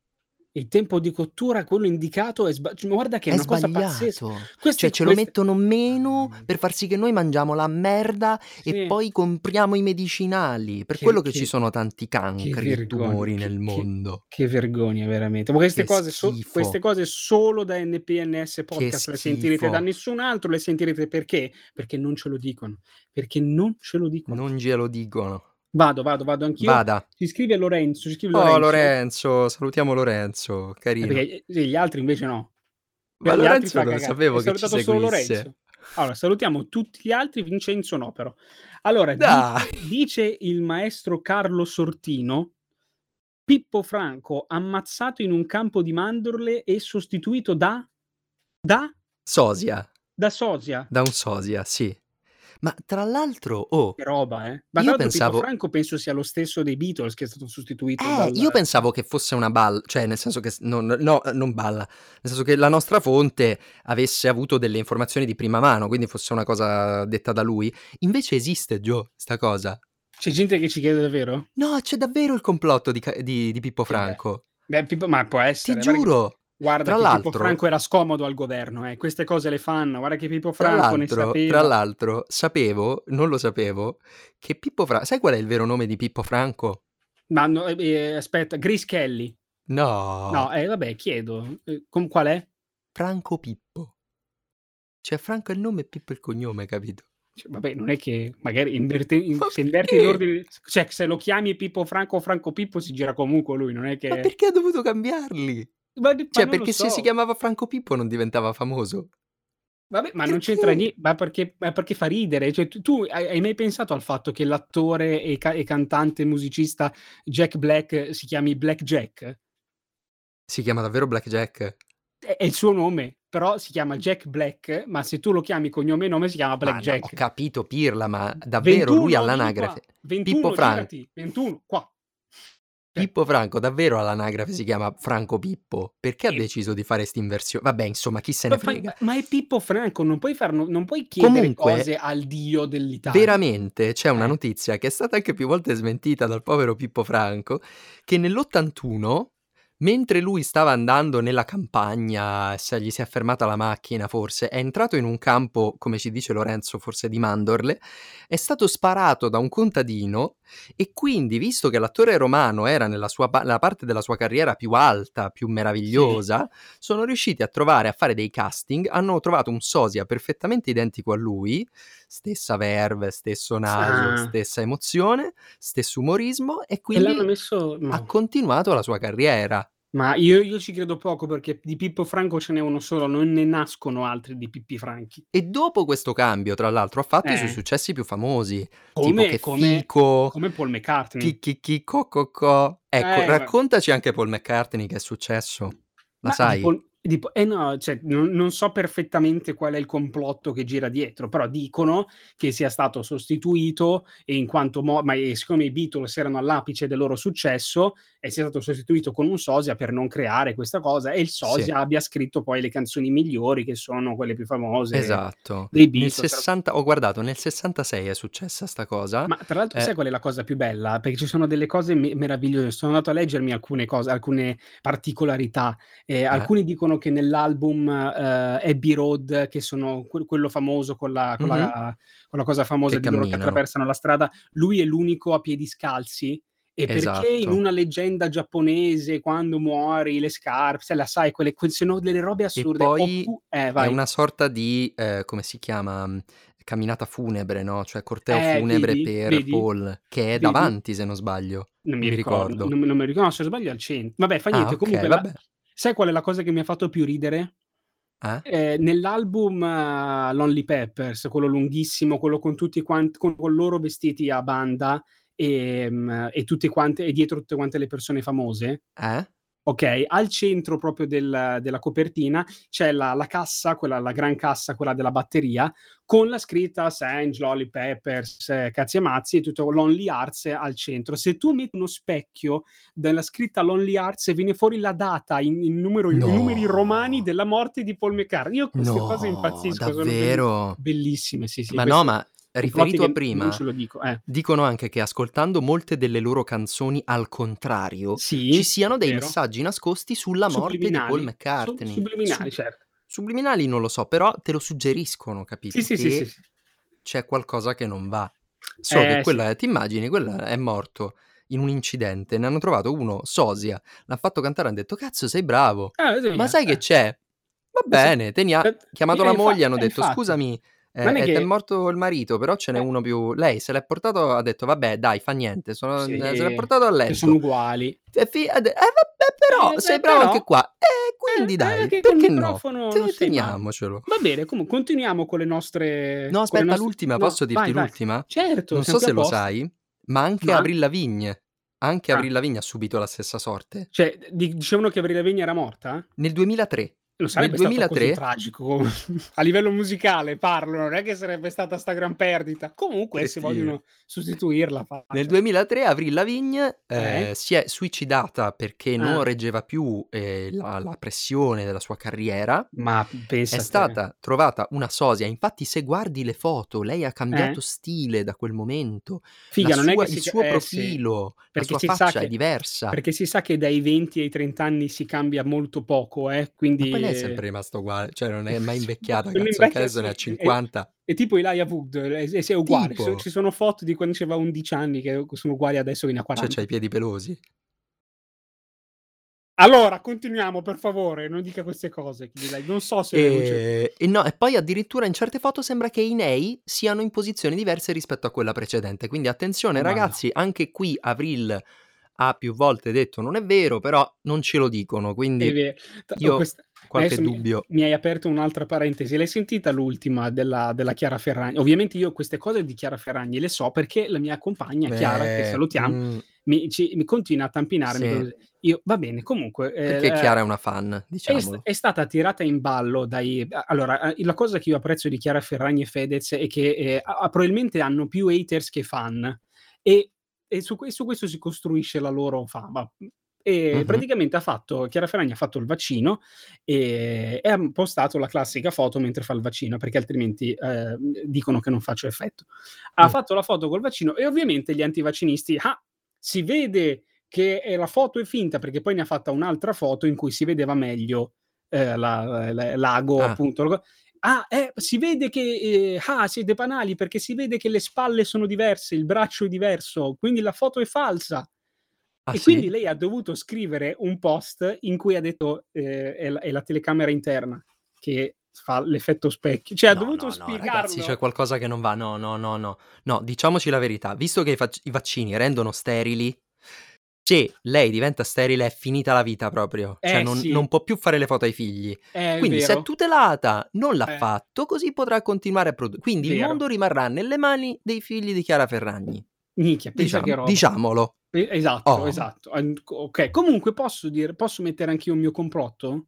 [SPEAKER 2] il tempo di cottura, quello indicato, è sbagliato. Guarda che è,
[SPEAKER 1] è
[SPEAKER 2] una cosa pazzesca.
[SPEAKER 1] sbagliato.
[SPEAKER 2] Queste-
[SPEAKER 1] Cioè, ce lo
[SPEAKER 2] queste- Ah.
[SPEAKER 1] mettono meno per far sì che noi mangiamo la merda
[SPEAKER 2] Sì.
[SPEAKER 1] e poi compriamo i medicinali. Per
[SPEAKER 2] Che-
[SPEAKER 1] quello che,
[SPEAKER 2] che-
[SPEAKER 1] ci sono tanti cancri e
[SPEAKER 2] vergogna,
[SPEAKER 1] tumori
[SPEAKER 2] che-
[SPEAKER 1] nel
[SPEAKER 2] che-
[SPEAKER 1] mondo.
[SPEAKER 2] Che vergogna, veramente. Ma queste,
[SPEAKER 1] Che
[SPEAKER 2] cose so-
[SPEAKER 1] schifo.
[SPEAKER 2] queste cose solo da NPNS Podcast
[SPEAKER 1] schifo.
[SPEAKER 2] le sentirete da nessun altro, le sentirete perché? Perché non ce lo dicono. Perché non ce lo dicono.
[SPEAKER 1] Non glielo dicono.
[SPEAKER 2] Vado, vado, vado anch'io.
[SPEAKER 1] Vada.
[SPEAKER 2] Ci scrive Lorenzo. Ci scrive
[SPEAKER 1] Oh,
[SPEAKER 2] Lorenzo.
[SPEAKER 1] Lorenzo, salutiamo Lorenzo,
[SPEAKER 2] Eh,
[SPEAKER 1] carino.
[SPEAKER 2] Perché eh, sì, gli altri invece no.
[SPEAKER 1] Ma
[SPEAKER 2] Gli altri
[SPEAKER 1] Lorenzo
[SPEAKER 2] fa
[SPEAKER 1] non
[SPEAKER 2] cagate.
[SPEAKER 1] sapevo
[SPEAKER 2] È
[SPEAKER 1] che ci
[SPEAKER 2] salutato solo
[SPEAKER 1] seguisse.
[SPEAKER 2] Lorenzo. Allora, salutiamo tutti gli altri, Vincenzo no però. Allora, di-
[SPEAKER 1] Dai.
[SPEAKER 2] dice il maestro Carlo Sortino, Pippo Franco ammazzato in un campo di mandorle e sostituito da... da?
[SPEAKER 1] Sosia,
[SPEAKER 2] da Sosia.
[SPEAKER 1] da un sosia, sì. Ma tra l'altro, oh,
[SPEAKER 2] Che roba, eh? Ma
[SPEAKER 1] Io
[SPEAKER 2] tra l'altro
[SPEAKER 1] pensavo-
[SPEAKER 2] Pippo Franco penso sia lo stesso dei Beatles che è stato sostituito
[SPEAKER 1] Eh,
[SPEAKER 2] dal-
[SPEAKER 1] io pensavo che fosse una balla, cioè nel senso che s- non, no, non balla, nel senso che la nostra fonte avesse avuto delle informazioni di prima mano, quindi fosse una cosa detta da lui. Invece esiste, Joe, sta cosa.
[SPEAKER 2] C'è gente che ci chiede davvero?
[SPEAKER 1] No, c'è davvero il complotto di, Ca- di- di Pippo Franco.
[SPEAKER 2] Beh, Pippo- ma può
[SPEAKER 1] Ti
[SPEAKER 2] essere. guarda che-
[SPEAKER 1] giuro.
[SPEAKER 2] Guarda
[SPEAKER 1] Tra
[SPEAKER 2] che
[SPEAKER 1] l'altro-
[SPEAKER 2] Pippo Franco era scomodo al governo, eh. queste cose le fanno. Guarda che Pippo
[SPEAKER 1] Tra
[SPEAKER 2] Franco ne
[SPEAKER 1] l'altro, tra
[SPEAKER 2] sapeva.
[SPEAKER 1] l'altro, sapevo, non lo sapevo, che Pippo Franco... Sai qual è il vero nome di Pippo Franco?
[SPEAKER 2] Ma no, eh, eh, aspetta, Gris Kelly.
[SPEAKER 1] No,
[SPEAKER 2] No, eh, vabbè, chiedo. Eh, con qual è?
[SPEAKER 1] Franco Pippo. Cioè Franco è il nome e Pippo è il cognome, capito?
[SPEAKER 2] Cioè, vabbè, non è che magari inverte- in-
[SPEAKER 1] Ma
[SPEAKER 2] se inverti
[SPEAKER 1] perché?
[SPEAKER 2] l'ordine, cioè se lo chiami Pippo Franco o Franco Pippo si gira comunque lui, non è che
[SPEAKER 1] Ma perché ha dovuto cambiarli?
[SPEAKER 2] Ma- ma
[SPEAKER 1] Cioè,
[SPEAKER 2] non lo
[SPEAKER 1] perché se
[SPEAKER 2] so.
[SPEAKER 1] si chiamava Franco Pippo non diventava famoso.
[SPEAKER 2] Vabbè, ma non
[SPEAKER 1] Perché?
[SPEAKER 2] c'entra niente, ma perché, ma perché fa ridere? Cioè, tu, tu hai, hai mai pensato al fatto che l'attore e, ca- e cantante e musicista Jack Black eh, si chiami Black Jack?
[SPEAKER 1] Si chiama davvero Blackjack?
[SPEAKER 2] È, è il suo nome, però si chiama Jack Black, ma se tu lo chiami cognome e nome si chiama Black
[SPEAKER 1] Ma no,
[SPEAKER 2] Jack.
[SPEAKER 1] ho capito Pirla, ma davvero lui
[SPEAKER 2] 21,
[SPEAKER 1] all'anagrafe.
[SPEAKER 2] di qua, 21,
[SPEAKER 1] Pippo Franco.
[SPEAKER 2] girati, 21, qua. Cioè-
[SPEAKER 1] Pippo Franco, davvero all'anagrafe si chiama Franco Pippo. Perché ha
[SPEAKER 2] Sì.
[SPEAKER 1] deciso di fare st'inversione? Vabbè, insomma, chi se
[SPEAKER 2] Ma,
[SPEAKER 1] ne frega.
[SPEAKER 2] ma- ma è Pippo Franco, non puoi, far- non- non puoi chiedere
[SPEAKER 1] Comunque,
[SPEAKER 2] cose al dio dell'Italia.
[SPEAKER 1] Veramente c'è una
[SPEAKER 2] Eh.
[SPEAKER 1] notizia che è stata anche più volte smentita dal povero Pippo Franco, che nell'81, mentre lui stava andando nella campagna, se gli si è fermata la macchina forse, è entrato in un campo, come ci dice Lorenzo, forse di mandorle, è stato sparato da un contadino e quindi, visto che l'attore romano era nella sua pa- la parte della sua carriera più alta, più meravigliosa, sono riusciti a trovare, a fare dei casting, hanno trovato un sosia perfettamente identico a lui, stessa verve, stesso naso,
[SPEAKER 2] Ah.
[SPEAKER 1] stessa emozione, stesso umorismo e
[SPEAKER 2] E l'hanno
[SPEAKER 1] quindi
[SPEAKER 2] messo... no.
[SPEAKER 1] ha continuato la sua carriera.
[SPEAKER 2] Ma io, io ci credo poco perché di Pippo Franco ce n'è uno solo, non ne nascono altri di Pippi Franchi.
[SPEAKER 1] E dopo questo cambio, tra l'altro, ha fatto i suoi
[SPEAKER 2] Eh.
[SPEAKER 1] successi più famosi, tipo
[SPEAKER 2] Come,
[SPEAKER 1] che
[SPEAKER 2] come,
[SPEAKER 1] fico,
[SPEAKER 2] come Paul McCartney.
[SPEAKER 1] chi chi chi co co co. Ecco,
[SPEAKER 2] Eh, ma-
[SPEAKER 1] raccontaci anche Paul McCartney che è successo. La
[SPEAKER 2] Ma di
[SPEAKER 1] sai?
[SPEAKER 2] Paul- di Po- eh no, cioè, non, non so perfettamente qual è il complotto che gira dietro, però dicono che sia stato sostituito e in quanto mo- ma e siccome i Beatles erano all'apice del loro successo, e sia stato sostituito con un sosia per non creare questa cosa e il sosia
[SPEAKER 1] Sì.
[SPEAKER 2] abbia scritto poi le canzoni migliori che sono quelle più famose.
[SPEAKER 1] Esatto. Nel
[SPEAKER 2] dei eh, Beatles, tra-
[SPEAKER 1] 60, ho guardato, nel 66 è successa sta cosa.
[SPEAKER 2] Ma tra l'altro,
[SPEAKER 1] Eh.
[SPEAKER 2] sai qual è la cosa più bella? Perché ci sono delle cose me- meravigliose. Sono andato a leggermi alcune cose, alcune particolarità. Eh, Alcuni dicono che nell'album eh, Abbey Road, che sono que- quello famoso con la, con la- con la cosa famosa
[SPEAKER 1] Che
[SPEAKER 2] di loro che
[SPEAKER 1] camminano.
[SPEAKER 2] attraversano la strada, lui è l'unico a piedi scalzi. E perché
[SPEAKER 1] Esatto.
[SPEAKER 2] in una leggenda giapponese, quando muori, le scarpe, se la sai, quelle, que- sono delle robe assurde.
[SPEAKER 1] poi
[SPEAKER 2] Oppu- eh,
[SPEAKER 1] È
[SPEAKER 2] vai.
[SPEAKER 1] una sorta di, eh, come si chiama, mh, camminata funebre, no? Cioè corteo
[SPEAKER 2] Eh,
[SPEAKER 1] funebre
[SPEAKER 2] vedi?
[SPEAKER 1] per
[SPEAKER 2] Vedi?
[SPEAKER 1] Paul, che è
[SPEAKER 2] Vedi?
[SPEAKER 1] davanti se non sbaglio.
[SPEAKER 2] Non mi
[SPEAKER 1] Non mi
[SPEAKER 2] ricordo,
[SPEAKER 1] ricordo.
[SPEAKER 2] non, mi- non mi ricordo, no, se sbaglio è al centro. Vabbè, fa
[SPEAKER 1] Ah,
[SPEAKER 2] niente.
[SPEAKER 1] ok,
[SPEAKER 2] Comunque, la-
[SPEAKER 1] vabbè.
[SPEAKER 2] sai qual è la cosa che mi ha fatto più ridere?
[SPEAKER 1] Eh?
[SPEAKER 2] Eh, nell'album eh, Lonely Peppers, quello lunghissimo, quello con tutti quanti, con, con loro vestiti a ehm, banda e, mm, e tutte quante, e dietro tutte quante le persone famose,
[SPEAKER 1] Eh?
[SPEAKER 2] Ok, al centro proprio del- della copertina c'è la, la cassa, quella, la gran cassa, quella della batteria, con la scritta Sange, Lolly Peppers, eh, cazzi e mazzi e tutto Lonely Arts al centro. Se tu metti uno specchio della scritta Lonely Arts viene fuori la data in, in numero,
[SPEAKER 1] No.
[SPEAKER 2] in numeri romani della morte di Paul McCartney. Io queste
[SPEAKER 1] no,
[SPEAKER 2] cose impazzisco, sono belli-
[SPEAKER 1] davvero?
[SPEAKER 2] bellissime, sì, sì.
[SPEAKER 1] ma
[SPEAKER 2] queste-
[SPEAKER 1] no, ma riferito
[SPEAKER 2] complotti
[SPEAKER 1] a
[SPEAKER 2] che
[SPEAKER 1] prima,
[SPEAKER 2] Non ce lo dico, eh.
[SPEAKER 1] dicono anche che ascoltando molte delle loro canzoni al contrario,
[SPEAKER 2] Sì,
[SPEAKER 1] ci siano dei
[SPEAKER 2] vero.
[SPEAKER 1] messaggi nascosti sulla morte di
[SPEAKER 2] Subliminali.
[SPEAKER 1] Paul
[SPEAKER 2] Su-
[SPEAKER 1] McCartney.
[SPEAKER 2] Subliminali, certo.
[SPEAKER 1] Su- subliminali non lo so, però te lo suggeriscono, capito?
[SPEAKER 2] Sì, sì, sì,
[SPEAKER 1] Che
[SPEAKER 2] sì, sì.
[SPEAKER 1] c'è qualcosa che non va. So
[SPEAKER 2] Eh,
[SPEAKER 1] che quella, ti immagini, quella è morto in un incidente, ne hanno trovato uno, Sosia, l'hanno fatto cantare, hanno detto cazzo sei bravo,
[SPEAKER 2] Ah, vedi,
[SPEAKER 1] ma sai
[SPEAKER 2] eh.
[SPEAKER 1] che c'è? Va bene, tenia...
[SPEAKER 2] Eh,
[SPEAKER 1] Ah, chiamato
[SPEAKER 2] eh,
[SPEAKER 1] la
[SPEAKER 2] infa-
[SPEAKER 1] moglie, hanno
[SPEAKER 2] eh,
[SPEAKER 1] detto
[SPEAKER 2] infatti.
[SPEAKER 1] scusami, eh,
[SPEAKER 2] Non
[SPEAKER 1] è,
[SPEAKER 2] è che-
[SPEAKER 1] è morto il marito, però ce n'è
[SPEAKER 2] Eh.
[SPEAKER 1] uno più... Lei se l'è portato, ha detto vabbè dai, fa niente, sono- eh,
[SPEAKER 2] Sì.
[SPEAKER 1] se l'è portato a
[SPEAKER 2] Che
[SPEAKER 1] letto.
[SPEAKER 2] sono uguali.
[SPEAKER 1] E fi- ha de- eh, vabbè però,
[SPEAKER 2] Eh,
[SPEAKER 1] sei
[SPEAKER 2] beh,
[SPEAKER 1] bravo
[SPEAKER 2] però-
[SPEAKER 1] anche qua. E quindi
[SPEAKER 2] Eh,
[SPEAKER 1] dai,
[SPEAKER 2] eh, che col
[SPEAKER 1] perché no?
[SPEAKER 2] microfono
[SPEAKER 1] Te-
[SPEAKER 2] non si
[SPEAKER 1] Teniamocelo.
[SPEAKER 2] Va bene, comunque continuiamo con le nostre...
[SPEAKER 1] No,
[SPEAKER 2] con le
[SPEAKER 1] aspetta,
[SPEAKER 2] nostre-
[SPEAKER 1] l'ultima,
[SPEAKER 2] no,
[SPEAKER 1] posso dirti
[SPEAKER 2] vai, vai.
[SPEAKER 1] l'ultima?
[SPEAKER 2] Certo,
[SPEAKER 1] Non
[SPEAKER 2] siamo
[SPEAKER 1] so se
[SPEAKER 2] qui
[SPEAKER 1] lo
[SPEAKER 2] apposta.
[SPEAKER 1] sai, ma anche
[SPEAKER 2] Ma?
[SPEAKER 1] Avril Lavigne, anche
[SPEAKER 2] Ah.
[SPEAKER 1] Avril Lavigne ha subito la stessa sorte.
[SPEAKER 2] Cioè, di- dicevano che Avril Lavigne era morta?
[SPEAKER 1] Nel 2003.
[SPEAKER 2] Non sarebbe
[SPEAKER 1] Nel
[SPEAKER 2] stato così
[SPEAKER 1] 2003?
[SPEAKER 2] tragico. A livello musicale parlo, non è che sarebbe stata sta gran perdita. Comunque, se
[SPEAKER 1] Cretino.
[SPEAKER 2] vogliono sostituirla, facciano.
[SPEAKER 1] Eh Nel 2003 Avril Lavigne eh,
[SPEAKER 2] Eh?
[SPEAKER 1] si è suicidata perché non
[SPEAKER 2] Ah.
[SPEAKER 1] reggeva più eh, la, la pressione della sua carriera.
[SPEAKER 2] Ma pensa
[SPEAKER 1] È
[SPEAKER 2] te.
[SPEAKER 1] stata trovata una sosia, infatti se guardi le foto, lei ha cambiato
[SPEAKER 2] Eh?
[SPEAKER 1] stile da quel momento,
[SPEAKER 2] Figa,
[SPEAKER 1] La
[SPEAKER 2] non è
[SPEAKER 1] sua-
[SPEAKER 2] che si...
[SPEAKER 1] il suo
[SPEAKER 2] eh, sì.
[SPEAKER 1] profilo, la
[SPEAKER 2] Perché
[SPEAKER 1] sua
[SPEAKER 2] si sa
[SPEAKER 1] faccia è
[SPEAKER 2] che...
[SPEAKER 1] diversa.
[SPEAKER 2] Perché si sa che dai 20 ai 30 anni si cambia molto poco, eh?
[SPEAKER 1] Ma
[SPEAKER 2] quindi...
[SPEAKER 1] poi lei è sempre rimasta uguale, cioè non è mai invecchiata,
[SPEAKER 2] Non
[SPEAKER 1] cazzo, anche
[SPEAKER 2] invecchia
[SPEAKER 1] adesso ne ha cioè
[SPEAKER 2] assolutamente.
[SPEAKER 1] 50.
[SPEAKER 2] È tipo Ilaia Wood, è, è, è uguale. Ci sono,
[SPEAKER 1] Tipo?
[SPEAKER 2] ci sono foto di quando aveva 11 anni che sono uguali adesso che ne ha
[SPEAKER 1] Cioè
[SPEAKER 2] 40.
[SPEAKER 1] c'ha i piedi pelosi.
[SPEAKER 2] Allora, continuiamo, per favore, non dica queste cose. chi li dai. Non so se...
[SPEAKER 1] Eh, E, e no, e poi addirittura in certe foto sembra che i nei siano in posizioni diverse rispetto a quella precedente. Quindi attenzione
[SPEAKER 2] Oh, mamma.
[SPEAKER 1] ragazzi, anche qui Avril ha più volte detto non è vero, però non ce lo dicono,
[SPEAKER 2] È
[SPEAKER 1] quindi
[SPEAKER 2] vero. T-
[SPEAKER 1] io
[SPEAKER 2] questa-
[SPEAKER 1] qualche
[SPEAKER 2] adesso mi-
[SPEAKER 1] dubbio.
[SPEAKER 2] Mi, hai aperto un'altra parentesi. L'hai sentita l'ultima della, della Chiara Ferragni? Ovviamente io queste cose di Chiara Ferragni le so perché la mia compagna Chiara, che
[SPEAKER 1] Eh,
[SPEAKER 2] salutiamo,
[SPEAKER 1] mm,
[SPEAKER 2] mi, ci- mi continua a tampinarmi.
[SPEAKER 1] Sì.
[SPEAKER 2] con- Io, va bene, comunque... eh,
[SPEAKER 1] perché
[SPEAKER 2] eh,
[SPEAKER 1] Chiara è una fan,
[SPEAKER 2] È, st-
[SPEAKER 1] diciamolo.
[SPEAKER 2] è stata tirata in ballo dai... Allora, eh, la cosa che io apprezzo di Chiara Ferragni e Fedez è che eh, ah, probabilmente hanno più haters che fan e, e su, que- su questo si costruisce la loro fama. E
[SPEAKER 1] Mhm.
[SPEAKER 2] praticamente ha fatto, Chiara Ferragni ha fatto il vaccino e, e ha postato la classica foto mentre fa il vaccino perché altrimenti eh, dicono che non faccio effetto. Ha
[SPEAKER 1] Mm.
[SPEAKER 2] fatto la foto col vaccino e ovviamente gli antivaccinisti, ah, si vede che eh, la foto è finta perché poi ne ha fatta un'altra foto in cui si vedeva meglio eh, la- la- l'ago,
[SPEAKER 1] Ah.
[SPEAKER 2] appunto. Ah, eh, si vede che eh, ah, siete banali perché si vede che le spalle sono diverse, il braccio è diverso, quindi la foto è falsa.
[SPEAKER 1] Ah,
[SPEAKER 2] e
[SPEAKER 1] sì?
[SPEAKER 2] quindi lei ha dovuto scrivere un post in cui ha detto eh, è, la, è la telecamera interna che fa l'effetto specchio. Cioè,
[SPEAKER 1] No,
[SPEAKER 2] ha dovuto
[SPEAKER 1] no, no,
[SPEAKER 2] spiegarlo.
[SPEAKER 1] ragazzi, c'è qualcosa che non va. No, no, no, no. No, diciamoci la verità. Visto che i, fac- i vaccini rendono sterili, se lei diventa sterile è finita la vita proprio. Cioè
[SPEAKER 2] Eh,
[SPEAKER 1] non,
[SPEAKER 2] sì.
[SPEAKER 1] non può più fare le foto ai figli.
[SPEAKER 2] Eh, è
[SPEAKER 1] cioè, Quindi se
[SPEAKER 2] vero.
[SPEAKER 1] è tutelata, non l'ha
[SPEAKER 2] Eh.
[SPEAKER 1] fatto, così potrà continuare a produrre. Quindi il
[SPEAKER 2] Vero.
[SPEAKER 1] mondo rimarrà nelle mani dei figli di Chiara Ferragni.
[SPEAKER 2] Minchia, pensa
[SPEAKER 1] Diciam-
[SPEAKER 2] che roba.
[SPEAKER 1] diciamolo.
[SPEAKER 2] Eh, Esatto,
[SPEAKER 1] Oh.
[SPEAKER 2] esatto. An- Ok, comunque posso dire, posso mettere anche io un mio complotto?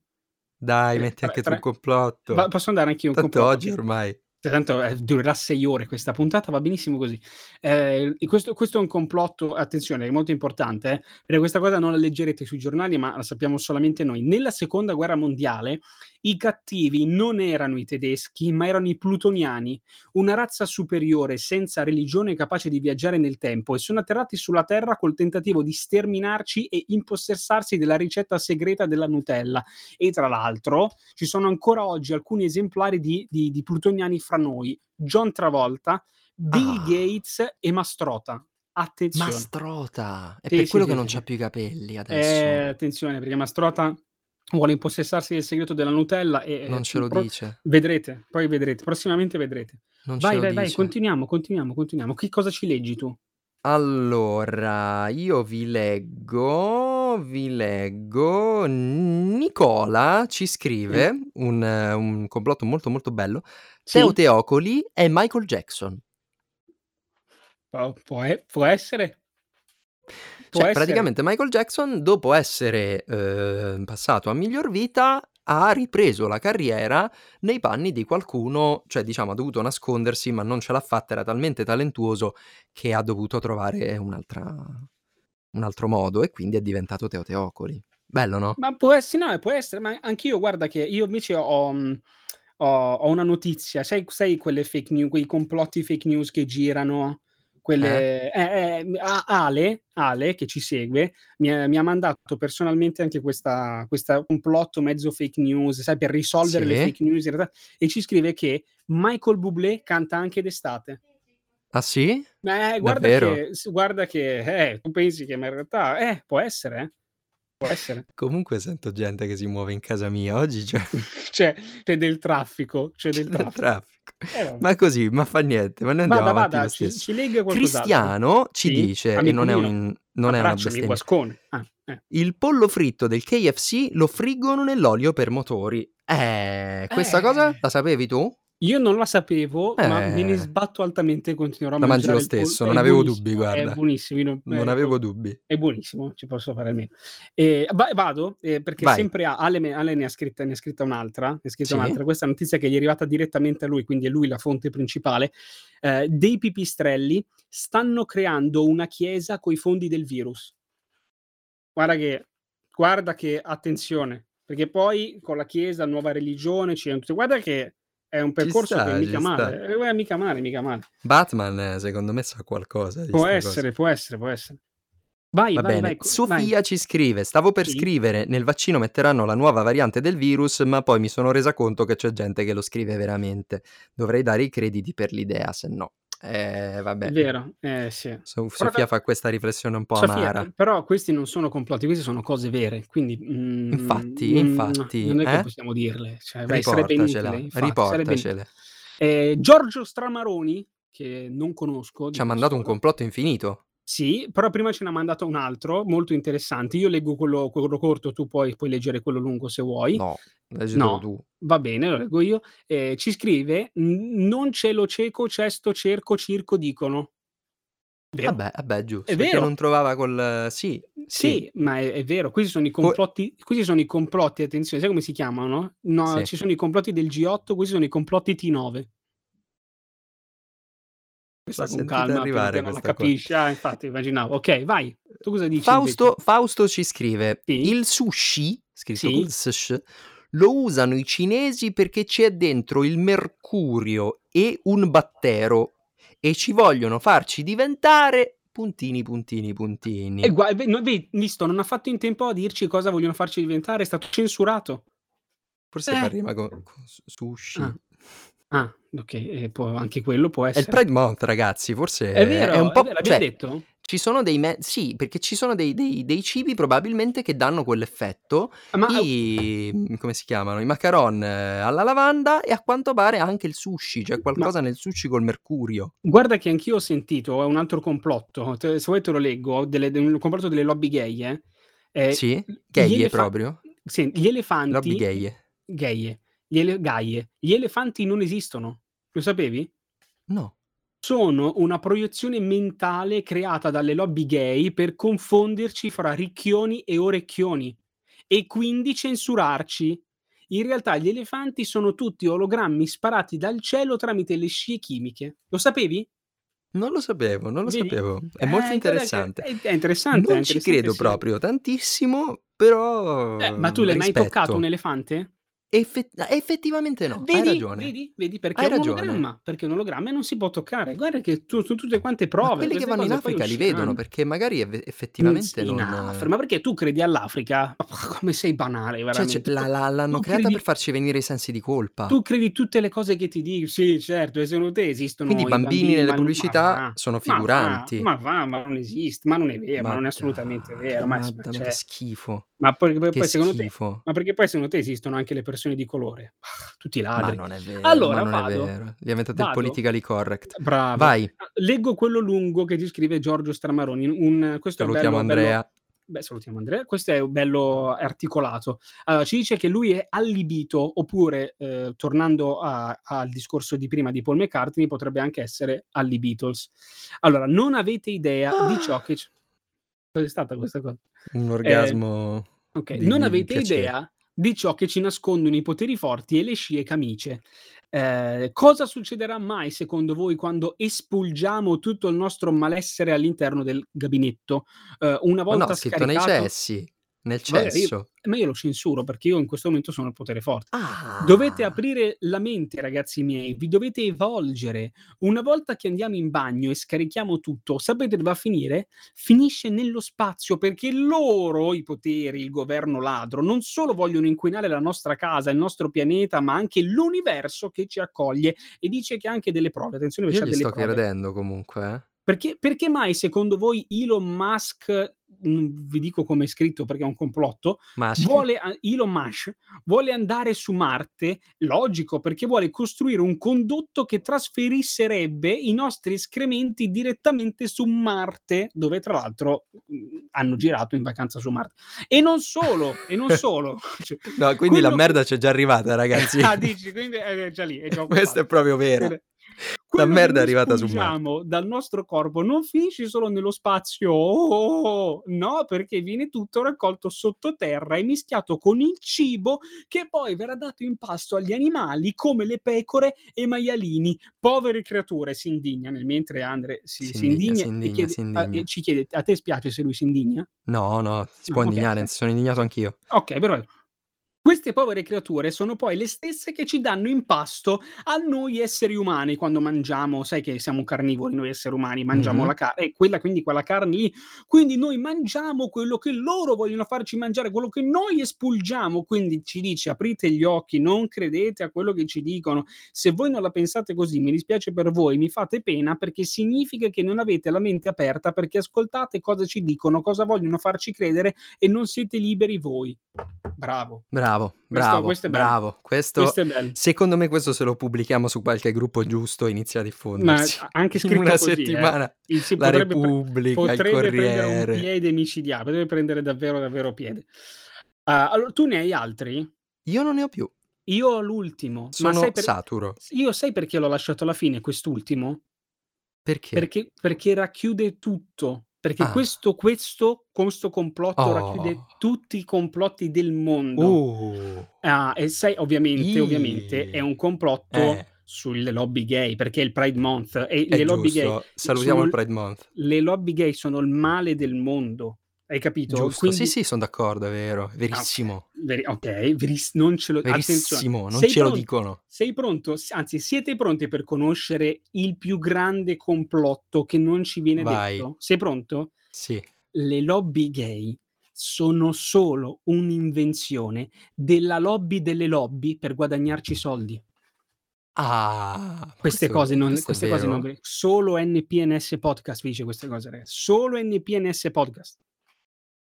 [SPEAKER 1] Dai,
[SPEAKER 2] Eh,
[SPEAKER 1] metti
[SPEAKER 2] tra-
[SPEAKER 1] anche tu
[SPEAKER 2] tra-
[SPEAKER 1] un complotto.
[SPEAKER 2] Va- posso andare anche io un
[SPEAKER 1] Tanto
[SPEAKER 2] complotto?
[SPEAKER 1] oggi ormai.
[SPEAKER 2] Tanto eh, durerà sei ore questa puntata, va benissimo così. Eh, e questo, questo è un complotto, attenzione, è molto importante, eh, perché questa cosa non la leggerete sui giornali, ma la sappiamo solamente noi. Nella seconda guerra mondiale i cattivi non erano i tedeschi, ma erano i plutoniani, una razza superiore, senza religione, capace di viaggiare nel tempo, e sono atterrati sulla Terra col tentativo di sterminarci e impossessarsi della ricetta segreta della Nutella. E tra l'altro ci sono ancora oggi alcuni esemplari di, di- di plutoniani fra noi, John Travolta, Bill
[SPEAKER 1] Ah.
[SPEAKER 2] Gates e Mastrota. Attenzione.
[SPEAKER 1] Mastrota. È
[SPEAKER 2] Sì,
[SPEAKER 1] per
[SPEAKER 2] sì,
[SPEAKER 1] quello
[SPEAKER 2] sì,
[SPEAKER 1] che non
[SPEAKER 2] sì,
[SPEAKER 1] c'ha
[SPEAKER 2] sì.
[SPEAKER 1] più i capelli adesso.
[SPEAKER 2] Eh, attenzione, perché Mastrota vuole impossessarsi del segreto della Nutella e e-
[SPEAKER 1] non ce lo
[SPEAKER 2] pro-
[SPEAKER 1] dice.
[SPEAKER 2] Vedrete, poi vedrete, prossimamente vedrete.
[SPEAKER 1] Non ce
[SPEAKER 2] Vai,
[SPEAKER 1] lo
[SPEAKER 2] vai,
[SPEAKER 1] dice.
[SPEAKER 2] vai, continuiamo, continuiamo, continuiamo. Che cosa ci leggi tu?
[SPEAKER 1] Allora, io vi leggo, vi leggo. Nicola ci scrive un, eh, un complotto molto molto bello.
[SPEAKER 2] Sì?
[SPEAKER 1] Teo Teocoli è Michael Jackson.
[SPEAKER 2] Pu- può e- può essere? Può
[SPEAKER 1] Cioè,
[SPEAKER 2] essere.
[SPEAKER 1] praticamente Michael Jackson, dopo essere eh, passato a miglior vita, ha ripreso la carriera nei panni di qualcuno, cioè diciamo ha dovuto nascondersi, ma non ce l'ha fatta, era talmente talentuoso che ha dovuto trovare un'altra- un altro modo e quindi è diventato Teo Teocoli. Bello, no?
[SPEAKER 2] Ma può essere, no, può essere, ma anch'io, guarda che io invece ho, mh, ho- ho una notizia, sai, sai quelle fake news, quei complotti fake news che girano, quelle... eh, eh, a- Ale, Ale, che ci segue, mi ha, mi ha mandato personalmente anche questa, questa complotto mezzo fake news, sai, per risolvere
[SPEAKER 1] Sì.
[SPEAKER 2] le fake news in realtà, e ci scrive che Michael Bublé canta anche d'estate.
[SPEAKER 1] Ah sì?
[SPEAKER 2] Eh, guarda
[SPEAKER 1] Davvero?
[SPEAKER 2] che, guarda che, eh, tu pensi che ma in realtà, eh, può essere, eh, può essere.
[SPEAKER 1] Comunque sento gente che si muove in casa mia oggi, cioè
[SPEAKER 2] c'è, c'è del traffico, c'è del
[SPEAKER 1] nel
[SPEAKER 2] traffico.
[SPEAKER 1] traffico.
[SPEAKER 2] Eh, vabbè.
[SPEAKER 1] Ma così, ma fa niente, ma noi andiamo
[SPEAKER 2] vada,
[SPEAKER 1] avanti
[SPEAKER 2] vada,
[SPEAKER 1] lo
[SPEAKER 2] ci,
[SPEAKER 1] stesso.
[SPEAKER 2] ci lega qualcos'altro.
[SPEAKER 1] Cristiano ci
[SPEAKER 2] Sì,
[SPEAKER 1] dice, e
[SPEAKER 2] amico
[SPEAKER 1] non è,
[SPEAKER 2] mio,
[SPEAKER 1] un, non è una
[SPEAKER 2] Abbracciami,
[SPEAKER 1] bestemmia,
[SPEAKER 2] guascone. Ah, eh.
[SPEAKER 1] il pollo fritto del KFC lo friggono nell'olio per motori. Eh, questa
[SPEAKER 2] Eh.
[SPEAKER 1] cosa la sapevi tu?
[SPEAKER 2] Io non la sapevo, ma
[SPEAKER 1] Eh.
[SPEAKER 2] me ne sbatto altamente e continuerò a
[SPEAKER 1] La mangi lo
[SPEAKER 2] mangiare il pol-
[SPEAKER 1] stesso,
[SPEAKER 2] è
[SPEAKER 1] non avevo
[SPEAKER 2] buonissimo,
[SPEAKER 1] dubbi, guarda.
[SPEAKER 2] È buonissimo, io
[SPEAKER 1] Non
[SPEAKER 2] eh,
[SPEAKER 1] avevo dubbi.
[SPEAKER 2] è buonissimo, ci posso fare almeno. Eh, va- vado, eh, perché
[SPEAKER 1] Vai.
[SPEAKER 2] sempre a- Ale, me- Ale ne, ha scritta, ne ha scritta un'altra, ne ha
[SPEAKER 1] Sì.
[SPEAKER 2] scritta un'altra. Questa è una notizia che gli è arrivata direttamente a lui, quindi è lui la fonte principale. Eh, dei pipistrelli stanno creando una chiesa coi fondi del virus. Guarda che, guarda che attenzione, perché poi con la chiesa, nuova religione, ci sono tutti- guarda che è un percorso
[SPEAKER 1] sta,
[SPEAKER 2] che è mica
[SPEAKER 1] ci
[SPEAKER 2] male, eh, mica male, mica male.
[SPEAKER 1] Batman, eh, secondo me, sa qualcosa di
[SPEAKER 2] Può
[SPEAKER 1] sta
[SPEAKER 2] essere, può essere, può essere. Vai,
[SPEAKER 1] cosa. Va
[SPEAKER 2] vai,
[SPEAKER 1] bene,
[SPEAKER 2] vai. co- vai.
[SPEAKER 1] Sofia ci scrive, stavo per
[SPEAKER 2] Sì.
[SPEAKER 1] scrivere, nel vaccino metteranno la nuova variante del virus, ma poi mi sono resa conto che c'è gente che lo scrive veramente. Dovrei dare i crediti per l'idea, se no. Eh,
[SPEAKER 2] È
[SPEAKER 1] vabbè.
[SPEAKER 2] vero, eh, sì.
[SPEAKER 1] So- Sofia fa questa riflessione un po'
[SPEAKER 2] Sofia, eh,
[SPEAKER 1] amara.
[SPEAKER 2] però questi non sono complotti, queste sono cose vere, quindi mm,
[SPEAKER 1] Infatti,
[SPEAKER 2] mm,
[SPEAKER 1] infatti,
[SPEAKER 2] non è che
[SPEAKER 1] eh?
[SPEAKER 2] possiamo dirle, cioè, vai, sarebbe
[SPEAKER 1] Riportacela,
[SPEAKER 2] inutile, infatti, sarebbe inutile.
[SPEAKER 1] riportacela.
[SPEAKER 2] Eh, Giorgio Stramaroni, che non conosco,
[SPEAKER 1] Ci ha mandato un
[SPEAKER 2] complesso
[SPEAKER 1] complotto infinito.
[SPEAKER 2] Sì, però prima ce n'ha mandato un altro molto interessante. Io leggo quello, quello corto, tu puoi, puoi leggere quello lungo se vuoi.
[SPEAKER 1] No, leggetelo
[SPEAKER 2] No.
[SPEAKER 1] tu.
[SPEAKER 2] Va bene, lo leggo io. Eh, ci scrive: "N- Non ce lo cieco, cesto, cerco, circo, dicono. Vero?
[SPEAKER 1] Vabbè, vabbè, giusto.
[SPEAKER 2] È
[SPEAKER 1] Perché
[SPEAKER 2] vero.
[SPEAKER 1] non trovava col... Sì,
[SPEAKER 2] Sì,
[SPEAKER 1] sì.
[SPEAKER 2] ma è, è vero, questi sono i
[SPEAKER 1] Co-
[SPEAKER 2] complotti, questi sono i complotti, attenzione, sai come si chiamano? No,
[SPEAKER 1] Sì.
[SPEAKER 2] ci sono i complotti del G8, questi sono i complotti T9. Questa
[SPEAKER 1] L'ho
[SPEAKER 2] con
[SPEAKER 1] sentita
[SPEAKER 2] calma,
[SPEAKER 1] arrivare
[SPEAKER 2] perché non la
[SPEAKER 1] questa qua.
[SPEAKER 2] capisci, ah, infatti immaginavo. Ok, vai, tu cosa dici?
[SPEAKER 1] Fausto,
[SPEAKER 2] invece?
[SPEAKER 1] Fausto ci scrive,
[SPEAKER 2] Sì.
[SPEAKER 1] il sushi, scritto
[SPEAKER 2] Sì.
[SPEAKER 1] col ssh, lo usano i cinesi perché c'è dentro il mercurio e un battero e ci vogliono farci diventare puntini, puntini, puntini.
[SPEAKER 2] E guai- ve- no, vedi, visto, non ha fatto in tempo a dirci cosa vogliono farci diventare, è stato censurato.
[SPEAKER 1] Forse
[SPEAKER 2] Eh.
[SPEAKER 1] fa rima con, con s- sushi.
[SPEAKER 2] Ah, Ah, ok, eh, può- anche quello può
[SPEAKER 1] È il
[SPEAKER 2] essere.
[SPEAKER 1] Pride Month, ragazzi, forse
[SPEAKER 2] È vero,
[SPEAKER 1] è un po'...
[SPEAKER 2] è vero, l'abbiamo
[SPEAKER 1] cioè,
[SPEAKER 2] detto?
[SPEAKER 1] ci sono dei... me- sì, perché ci sono dei, dei- dei cibi probabilmente che danno quell'effetto.
[SPEAKER 2] Ma
[SPEAKER 1] I... mm, come si chiamano? I macaron eh, alla lavanda e a quanto pare anche il sushi, cioè qualcosa nel sushi col mercurio.
[SPEAKER 2] Guarda che anch'io ho sentito, è un altro complotto, te- se vuoi te lo leggo, delle, de- un complotto delle lobby gay. eh. Eh,
[SPEAKER 1] sì?
[SPEAKER 2] gli
[SPEAKER 1] Gay
[SPEAKER 2] elefa-
[SPEAKER 1] proprio?
[SPEAKER 2] sì, gli elefanti...
[SPEAKER 1] Lobby gay.
[SPEAKER 2] gay, gli, ele- gaie. Gli elefanti non esistono, lo sapevi?
[SPEAKER 1] No.
[SPEAKER 2] Sono una proiezione mentale creata dalle lobby gay per confonderci fra ricchioni e orecchioni e quindi censurarci. In realtà gli elefanti sono tutti ologrammi sparati dal cielo tramite le scie chimiche. Lo sapevi?
[SPEAKER 1] Non lo sapevo, non lo
[SPEAKER 2] Vedi?
[SPEAKER 1] sapevo. È
[SPEAKER 2] Eh,
[SPEAKER 1] molto
[SPEAKER 2] guarda che-
[SPEAKER 1] interessante.
[SPEAKER 2] È, è interessante. è
[SPEAKER 1] Non ci
[SPEAKER 2] interessante,
[SPEAKER 1] credo
[SPEAKER 2] sì.
[SPEAKER 1] proprio tantissimo, però...
[SPEAKER 2] Eh, ma tu l'hai mai
[SPEAKER 1] rispetto.
[SPEAKER 2] toccato un elefante?
[SPEAKER 1] Effett- effettivamente no, hai
[SPEAKER 2] Vedi,
[SPEAKER 1] ragione.
[SPEAKER 2] vedi, vedi, perché
[SPEAKER 1] Hai
[SPEAKER 2] è un
[SPEAKER 1] ragione.
[SPEAKER 2] ologramma, perché è un ologramma e non si può toccare. Guarda che tu- sono tutte quante prove.
[SPEAKER 1] Ma quelli che
[SPEAKER 2] queste
[SPEAKER 1] vanno in
[SPEAKER 2] cose poi
[SPEAKER 1] Africa li
[SPEAKER 2] usciranno.
[SPEAKER 1] vedono perché magari eff-
[SPEAKER 2] In-
[SPEAKER 1] effettivamente
[SPEAKER 2] in
[SPEAKER 1] non...
[SPEAKER 2] Africa. Ma perché tu credi all'Africa? Ma come sei banale,
[SPEAKER 1] Cioè, c'è-
[SPEAKER 2] veramente.
[SPEAKER 1] la- la- l'hanno
[SPEAKER 2] tu
[SPEAKER 1] creata
[SPEAKER 2] credi-
[SPEAKER 1] per farci venire i sensi di colpa.
[SPEAKER 2] Tu credi tutte le cose che ti dico? Sì, certo, e secondo te esistono
[SPEAKER 1] Quindi i bambini, eh. nelle
[SPEAKER 2] ma non- ma
[SPEAKER 1] pubblicità
[SPEAKER 2] va,
[SPEAKER 1] sono
[SPEAKER 2] ma va,
[SPEAKER 1] figuranti.
[SPEAKER 2] Ma va, ma non esiste, ma non è vero, ma, non è assolutamente
[SPEAKER 1] dai,
[SPEAKER 2] vero. Ma,
[SPEAKER 1] ma,
[SPEAKER 2] ma
[SPEAKER 1] ma
[SPEAKER 2] cioè,
[SPEAKER 1] che schifo.
[SPEAKER 2] ma poi, poi-
[SPEAKER 1] Che
[SPEAKER 2] poi secondo te,
[SPEAKER 1] schifo.
[SPEAKER 2] ma perché poi secondo te esistono anche le persone di colore? Ah, Tutti
[SPEAKER 1] Ma
[SPEAKER 2] ladri.
[SPEAKER 1] non è vero. ma
[SPEAKER 2] Allora,
[SPEAKER 1] non
[SPEAKER 2] vado.
[SPEAKER 1] è vero. Gli avete del
[SPEAKER 2] Vado.
[SPEAKER 1] politically correct.
[SPEAKER 2] Bravo. Ah,
[SPEAKER 1] Vai,
[SPEAKER 2] Leggo quello lungo che ti scrive Giorgio Stramaroni. Un, questo è
[SPEAKER 1] salutiamo
[SPEAKER 2] bello,
[SPEAKER 1] Andrea.
[SPEAKER 2] bello- beh, salutiamo Andrea. Questo è bello articolato. Allora, ci dice che lui è allibito, oppure, eh, tornando a- al discorso di prima di Paul McCartney,
[SPEAKER 1] Ah.
[SPEAKER 2] potrebbe anche essere allibeatles. Allora, non avete idea di ciò che... c- Cos'è stata questa cosa?
[SPEAKER 1] Un orgasmo.
[SPEAKER 2] Eh, ok,
[SPEAKER 1] di-
[SPEAKER 2] non
[SPEAKER 1] di
[SPEAKER 2] avete
[SPEAKER 1] piacere.
[SPEAKER 2] idea di ciò che ci nascondono i poteri forti e le scie camicie. Eh, cosa succederà mai secondo voi quando espulgiamo tutto il nostro malessere all'interno del gabinetto? Eh, una
[SPEAKER 1] Ma
[SPEAKER 2] volta
[SPEAKER 1] no, scritto nei
[SPEAKER 2] scaricato,
[SPEAKER 1] cessi. Nel
[SPEAKER 2] Vabbè, io-
[SPEAKER 1] cesso.
[SPEAKER 2] ma io lo censuro perché io in questo momento sono il potere forte.
[SPEAKER 1] Ah.
[SPEAKER 2] Dovete aprire la mente, ragazzi miei, vi dovete evolgere. Una volta che andiamo in bagno e scarichiamo tutto, sapete dove va a finire? Finisce nello spazio perché loro, i poteri, il governo ladro, non solo vogliono inquinare la nostra casa, il nostro pianeta, ma anche l'universo che ci accoglie e dice che ha anche delle prove. Attenzione,
[SPEAKER 1] Io
[SPEAKER 2] perché c'ha
[SPEAKER 1] gli
[SPEAKER 2] delle
[SPEAKER 1] sto
[SPEAKER 2] prove.
[SPEAKER 1] credendo comunque. eh.
[SPEAKER 2] Perché, perché mai secondo voi Elon Musk, mh, vi dico come è scritto perché è un complotto,
[SPEAKER 1] Ma
[SPEAKER 2] vuole, a- Elon Musk vuole andare su Marte, logico, perché vuole costruire un condotto che trasferisserebbe i nostri escrementi direttamente su Marte, dove tra l'altro mh, hanno girato in vacanza su Marte. E non solo, e non solo. Cioè,
[SPEAKER 1] No, quindi
[SPEAKER 2] quello
[SPEAKER 1] la
[SPEAKER 2] che-
[SPEAKER 1] merda c'è già arrivata, ragazzi.
[SPEAKER 2] ah, dici, quindi è già lì. È già
[SPEAKER 1] Questa è proprio vera.
[SPEAKER 2] Quello che
[SPEAKER 1] merda è
[SPEAKER 2] noi
[SPEAKER 1] arrivata su
[SPEAKER 2] espulgiamo dal nostro corpo non finisce solo nello spazio, oh, no, perché viene tutto raccolto sottoterra e mischiato con il cibo che poi verrà dato in pasto agli animali come le pecore e i maialini. Povere creature, si indigna, nel mentre Andre si,
[SPEAKER 1] Si
[SPEAKER 2] si
[SPEAKER 1] indigna,
[SPEAKER 2] indigna,
[SPEAKER 1] si
[SPEAKER 2] e
[SPEAKER 1] indigna,
[SPEAKER 2] chiede-
[SPEAKER 1] si indigna.
[SPEAKER 2] a- e ci chiede, a te spiace se lui si indigna?
[SPEAKER 1] No, no, si
[SPEAKER 2] No,
[SPEAKER 1] può
[SPEAKER 2] ok,
[SPEAKER 1] indignare,
[SPEAKER 2] ok.
[SPEAKER 1] sono indignato anch'io.
[SPEAKER 2] Ok, però queste povere creature sono poi le stesse che ci danno in pasto a noi esseri umani quando mangiamo, sai che siamo carnivori noi esseri umani, mangiamo
[SPEAKER 1] Mhm.
[SPEAKER 2] la carne, e quella quindi quella carne lì, quindi noi mangiamo quello che loro vogliono farci mangiare, quello che noi espulgiamo, quindi ci dice aprite gli occhi, non credete a quello che ci dicono, se voi non la pensate così, mi dispiace per voi, mi fate pena perché significa che non avete la mente aperta perché ascoltate cosa ci dicono, cosa vogliono farci credere e non siete liberi voi. Bravo.
[SPEAKER 1] Bravo, bravo,
[SPEAKER 2] questo è bello.
[SPEAKER 1] bravo. Questo,
[SPEAKER 2] Questo è bello.
[SPEAKER 1] secondo me questo se lo pubblichiamo su qualche gruppo giusto inizia a
[SPEAKER 2] Ma
[SPEAKER 1] diffondersi.
[SPEAKER 2] anche
[SPEAKER 1] In
[SPEAKER 2] scritto
[SPEAKER 1] una
[SPEAKER 2] così, eh.
[SPEAKER 1] settimana
[SPEAKER 2] Il- si
[SPEAKER 1] la
[SPEAKER 2] potrebbe, pre-
[SPEAKER 1] Repubblica, il
[SPEAKER 2] potrebbe prendere un
[SPEAKER 1] Corriere.
[SPEAKER 2] piede micidiale, potrebbe prendere davvero, davvero piede. Ah, allora, tu ne hai altri?
[SPEAKER 1] Io non ne ho più,
[SPEAKER 2] Io ho l'ultimo.
[SPEAKER 1] sono
[SPEAKER 2] ma sai per-
[SPEAKER 1] saturo.
[SPEAKER 2] Io sai perché l'ho lasciato alla fine quest'ultimo?
[SPEAKER 1] Perché?
[SPEAKER 2] perché, perché racchiude tutto. Perché
[SPEAKER 1] Ah.
[SPEAKER 2] questo, questo, questo complotto
[SPEAKER 1] Oh.
[SPEAKER 2] racchiude tutti i complotti del mondo.
[SPEAKER 1] Uh,
[SPEAKER 2] Ah, e sai, ovviamente,
[SPEAKER 1] Ih.
[SPEAKER 2] ovviamente è un complotto
[SPEAKER 1] Eh.
[SPEAKER 2] sulle lobby gay, perché è il Pride Month e
[SPEAKER 1] è
[SPEAKER 2] le lobby, gay,
[SPEAKER 1] giusto, salutiamo
[SPEAKER 2] sono-
[SPEAKER 1] il Pride Month.
[SPEAKER 2] le lobby gay sono il male del mondo. Hai capito?
[SPEAKER 1] Giusto,
[SPEAKER 2] Quindi-
[SPEAKER 1] sì sì, sono d'accordo, è vero, è verissimo,
[SPEAKER 2] Veri- ok, veris- non ce lo
[SPEAKER 1] verissimo,
[SPEAKER 2] attenzione,
[SPEAKER 1] non
[SPEAKER 2] sei
[SPEAKER 1] ce lo
[SPEAKER 2] pronto-
[SPEAKER 1] dicono.
[SPEAKER 2] Sei pronto? S- Anzi, siete pronti per conoscere il più grande complotto che non ci viene
[SPEAKER 1] Vai.
[SPEAKER 2] detto? Sei pronto?
[SPEAKER 1] Sì.
[SPEAKER 2] Le lobby gay sono solo un'invenzione della lobby delle lobby per guadagnarci soldi.
[SPEAKER 1] Ah, ma
[SPEAKER 2] Queste
[SPEAKER 1] questo-
[SPEAKER 2] cose non,
[SPEAKER 1] questo è
[SPEAKER 2] queste cose
[SPEAKER 1] vero?
[SPEAKER 2] non ve- solo NPNS Podcast vi dice queste cose, ragazzi. Solo NPNS Podcast.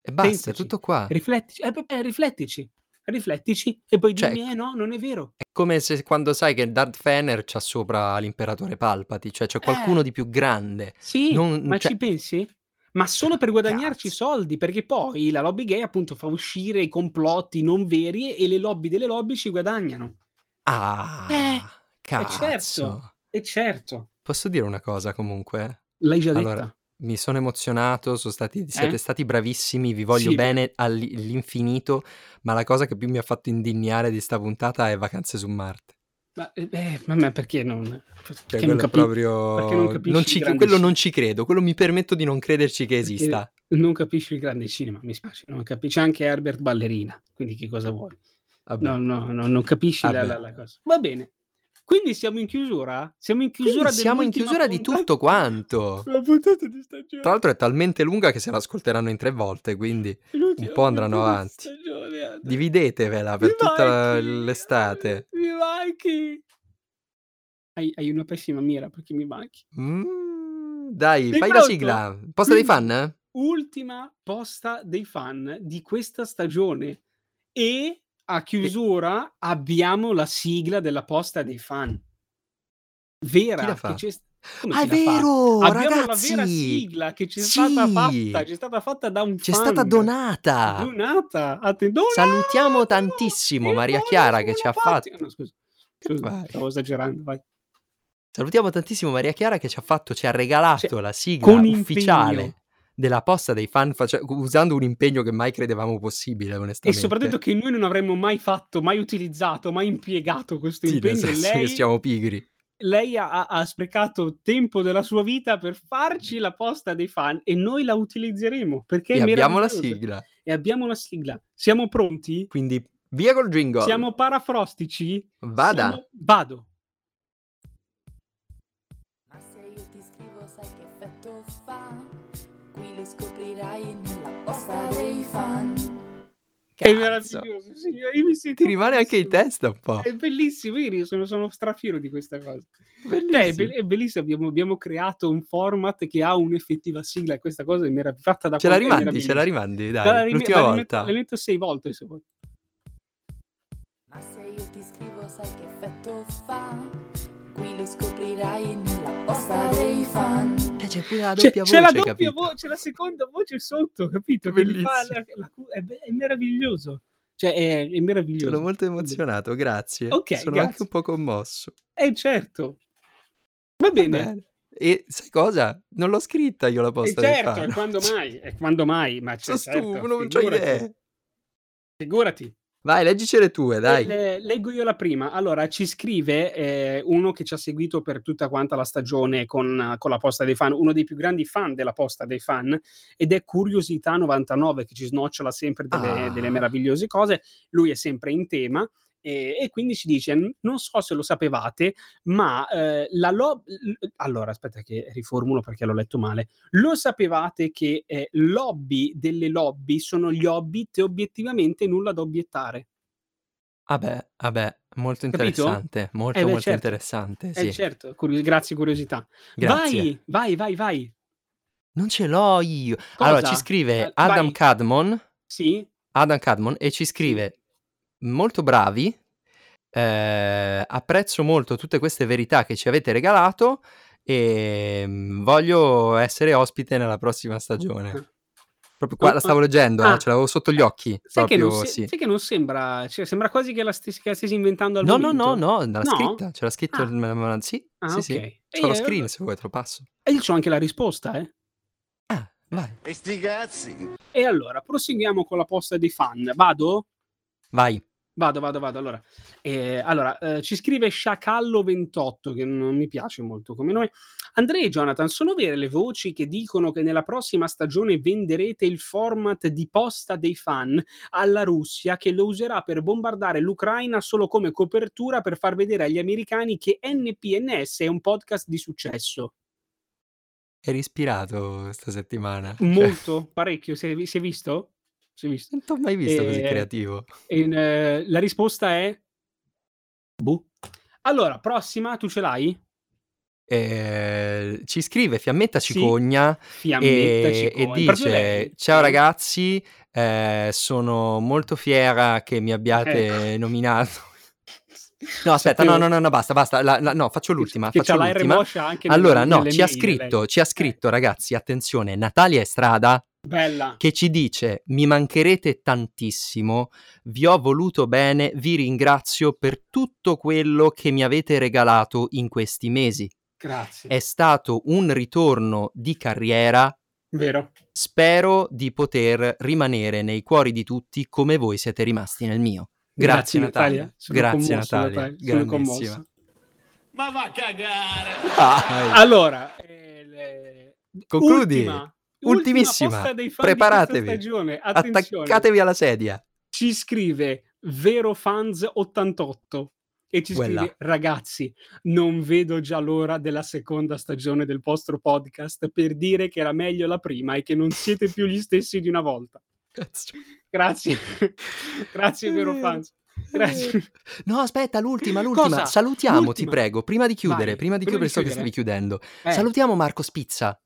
[SPEAKER 1] E basta, è
[SPEAKER 2] Pensaci.
[SPEAKER 1] tutto qua.
[SPEAKER 2] Riflettici, eh, beh, riflettici, riflettici e poi
[SPEAKER 1] Cioè-
[SPEAKER 2] dimmi, eh no, non è vero.
[SPEAKER 1] È come se quando sai che Darth Fener c'ha sopra l'imperatore Palpati, cioè c'è qualcuno
[SPEAKER 2] Eh.
[SPEAKER 1] di più grande.
[SPEAKER 2] Sì,
[SPEAKER 1] Non-
[SPEAKER 2] ma
[SPEAKER 1] cioè-
[SPEAKER 2] ci pensi? Ma solo per guadagnarci
[SPEAKER 1] Cazzo.
[SPEAKER 2] soldi, perché poi la lobby gay appunto fa uscire i complotti non veri e le lobby delle lobby ci guadagnano.
[SPEAKER 1] Ah,
[SPEAKER 2] Eh,
[SPEAKER 1] cazzo.
[SPEAKER 2] certo. E certo,
[SPEAKER 1] Posso dire una cosa comunque?
[SPEAKER 2] l'hai già
[SPEAKER 1] Allora,
[SPEAKER 2] detta.
[SPEAKER 1] Mi sono emozionato, sono stati- siete stati bravissimi, vi voglio
[SPEAKER 2] Eh? Sì,
[SPEAKER 1] bene all'i- all'infinito, ma la cosa che più mi ha fatto indignare di sta puntata è Vacanze su Marte.
[SPEAKER 2] Ma, eh, eh, ma- ma perché non,
[SPEAKER 1] Cioè,
[SPEAKER 2] perché non
[SPEAKER 1] quello è
[SPEAKER 2] capi-
[SPEAKER 1] proprio...
[SPEAKER 2] perché non capisci i
[SPEAKER 1] ci,
[SPEAKER 2] grandi
[SPEAKER 1] quello
[SPEAKER 2] sci-
[SPEAKER 1] non ci credo, quello mi permetto di non crederci che
[SPEAKER 2] perché
[SPEAKER 1] esista.
[SPEAKER 2] non capisci il grande cinema, mi spiace, non capisci anche Herbert Ballerina, quindi che cosa vuoi?
[SPEAKER 1] Vabbè.
[SPEAKER 2] No, no, no, non capisci la,
[SPEAKER 1] Vabbè.
[SPEAKER 2] la- la cosa. Va bene. Quindi siamo in chiusura? Siamo in
[SPEAKER 1] Quindi
[SPEAKER 2] chiusura
[SPEAKER 1] siamo in
[SPEAKER 2] dell'ultima
[SPEAKER 1] chiusura di
[SPEAKER 2] puntata-
[SPEAKER 1] tutto quanto.
[SPEAKER 2] La puntata di stagione.
[SPEAKER 1] Tra l'altro è talmente lunga che se l'ascolteranno in tre volte, quindi
[SPEAKER 2] L'ultima
[SPEAKER 1] un po' andranno
[SPEAKER 2] puntata di
[SPEAKER 1] avanti.
[SPEAKER 2] stagione, Andre.
[SPEAKER 1] dividetevela per
[SPEAKER 2] I
[SPEAKER 1] tutta la-
[SPEAKER 2] Viking!
[SPEAKER 1] l'estate.
[SPEAKER 2] I Viking! Hai, hai una pessima mira perché mi manchi.
[SPEAKER 1] Mm, dai,
[SPEAKER 2] Sei
[SPEAKER 1] fai la
[SPEAKER 2] pronto?
[SPEAKER 1] sigla. Posta dei fan?
[SPEAKER 2] Quindi-
[SPEAKER 1] eh?
[SPEAKER 2] Ultima posta dei fan di questa stagione. E a chiusura abbiamo la sigla della posta dei fan.
[SPEAKER 1] Chi la
[SPEAKER 2] Vera,
[SPEAKER 1] fa?
[SPEAKER 2] che c'è... come
[SPEAKER 1] Ah, è
[SPEAKER 2] chi la fa?
[SPEAKER 1] vero,
[SPEAKER 2] Abbiamo
[SPEAKER 1] ragazzi!
[SPEAKER 2] la vera sigla che ci è
[SPEAKER 1] Sì!
[SPEAKER 2] stata fatta, ci è stata fatta da un
[SPEAKER 1] Ci è
[SPEAKER 2] fan.
[SPEAKER 1] stata donata.
[SPEAKER 2] Donata, atten- donata!
[SPEAKER 1] Salutiamo tantissimo
[SPEAKER 2] Il
[SPEAKER 1] Maria
[SPEAKER 2] bonus
[SPEAKER 1] Chiara che
[SPEAKER 2] sulla
[SPEAKER 1] ci ha
[SPEAKER 2] pazzi-
[SPEAKER 1] fatto-
[SPEAKER 2] No, scusa, scusa,
[SPEAKER 1] Vai.
[SPEAKER 2] stavo esagerando, vai.
[SPEAKER 1] Salutiamo tantissimo Maria Chiara che ci ha fatto, ci ha regalato
[SPEAKER 2] Cioè,
[SPEAKER 1] la sigla
[SPEAKER 2] Con impegno,
[SPEAKER 1] ufficiale della posta dei fan face- usando un impegno che mai credevamo possibile, onestamente.
[SPEAKER 2] E soprattutto che noi non avremmo mai fatto, mai utilizzato, mai impiegato questo
[SPEAKER 1] Sì, nel
[SPEAKER 2] impegno.
[SPEAKER 1] senso
[SPEAKER 2] Lei,
[SPEAKER 1] che siamo pigri.
[SPEAKER 2] lei ha, ha sprecato tempo della sua vita per farci la posta dei fan e noi la utilizzeremo perché
[SPEAKER 1] E
[SPEAKER 2] è
[SPEAKER 1] abbiamo la
[SPEAKER 2] meravigliosa.
[SPEAKER 1] sigla.
[SPEAKER 2] E abbiamo la sigla. Siamo pronti?
[SPEAKER 1] Quindi via col jingle.
[SPEAKER 2] Siamo parafrostici?
[SPEAKER 1] Vada.
[SPEAKER 2] Siamo- Vado.
[SPEAKER 3] Ma se io ti scrivo sai che effetto fa? Qui lo scoprirai nella posta dei fan.
[SPEAKER 2] È
[SPEAKER 1] Cazzo.
[SPEAKER 2] meraviglioso, signori. Mi sento
[SPEAKER 1] Ti rimane anche in
[SPEAKER 2] benissimo.
[SPEAKER 1] testa un po'.
[SPEAKER 2] È bellissimo, io sono, sono strafiero di questa cosa.
[SPEAKER 1] Bellissimo.
[SPEAKER 2] Cioè, è, be- è bellissimo, abbiamo, abbiamo creato un format che ha un'effettiva sigla e questa cosa è merav- fatta da
[SPEAKER 1] Ce la
[SPEAKER 2] qualche
[SPEAKER 1] rimandi,
[SPEAKER 2] meraviglia.
[SPEAKER 1] ce la rimandi, dai.
[SPEAKER 2] Te la rim-
[SPEAKER 1] L'ultima
[SPEAKER 2] la rimetto-
[SPEAKER 1] volta.
[SPEAKER 2] La rimetto sei volte se vuoi.
[SPEAKER 3] Ma se io ti scrivo sai che effetto fa? Qui lo scoprirai nella posta dei fan.
[SPEAKER 1] Eh, c'è pure la
[SPEAKER 2] C'è,
[SPEAKER 1] doppia
[SPEAKER 2] c'è
[SPEAKER 1] voce,
[SPEAKER 2] la doppia
[SPEAKER 1] capito?
[SPEAKER 2] voce, la seconda voce sotto, capito? Che gli fa la- la cu- è, be- è meraviglioso. Cioè, è, è meraviglioso.
[SPEAKER 1] Sono molto emozionato, grazie.
[SPEAKER 2] Ok,
[SPEAKER 1] Sono
[SPEAKER 2] grazie.
[SPEAKER 1] anche un po' commosso.
[SPEAKER 2] Eh, certo. Va bene.
[SPEAKER 1] Bene. E sai cosa? Non l'ho scritta io la
[SPEAKER 2] Eh,
[SPEAKER 1] posta dei
[SPEAKER 2] certo,
[SPEAKER 1] fan.
[SPEAKER 2] e quando mai? E quando mai? Ma
[SPEAKER 1] Sono
[SPEAKER 2] c'è
[SPEAKER 1] stufo, non c'ho
[SPEAKER 2] figurati,
[SPEAKER 1] idee.
[SPEAKER 2] Figurati.
[SPEAKER 1] Vai, leggici le tue, dai.
[SPEAKER 2] Eh, leggo io la prima. Allora, ci scrive eh, uno che ci ha seguito per tutta quanta la stagione con, eh, con la posta dei fan, uno dei più grandi fan della posta dei fan, ed è Curiosità99 che ci snocciola sempre delle,
[SPEAKER 1] Ah.
[SPEAKER 2] delle meravigliose cose. Lui è sempre in tema. E, e quindi ci dice: "N- Non so se lo sapevate, ma eh, la lobby. Allora, aspetta, che riformulo perché l'ho letto male. Lo sapevate che eh, lobby delle lobby sono gli hobbit e obiettivamente nulla da obiettare.
[SPEAKER 1] Vabbè, vabbè, molto
[SPEAKER 2] Capito?
[SPEAKER 1] interessante, molto
[SPEAKER 2] Eh beh,
[SPEAKER 1] molto
[SPEAKER 2] certo.
[SPEAKER 1] interessante, sì.
[SPEAKER 2] Eh certo, curio- grazie curiosità.
[SPEAKER 1] Grazie.
[SPEAKER 2] Vai, vai, vai, vai.
[SPEAKER 1] Non ce l'ho io. Allora
[SPEAKER 2] Cosa?
[SPEAKER 1] ci scrive
[SPEAKER 2] Eh,
[SPEAKER 1] Adam
[SPEAKER 2] vai.
[SPEAKER 1] Cadmon,
[SPEAKER 2] Sì,
[SPEAKER 1] Adam Cadmon e ci scrive molto bravi. eh, apprezzo molto tutte queste verità che ci avete regalato e mm, voglio essere ospite nella prossima stagione. Proprio qua
[SPEAKER 2] Oh,
[SPEAKER 1] la stavo leggendo, eh,
[SPEAKER 2] ah.
[SPEAKER 1] ce l'avevo sotto gli occhi,
[SPEAKER 2] sai, che non,
[SPEAKER 1] proprio
[SPEAKER 2] se-
[SPEAKER 1] sì.
[SPEAKER 2] sai che non sembra, cioè, sembra quasi che la, stessi, che la stessi inventando al
[SPEAKER 1] No, no,
[SPEAKER 2] momento.
[SPEAKER 1] no, no, l'ha
[SPEAKER 2] No?
[SPEAKER 1] scritta, ce l'ha scritto,
[SPEAKER 2] Ah.
[SPEAKER 1] il- ma- ma- sì,
[SPEAKER 2] Ah,
[SPEAKER 1] sì,
[SPEAKER 2] ok.
[SPEAKER 1] sì.
[SPEAKER 2] E
[SPEAKER 1] C'ho lo
[SPEAKER 2] io-
[SPEAKER 1] screen se vuoi te lo passo.
[SPEAKER 2] E io c'ho anche la risposta, eh.
[SPEAKER 1] Ah, vai,
[SPEAKER 4] E sti cazzi!
[SPEAKER 2] E allora, proseguiamo con la posta dei fan. Vado?
[SPEAKER 1] vai.
[SPEAKER 2] Vado, vado, vado. Allora, Eh, allora, eh, ci scrive Sciacallo28, che non mi piace molto come nome. Andrea e Jonathan, sono vere le voci che dicono che nella prossima stagione venderete il format di posta dei fan alla Russia che lo userà per bombardare l'Ucraina solo come copertura per far vedere agli americani che NPNS è un podcast di successo?
[SPEAKER 1] Eri ispirato questa settimana. Cioè,
[SPEAKER 2] Molto, parecchio. Si è, si è visto? Si è visto?
[SPEAKER 1] non t'ho mai visto così
[SPEAKER 2] Eh,
[SPEAKER 1] creativo.
[SPEAKER 2] E, eh, la risposta è... Boh. Allora, prossima, tu ce l'hai?
[SPEAKER 1] Eh, ci scrive Fiammetta
[SPEAKER 2] Sì,
[SPEAKER 1] Cicogna
[SPEAKER 2] Fiammetta
[SPEAKER 1] e, e
[SPEAKER 2] Cicogna. Proprio
[SPEAKER 1] dice:
[SPEAKER 2] lei.
[SPEAKER 1] Ciao ragazzi, eh, sono molto fiera che mi abbiate
[SPEAKER 2] Eh.
[SPEAKER 1] nominato. No, aspetta, no, no, no, no, basta, basta. la- la- no, faccio l'ultima.
[SPEAKER 2] Che
[SPEAKER 1] faccio
[SPEAKER 2] c'ha la
[SPEAKER 1] l'ultima.
[SPEAKER 2] remoscia anche nelle-
[SPEAKER 1] Allora, no,
[SPEAKER 2] nelle
[SPEAKER 1] ci ha
[SPEAKER 2] mail,
[SPEAKER 1] scritto,
[SPEAKER 2] lei. Eh.
[SPEAKER 1] ci ha scritto, ragazzi, attenzione, Natalia Estrada
[SPEAKER 2] Bella.
[SPEAKER 1] che ci dice mi mancherete tantissimo, vi ho voluto bene, vi ringrazio per tutto quello che mi avete regalato in questi mesi.
[SPEAKER 2] Grazie.
[SPEAKER 1] È stato un ritorno di carriera,
[SPEAKER 2] Vero.
[SPEAKER 1] spero di poter rimanere nei cuori di tutti come voi siete rimasti nel mio. Grazie, Natalia.
[SPEAKER 2] Sono
[SPEAKER 1] Grazie
[SPEAKER 2] commosso,
[SPEAKER 1] Natalia.
[SPEAKER 2] Sono
[SPEAKER 1] grandissima.
[SPEAKER 2] commosso.
[SPEAKER 4] Ma va a cagare!
[SPEAKER 1] Ah,
[SPEAKER 2] Allora, eh, le-
[SPEAKER 1] Concludi.
[SPEAKER 2] ultima-
[SPEAKER 1] Ultimissima.
[SPEAKER 2] ultima posta dei fan di
[SPEAKER 1] Preparatevi.
[SPEAKER 2] questa stagione. Attenzione.
[SPEAKER 1] attaccatevi alla sedia.
[SPEAKER 2] ci scrive VeroFans88 e ci scrive
[SPEAKER 1] Quella.
[SPEAKER 2] ragazzi non vedo già l'ora della seconda stagione del vostro podcast per dire che era meglio la prima e che non siete più gli stessi di una volta
[SPEAKER 1] Cazzo.
[SPEAKER 2] grazie grazie
[SPEAKER 1] È vero.
[SPEAKER 2] VeroFans grazie
[SPEAKER 1] No, aspetta, l'ultima, l'ultima.
[SPEAKER 2] Cosa?
[SPEAKER 1] Salutiamo, ti
[SPEAKER 2] L'ultima?
[SPEAKER 1] prego, prima di chiudere,
[SPEAKER 2] Vai,
[SPEAKER 1] prima di
[SPEAKER 2] prima
[SPEAKER 1] chiudere,
[SPEAKER 2] di
[SPEAKER 1] so che stavi
[SPEAKER 2] chiudere.
[SPEAKER 1] chiudendo.
[SPEAKER 2] Eh,
[SPEAKER 1] Salutiamo Marco Spizza.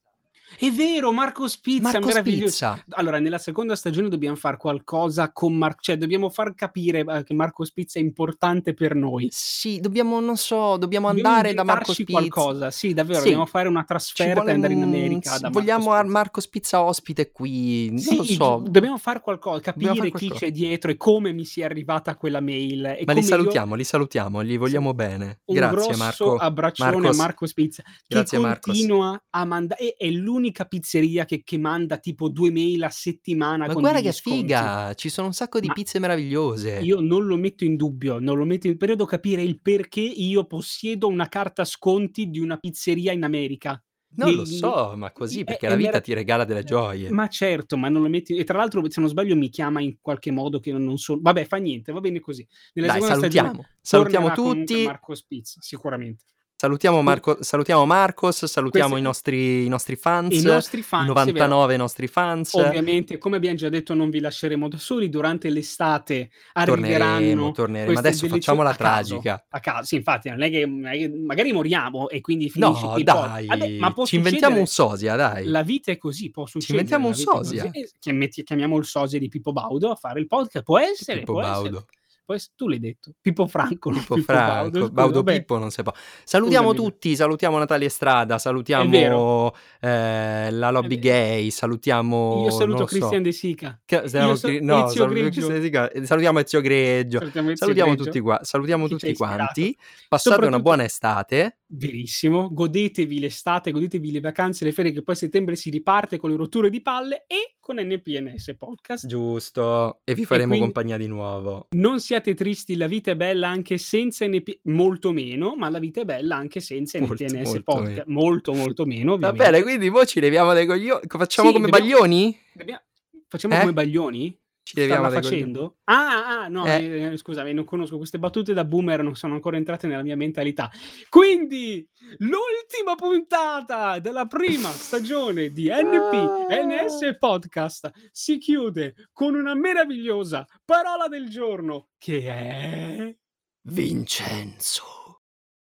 [SPEAKER 2] è vero Marco Spizza
[SPEAKER 1] Marco
[SPEAKER 2] meraviglioso
[SPEAKER 1] Spizza.
[SPEAKER 2] allora nella seconda stagione dobbiamo fare qualcosa con Marco cioè dobbiamo far capire eh, che Marco Spizza è importante per noi
[SPEAKER 1] Sì, dobbiamo, non so, dobbiamo
[SPEAKER 2] Dobbiamo
[SPEAKER 1] andare da Marco
[SPEAKER 2] inventarci
[SPEAKER 1] Spizza.
[SPEAKER 2] qualcosa, sì, davvero,
[SPEAKER 1] Sì.
[SPEAKER 2] dobbiamo fare una
[SPEAKER 1] Ci
[SPEAKER 2] trasferta
[SPEAKER 1] vuole
[SPEAKER 2] e andare in
[SPEAKER 1] un-
[SPEAKER 2] America.
[SPEAKER 1] sì,
[SPEAKER 2] da Marco
[SPEAKER 1] vogliamo ar-
[SPEAKER 2] Spizza.
[SPEAKER 1] Marco Spizza ospite qui, non
[SPEAKER 2] Sì,
[SPEAKER 1] lo so.
[SPEAKER 2] do- dobbiamo fare qualcosa, capire
[SPEAKER 1] Dobbiamo fare
[SPEAKER 2] chi
[SPEAKER 1] qualcosa.
[SPEAKER 2] c'è dietro e come mi sia arrivata quella mail. e
[SPEAKER 1] Ma
[SPEAKER 2] come
[SPEAKER 1] li
[SPEAKER 2] io-
[SPEAKER 1] salutiamo, li salutiamo, gli vogliamo bene.
[SPEAKER 2] Un
[SPEAKER 1] Grazie
[SPEAKER 2] grosso
[SPEAKER 1] Marco.
[SPEAKER 2] abbraccione
[SPEAKER 1] Marcos.
[SPEAKER 2] a Marco Spizza,
[SPEAKER 1] Grazie,
[SPEAKER 2] che
[SPEAKER 1] Marcos.
[SPEAKER 2] continua a mandare, è, è l'unico l'unica pizzeria che, che manda tipo due mail a settimana.
[SPEAKER 1] Ma
[SPEAKER 2] con
[SPEAKER 1] guarda
[SPEAKER 2] degli
[SPEAKER 1] che
[SPEAKER 2] sconti.
[SPEAKER 1] figa, ci sono un sacco di
[SPEAKER 2] Ma
[SPEAKER 1] pizze meravigliose.
[SPEAKER 2] Io non lo metto in dubbio, non lo metto in dubbio. Devo capire il perché io possiedo una carta sconti di una pizzeria in America.
[SPEAKER 1] non lo
[SPEAKER 2] mi-
[SPEAKER 1] so, ma così,
[SPEAKER 2] è-
[SPEAKER 1] perché
[SPEAKER 2] è
[SPEAKER 1] la vita
[SPEAKER 2] merav-
[SPEAKER 1] ti regala delle gioie.
[SPEAKER 2] Ma certo, ma non lo metti. E tra l'altro, se non sbaglio, mi chiama in qualche modo che non sono. Vabbè, fa niente, va bene così. Nella
[SPEAKER 1] Dai,
[SPEAKER 2] seconda
[SPEAKER 1] salutiamo.
[SPEAKER 2] stagione
[SPEAKER 1] salutiamo
[SPEAKER 2] tornerà comunque
[SPEAKER 1] tutti,
[SPEAKER 2] Marco Spizza, sicuramente.
[SPEAKER 1] salutiamo, Marco- salutiamo Marcos, salutiamo
[SPEAKER 2] Questi-
[SPEAKER 1] i nostri, i nostri fans,
[SPEAKER 2] I nostri
[SPEAKER 1] i
[SPEAKER 2] fan, sì, è vero.
[SPEAKER 1] 99 nostri fans.
[SPEAKER 2] Ovviamente, come abbiamo già detto, non vi lasceremo da soli. Durante l'estate
[SPEAKER 1] Torneremo,
[SPEAKER 2] arriveranno.
[SPEAKER 1] torneremo.
[SPEAKER 2] queste
[SPEAKER 1] Adesso
[SPEAKER 2] delizie-
[SPEAKER 1] facciamola
[SPEAKER 2] a caso,
[SPEAKER 1] tragica.
[SPEAKER 2] A caso, sì, infatti, non è che non è che magari moriamo e quindi finisce
[SPEAKER 1] No,
[SPEAKER 2] qui, poi-
[SPEAKER 1] dai,
[SPEAKER 2] Vabbè, ma può
[SPEAKER 1] ci inventiamo un
[SPEAKER 2] succedere.
[SPEAKER 1] sosia, dai.
[SPEAKER 2] La vita è così, può succedere.
[SPEAKER 1] inventiamo
[SPEAKER 2] la
[SPEAKER 1] un
[SPEAKER 2] vita è
[SPEAKER 1] sosia.
[SPEAKER 2] così. Eh, che metti- Chiamiamo il sosia di Pippo Baudo a fare il podcast. Può essere,
[SPEAKER 1] Pippo
[SPEAKER 2] può essere.
[SPEAKER 1] Baudo.
[SPEAKER 2] Può essere- tu l'hai detto. Pippo Franco. non
[SPEAKER 1] Pippo
[SPEAKER 2] Pippo
[SPEAKER 1] Franco,
[SPEAKER 2] Baudo,
[SPEAKER 1] ecco, Baudo,
[SPEAKER 2] scusa, vabbè.
[SPEAKER 1] Pippo, non si può. Salutiamo
[SPEAKER 2] Scusami.
[SPEAKER 1] tutti, salutiamo Natalia Estrada, salutiamo
[SPEAKER 2] vero.
[SPEAKER 1] eh, la lobby
[SPEAKER 2] È
[SPEAKER 1] gay, salutiamo...
[SPEAKER 2] Io saluto
[SPEAKER 1] non so,
[SPEAKER 2] Cristian De Sica.
[SPEAKER 1] che- salutiamo
[SPEAKER 2] so-
[SPEAKER 1] Cri- no,
[SPEAKER 2] Ezio
[SPEAKER 1] salutiamo
[SPEAKER 2] Greggio.
[SPEAKER 1] Cristian De Sica, eh, salutiamo Ezio Greggio,
[SPEAKER 2] Salutiamo, Ezio
[SPEAKER 1] salutiamo
[SPEAKER 2] Greggio.
[SPEAKER 1] tutti, qua, salutiamo
[SPEAKER 2] Chi ci ha
[SPEAKER 1] tutti
[SPEAKER 2] ispirato.
[SPEAKER 1] quanti, passate una
[SPEAKER 2] Soprattutto-
[SPEAKER 1] buona estate,
[SPEAKER 2] Verissimo, godetevi l'estate, godetevi le vacanze, le ferie, che poi a settembre si riparte con le rotture di palle e con NPNS Podcast.
[SPEAKER 1] giusto, e vi faremo
[SPEAKER 2] quindi-
[SPEAKER 1] compagnia di nuovo.
[SPEAKER 2] Non siate tristi, la vita è bella anche senza NP... molto meno, ma la vita è bella anche senza
[SPEAKER 1] Molto,
[SPEAKER 2] NPNS
[SPEAKER 1] molto
[SPEAKER 2] Podcast. Molto, molto meno.
[SPEAKER 1] Va
[SPEAKER 2] ovviamente.
[SPEAKER 1] bene, quindi voi ci leviamo dei coglioni, facciamo
[SPEAKER 2] Sì,
[SPEAKER 1] come
[SPEAKER 2] dobbiamo-
[SPEAKER 1] Baglioni?
[SPEAKER 2] Dobbiamo- Facciamo
[SPEAKER 1] Eh?
[SPEAKER 2] come Baglioni?
[SPEAKER 1] Ci leviamo
[SPEAKER 2] Stava
[SPEAKER 1] dei coglioni.
[SPEAKER 2] facendo? Ah, ah, no,
[SPEAKER 1] Eh.
[SPEAKER 2] eh, scusami, non conosco queste battute da boomer, non sono ancora entrate nella mia mentalità. Quindi, l'ultima puntata della prima stagione di NP NS Podcast si chiude con una meravigliosa parola del giorno che è...
[SPEAKER 1] Vincenzo.